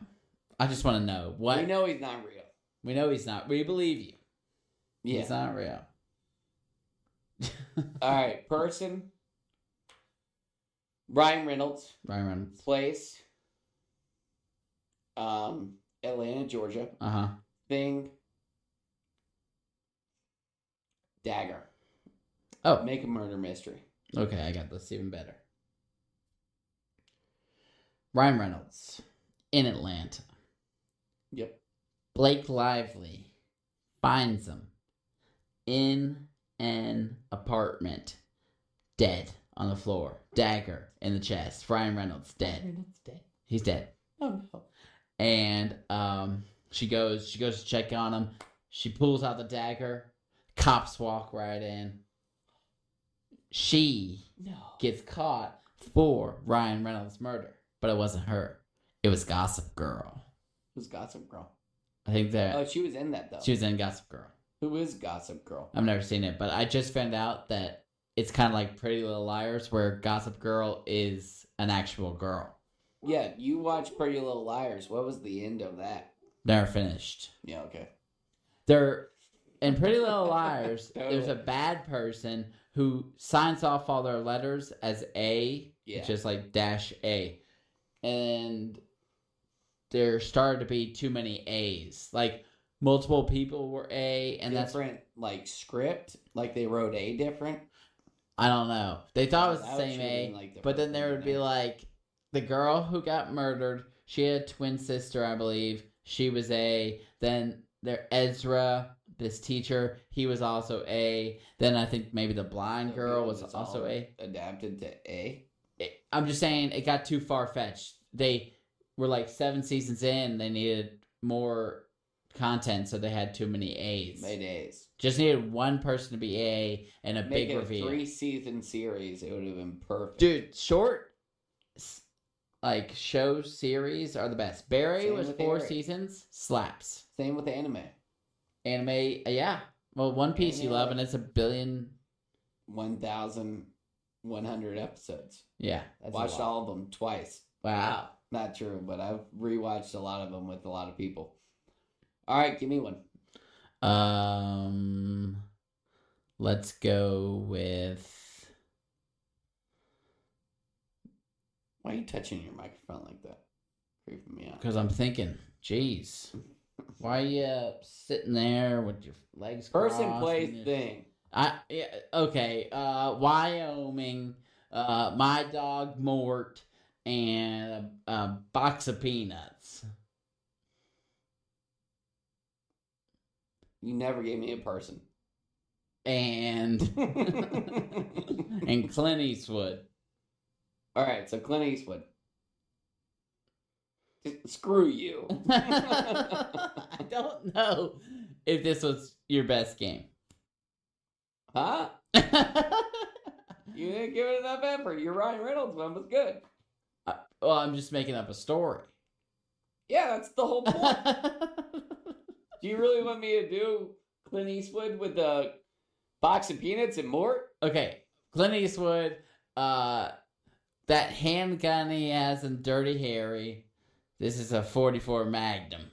A: I just want to know what
B: We know he's not real.
A: we know he's not. We believe you.
B: Yeah.
A: He's not real.
B: All right, person. Ryan Reynolds,
A: Ryan Reynolds.
B: place. Um, Atlanta, Georgia.
A: Uh huh.
B: Thing. Dagger.
A: Oh.
B: Make a murder mystery.
A: Okay, I got this even better. Ryan Reynolds in Atlanta.
B: Yep.
A: Blake Lively finds him in an apartment, dead on the floor, dagger in the chest. Ryan Reynolds dead. He's dead.
B: Oh no.
A: And um, she goes, she goes to check on him. She pulls out the dagger. Cops walk right in. She
B: No.
A: gets caught for Ryan Reynolds' murder, but it wasn't her. It was Gossip Girl.
B: Who's Gossip Girl?
A: I think that
B: Oh, she was in that though.
A: she was in Gossip Girl.
B: Who is Gossip Girl?
A: I've never seen it, but I just found out that it's kind of like Pretty Little Liars, where Gossip Girl is an actual girl.
B: Yeah, you watch Pretty Little Liars. What was the end of that?
A: Never finished.
B: Yeah, okay.
A: There, in Pretty
B: <laughs>
A: Little Liars,
B: Totally.
A: there's a bad person who signs off all their letters as A,
B: Yeah.
A: just like dash A, and there started to be too many A's. Like multiple people were A, and that's
B: different like script, like they wrote a different.
A: I don't know. They thought it was
B: That
A: the same
B: should've
A: A.
B: been, like, the
A: But then
B: first
A: there
B: one
A: would be like the girl who got murdered. She had a twin sister, I believe. She was A. Then there Ezra, this teacher, he was also A. Then I think maybe the blind
B: So
A: girl
B: it
A: was
B: was
A: also
B: all-
A: A.
B: adapted to a.
A: It- I'm just saying it got too far fetched. They were like seven seasons in. They needed more content, so they had too many A's.
B: Made A's.
A: Just needed one person to be A and a
B: Make
A: big
B: it
A: reveal.
B: a three season series. It would have been perfect.
A: dude short s- like show series are the best barry
B: Same
A: was
B: with
A: four
B: Barry.
A: seasons slaps
B: Same with anime.
A: anime uh, yeah well one piece you
B: Anime,
A: love
B: like-
A: and it's a billion
B: One thousand one hundred episodes.
A: yeah that's a
B: Watched
A: lot.
B: all of them twice.
A: wow
B: Not true, but I've rewatched a lot of them with a lot of people. All right, give me one.
A: um let's go with
B: Why are you touching your microphone like that? Creeping me out.
A: because i'm thinking jeez why you uh, sitting there with your legs
B: Person,
A: crossed
B: place,
A: and your-
B: thing.
A: I yeah, okay. Uh, Wyoming. Uh, my dog Mort and a, a box of peanuts.
B: You never gave me
A: <laughs>
B: a person.
A: And
B: All
A: and Clint Eastwood. <laughs>
B: right, so Clint Eastwood.
A: <laughs>
B: Screw you.
A: I don't know if this was your best game.
B: huh? You didn't give it enough effort. Your Ryan Reynolds one was good.
A: <laughs> well, I'm just making up a story.
B: Yeah, that's the whole
A: <laughs>
B: point.
A: I
B: do you really want me to do Clint Eastwood with a box of peanuts and more?
A: Okay, Clint Eastwood, uh, that handgun he has in Dirty Harry. This is a 44 Magnum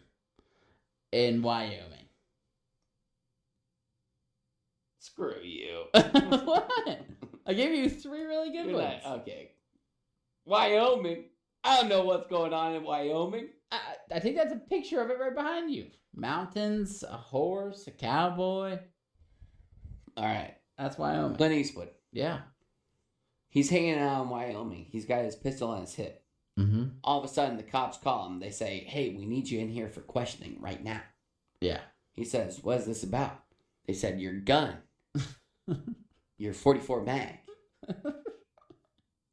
A: in Wyoming. <laughs>
B: Screw you.
A: what? I gave you three really good
B: You're
A: ones.
B: not- okay. Wyoming. I don't know what's going on in Wyoming.
A: I, I think that's a picture of it right behind you. Mountains, a horse, a cowboy.
B: All right.
A: That's Wyoming.
B: Clint Eastwood.
A: yeah.
B: He's hanging out in Wyoming. He's got his pistol on his hip.
A: Mm-hmm.
B: All of a sudden, the cops call him. They say, Hey, we need you in here for questioning right now.
A: Yeah. <laughs>
B: He says, What is this about? They said, Your gun, your 44 mag,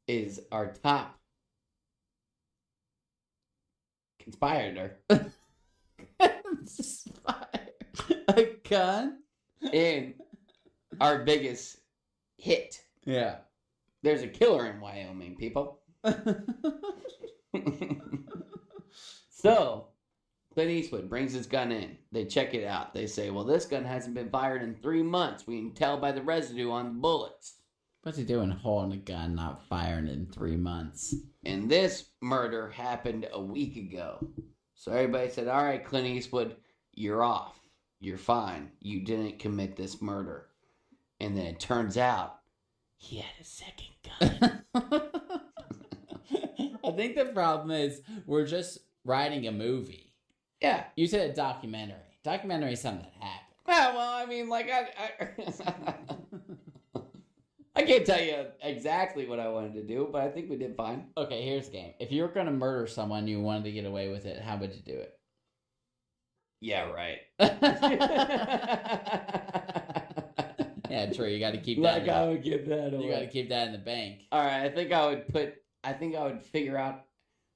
B: is our top conspirator
A: a gun?
B: in our biggest hit.
A: Yeah. <laughs>
B: There's a killer in Wyoming, people. <laughs> so, Clint Eastwood brings his gun in. They check it out. They say, Well, this gun hasn't been fired in three months. We can tell by the residue on the bullets.
A: What's he doing holding a gun, not firing in three months?
B: And this murder happened a week ago. So everybody said, All right, Clint Eastwood, you're off. You're fine. You didn't commit this murder. And then it turns out he had a second gun.
A: <laughs> I think the problem is we're just writing a movie.
B: yeah.
A: You said a documentary. Documentary is something that happened.
B: Yeah, well, I mean, like, I. <laughs> I I can't tell you exactly what I wanted to do, but I think we did fine.
A: Okay, here's the game. If you were going to murder someone, you wanted to get away with it, how would you do
B: <laughs>
A: it?
B: Yeah, right. <laughs>
A: Yeah, true. You got to keep that.
B: like
A: in
B: I
A: the,
B: would give that away.
A: you got to keep that in the bank.
B: All right, I think I would put. I think I would figure out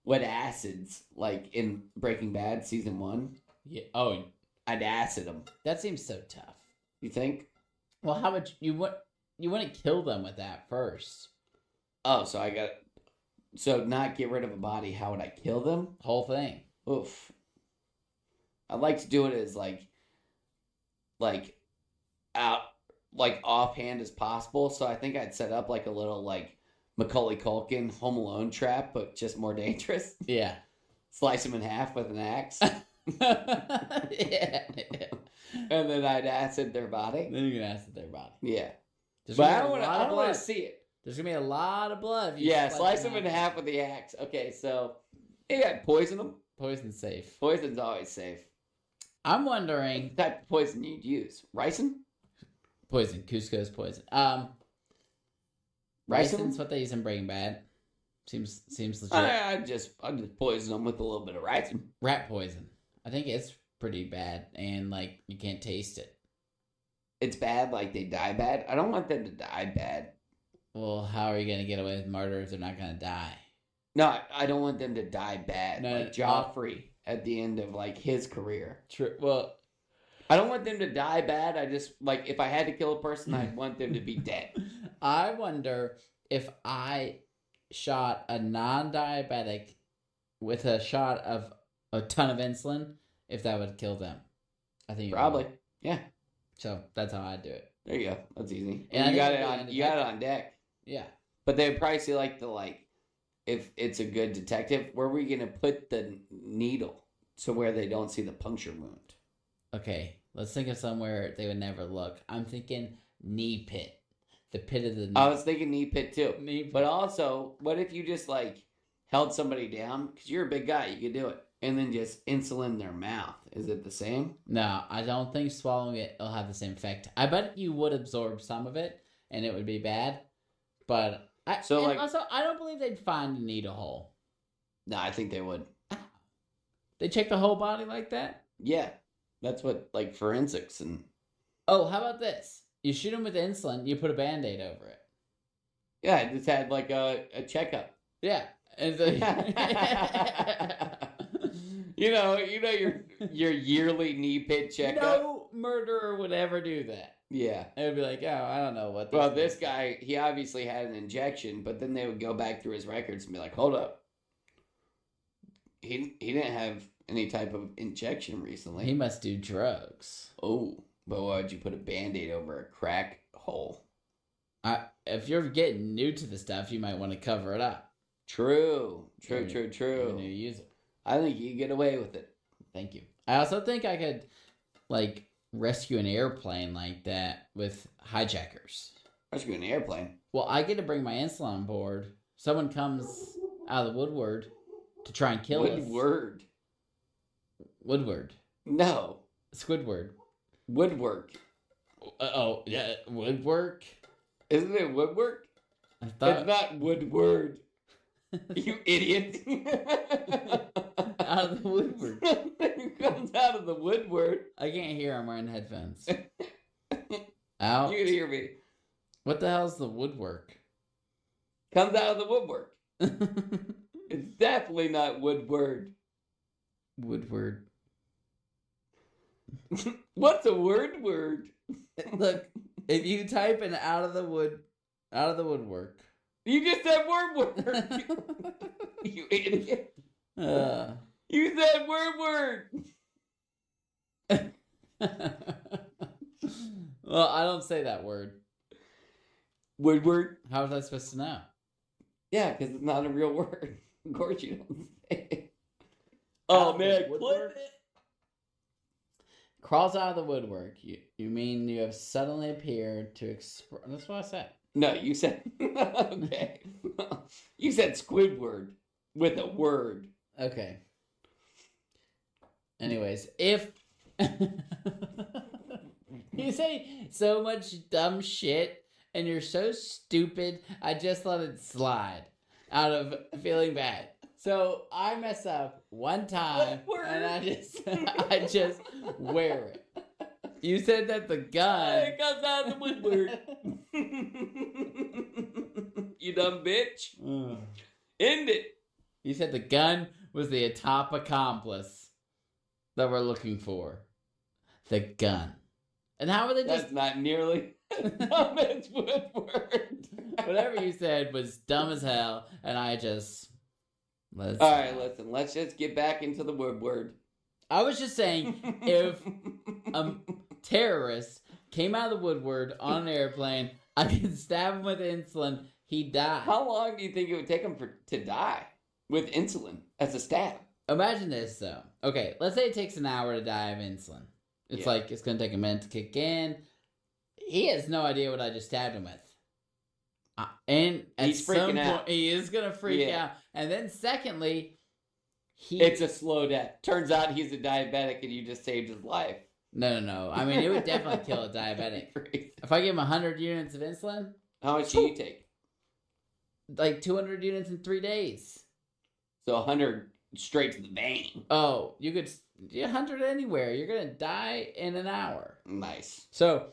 B: what acids like in Breaking Bad season one.
A: Yeah. Oh,
B: I'd acid them.
A: that seems so tough.
B: You think?
A: Well, how would you, you would you wouldn't kill them with that first?
B: Oh, so I got. So not get rid of a body. How would I kill them?
A: Whole thing.
B: Oof. I like to do it as like, like, out like offhand as possible. So I think I'd set up like a little like Macaulay Culkin Home Alone trap, but just more <laughs> dangerous.
A: Yeah. <laughs>
B: Slice him in half with an axe.
A: yeah.
B: and then I'd acid their body.
A: Then you're gonna acid their body.
B: Yeah,
A: There's
B: but
A: gonna
B: I
A: be a
B: don't want to.
A: lot
B: I
A: of
B: don't want
A: blood.
B: to see it.
A: There's gonna be a lot of blood. if you
B: Yeah, slice them
A: them
B: in half with the axe. Okay, so yeah, poison them.
A: Poison safe.
B: Poison's always safe.
A: I'm
B: The
A: wondering.
B: type of poison you'd use: ricin,
A: Poison. Cusco's poison. Um,
B: ricin.
A: ricin's what they use in Breaking Bad. Seems seems legit.
B: I, I just I just poison them with a little bit of ricin.
A: Rat poison. I think it's pretty bad, and like you can't taste it.
B: It's bad, like they die bad. I don't want them to die bad.
A: Well, how are you gonna get away with murder if they're not gonna die?
B: No, I- I don't want them to die bad,
A: No,
B: like
A: no.
B: Joffrey at the end of like his career.
A: True. Well,
B: I don't want them to die bad. I just like if I had to kill a person,
A: Hmm.
B: I'd want them to
A: <laughs>
B: be dead.
A: I wonder if I shot a non-diabetic with a shot of a ton of insulin, if that would kill them. I think it would.
B: Probably. Yeah.
A: So that's how I do it.
B: There you go. That's easy.
A: Yeah,
B: And you
A: I
B: got
A: think
B: it
A: we
B: on.
A: ended
B: You got it on deck.
A: Yeah.
B: But they would probably see like the like, if it's a good detective, where are we gonna put the needle to where they don't see the puncture wound?
A: Okay. Let's think of somewhere they would never look. I'm thinking knee pit, the pit of the knee.
B: I was thinking knee pit too.
A: knee pit.
B: But also, what if you just like held somebody down because you're a big guy, you could do it, and then just insulin their mouth? Is it the same?
A: No, I don't think swallowing it will have the same effect. I bet you would absorb some of it, and it would be bad. But I
B: So,
A: and
B: like-
A: also I don't believe they'd find a needle hole.
B: No, I think they would.
A: They check the whole body like that.
B: Yeah, that's what like forensics and
A: Oh, how about this? You shoot him with insulin, you put a band aid over it. <laughs>
B: yeah, <laughs> I just had like a, a checkup.
A: Yeah. And so-
B: You know, you know your your yearly knee pit checkup.
A: no murderer would ever do that.
B: Yeah.
A: It would be like, oh, I don't know what.
B: Well,
A: is."
B: this guy, he obviously had an injection, but then they would go back through his records and be like, "Hold up, he he didn't have any type of injection recently."
A: he must do drugs.
B: oh, but why would you put a band-aid over a crack hole?
A: If you're getting new to the stuff, you might want to cover it up.
B: True, true,
A: Yeah,
B: true,
A: You're a
B: true.
A: new user.
B: I think you get away with it.
A: Thank you. I also think I could like rescue an airplane like that with hijackers.
B: Rescue an airplane.
A: Well, I get to bring my insulin on board. Someone comes out of the woodward to try and kill us.
B: Woodward.
A: Woodward.
B: No,
A: Squidward.
B: woodwork.
A: Uh oh, yeah, woodwork.
B: Isn't it woodwork?
A: I
B: it's
A: thought <laughs>
B: not woodward. you idiot. <laughs>
A: <laughs> out of the woodward.
B: Who <laughs> comes out of the woodward?
A: I can't hear. I'm wearing
B: <laughs>
A: headphones. Out.
B: You can hear me.
A: What the hell's the woodwork? <laughs>
B: Comes out of the woodwork.
A: woodward.
B: It's definitely not woodward. What's a word word?
A: Look, if you type in out of the wood, out of the woodwork. <laughs>
B: You just said word <laughs> word. you idiot.
A: Uh.
B: You said word word.
A: <laughs> well, I don't say that word.
B: Woodward.
A: How was I supposed to know?
B: Yeah, because it's not a real word. <laughs> Of course you don't say it. Oh man,
A: woodwork?
B: clip it.
A: Crawls out of the woodwork. You, you mean you have suddenly appeared to express? That's what I said.
B: No, you said <laughs> okay. <laughs> you said Squidward with a word.
A: Okay. Anyways, if <laughs> you say so much dumb shit and you're so stupid, I just let it slide out of feeling bad. So I mess up one time
B: What <laughs> word?
A: and I just <laughs> I just wear it. You said that the gun
B: It comes out of the woodward. <laughs> you dumb bitch.
A: Ugh.
B: End it.
A: You said the gun was the top accomplice that we're looking for. The gun. And how were they just
B: That's not nearly <laughs> as dumb as Woodward.
A: <laughs> whatever you said was dumb as hell and I just let's
B: All right, listen. Let's just get back into the Woodward.
A: I was just saying
B: <laughs>
A: If, um, terrorists came out of the woodward on an airplane, I could stab him with insulin, he died.
B: how long do you think it would take him for to die with insulin as a stab?
A: Imagine this though. Okay, let's say it takes an hour to die of insulin. It's
B: Yeah.
A: like it's gonna take a minute to kick in. He has no idea what I just stabbed him with. Uh, and at
B: He's
A: some
B: freaking
A: point,
B: out.
A: he is gonna freak
B: Yeah.
A: out. And then secondly, he
B: It's a slow death. Turns out he's a diabetic, and you just saved his life.
A: no no no. I mean, it would definitely kill a
B: <laughs>
A: diabetic. If I give him hundred units of insulin,
B: How much do you take?
A: like two hundred units in three days.
B: So 100 straight to the vein.
A: Oh, you could hundred anywhere. You're gonna die in an hour.
B: Nice.
A: So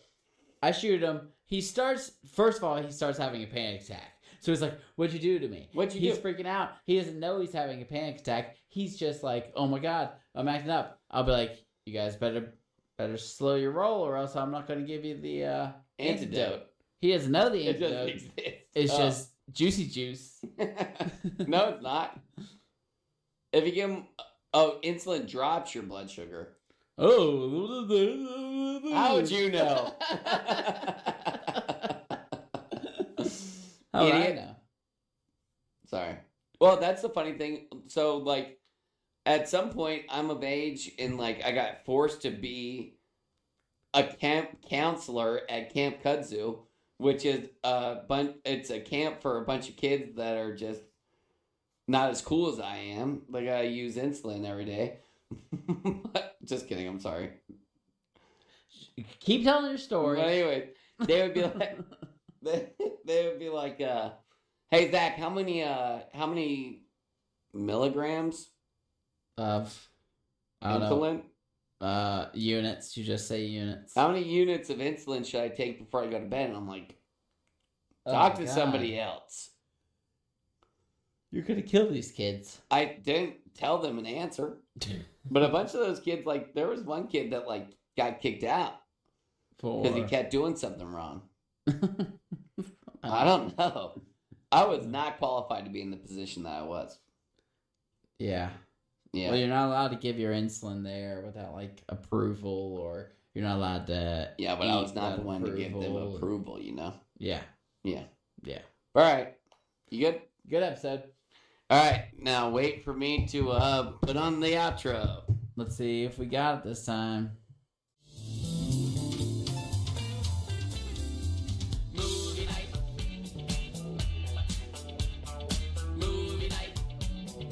A: I shoot him. He starts first of all, he starts having a panic attack. So he's like, What'd you do to me?
B: What'd you
A: he's
B: do?
A: freaking out. He doesn't know he's having a panic attack. He's just like, Oh my god, I'm acting up. I'll be like, You guys better better slow your roll or else I'm not gonna give you the uh
B: Antidote.
A: He doesn't know the
B: It doesn't
A: antidote.
B: exist.
A: it's
B: Oh.
A: just juicy juice.
B: <laughs> no, it's not. If you give him. Oh, insulin drops your blood sugar.
A: Oh <laughs>
B: How would you know? <laughs>
A: How would I
B: Idiot.
A: know?
B: Sorry. Well, that's the funny thing. So, like, at some point, I'm of age, and like, I got forced to be a camp counselor at Camp Kudzu, which is a bunch. It's a camp for a bunch of kids that are just not as cool as I am. Like, I use insulin every day. <laughs> just kidding. I'm sorry.
A: Keep telling your story.
B: But anyway, they would
A: <laughs>
B: be like, they, they would be like, uh, "Hey Zach, how many uh, how many milligrams
A: of I don't know,
B: insulin?
A: uh units. You just say units.
B: How many units of insulin should I take before I go to bed?" And I'm like,
A: Oh
B: "Talk
A: my
B: to
A: God.
B: somebody else."
A: You're gonna kill these kids.
B: <laughs> I didn't tell them an answer. But a bunch of those kids, like there was one kid that like got kicked out
A: For
B: because he kept doing something wrong.
A: Uh-huh.
B: I don't know. I was not qualified to be in the position that I was.
A: Yeah.
B: Yeah.
A: Well, you're not allowed to give your insulin there without like approval, or you're not allowed to.
B: yeah, but I was
A: eat
B: not the
A: without
B: one to give them
A: approval.
B: approval, you know?
A: Yeah.
B: Yeah.
A: Yeah.
B: All right. You good?
A: Good episode.
B: All right. Now wait for me to uh, put on the outro.
A: Let's see if we got it this time.
C: Movie night. Movie night. Movie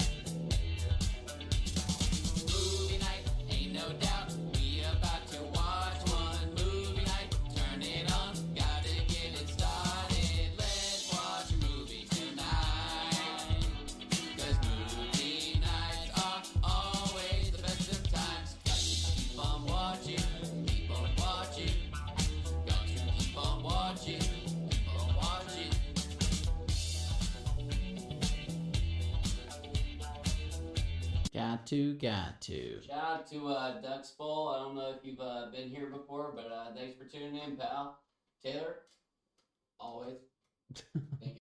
C: night. Ain't no doubt we about to watch one. Movie night. Turn it on. Gotta get it started. Let's watch a movie tonight. 'Cause movie nights are always the best of times. Got to keep on watching. Keep on watching. Got to keep on watching, keep on watching.
A: Got to, got to.
B: Shout out to uh, Ducks Bowl. I don't know if you've uh, been here before, but uh, thanks for tuning in, pal. Taylor, always. Thank you.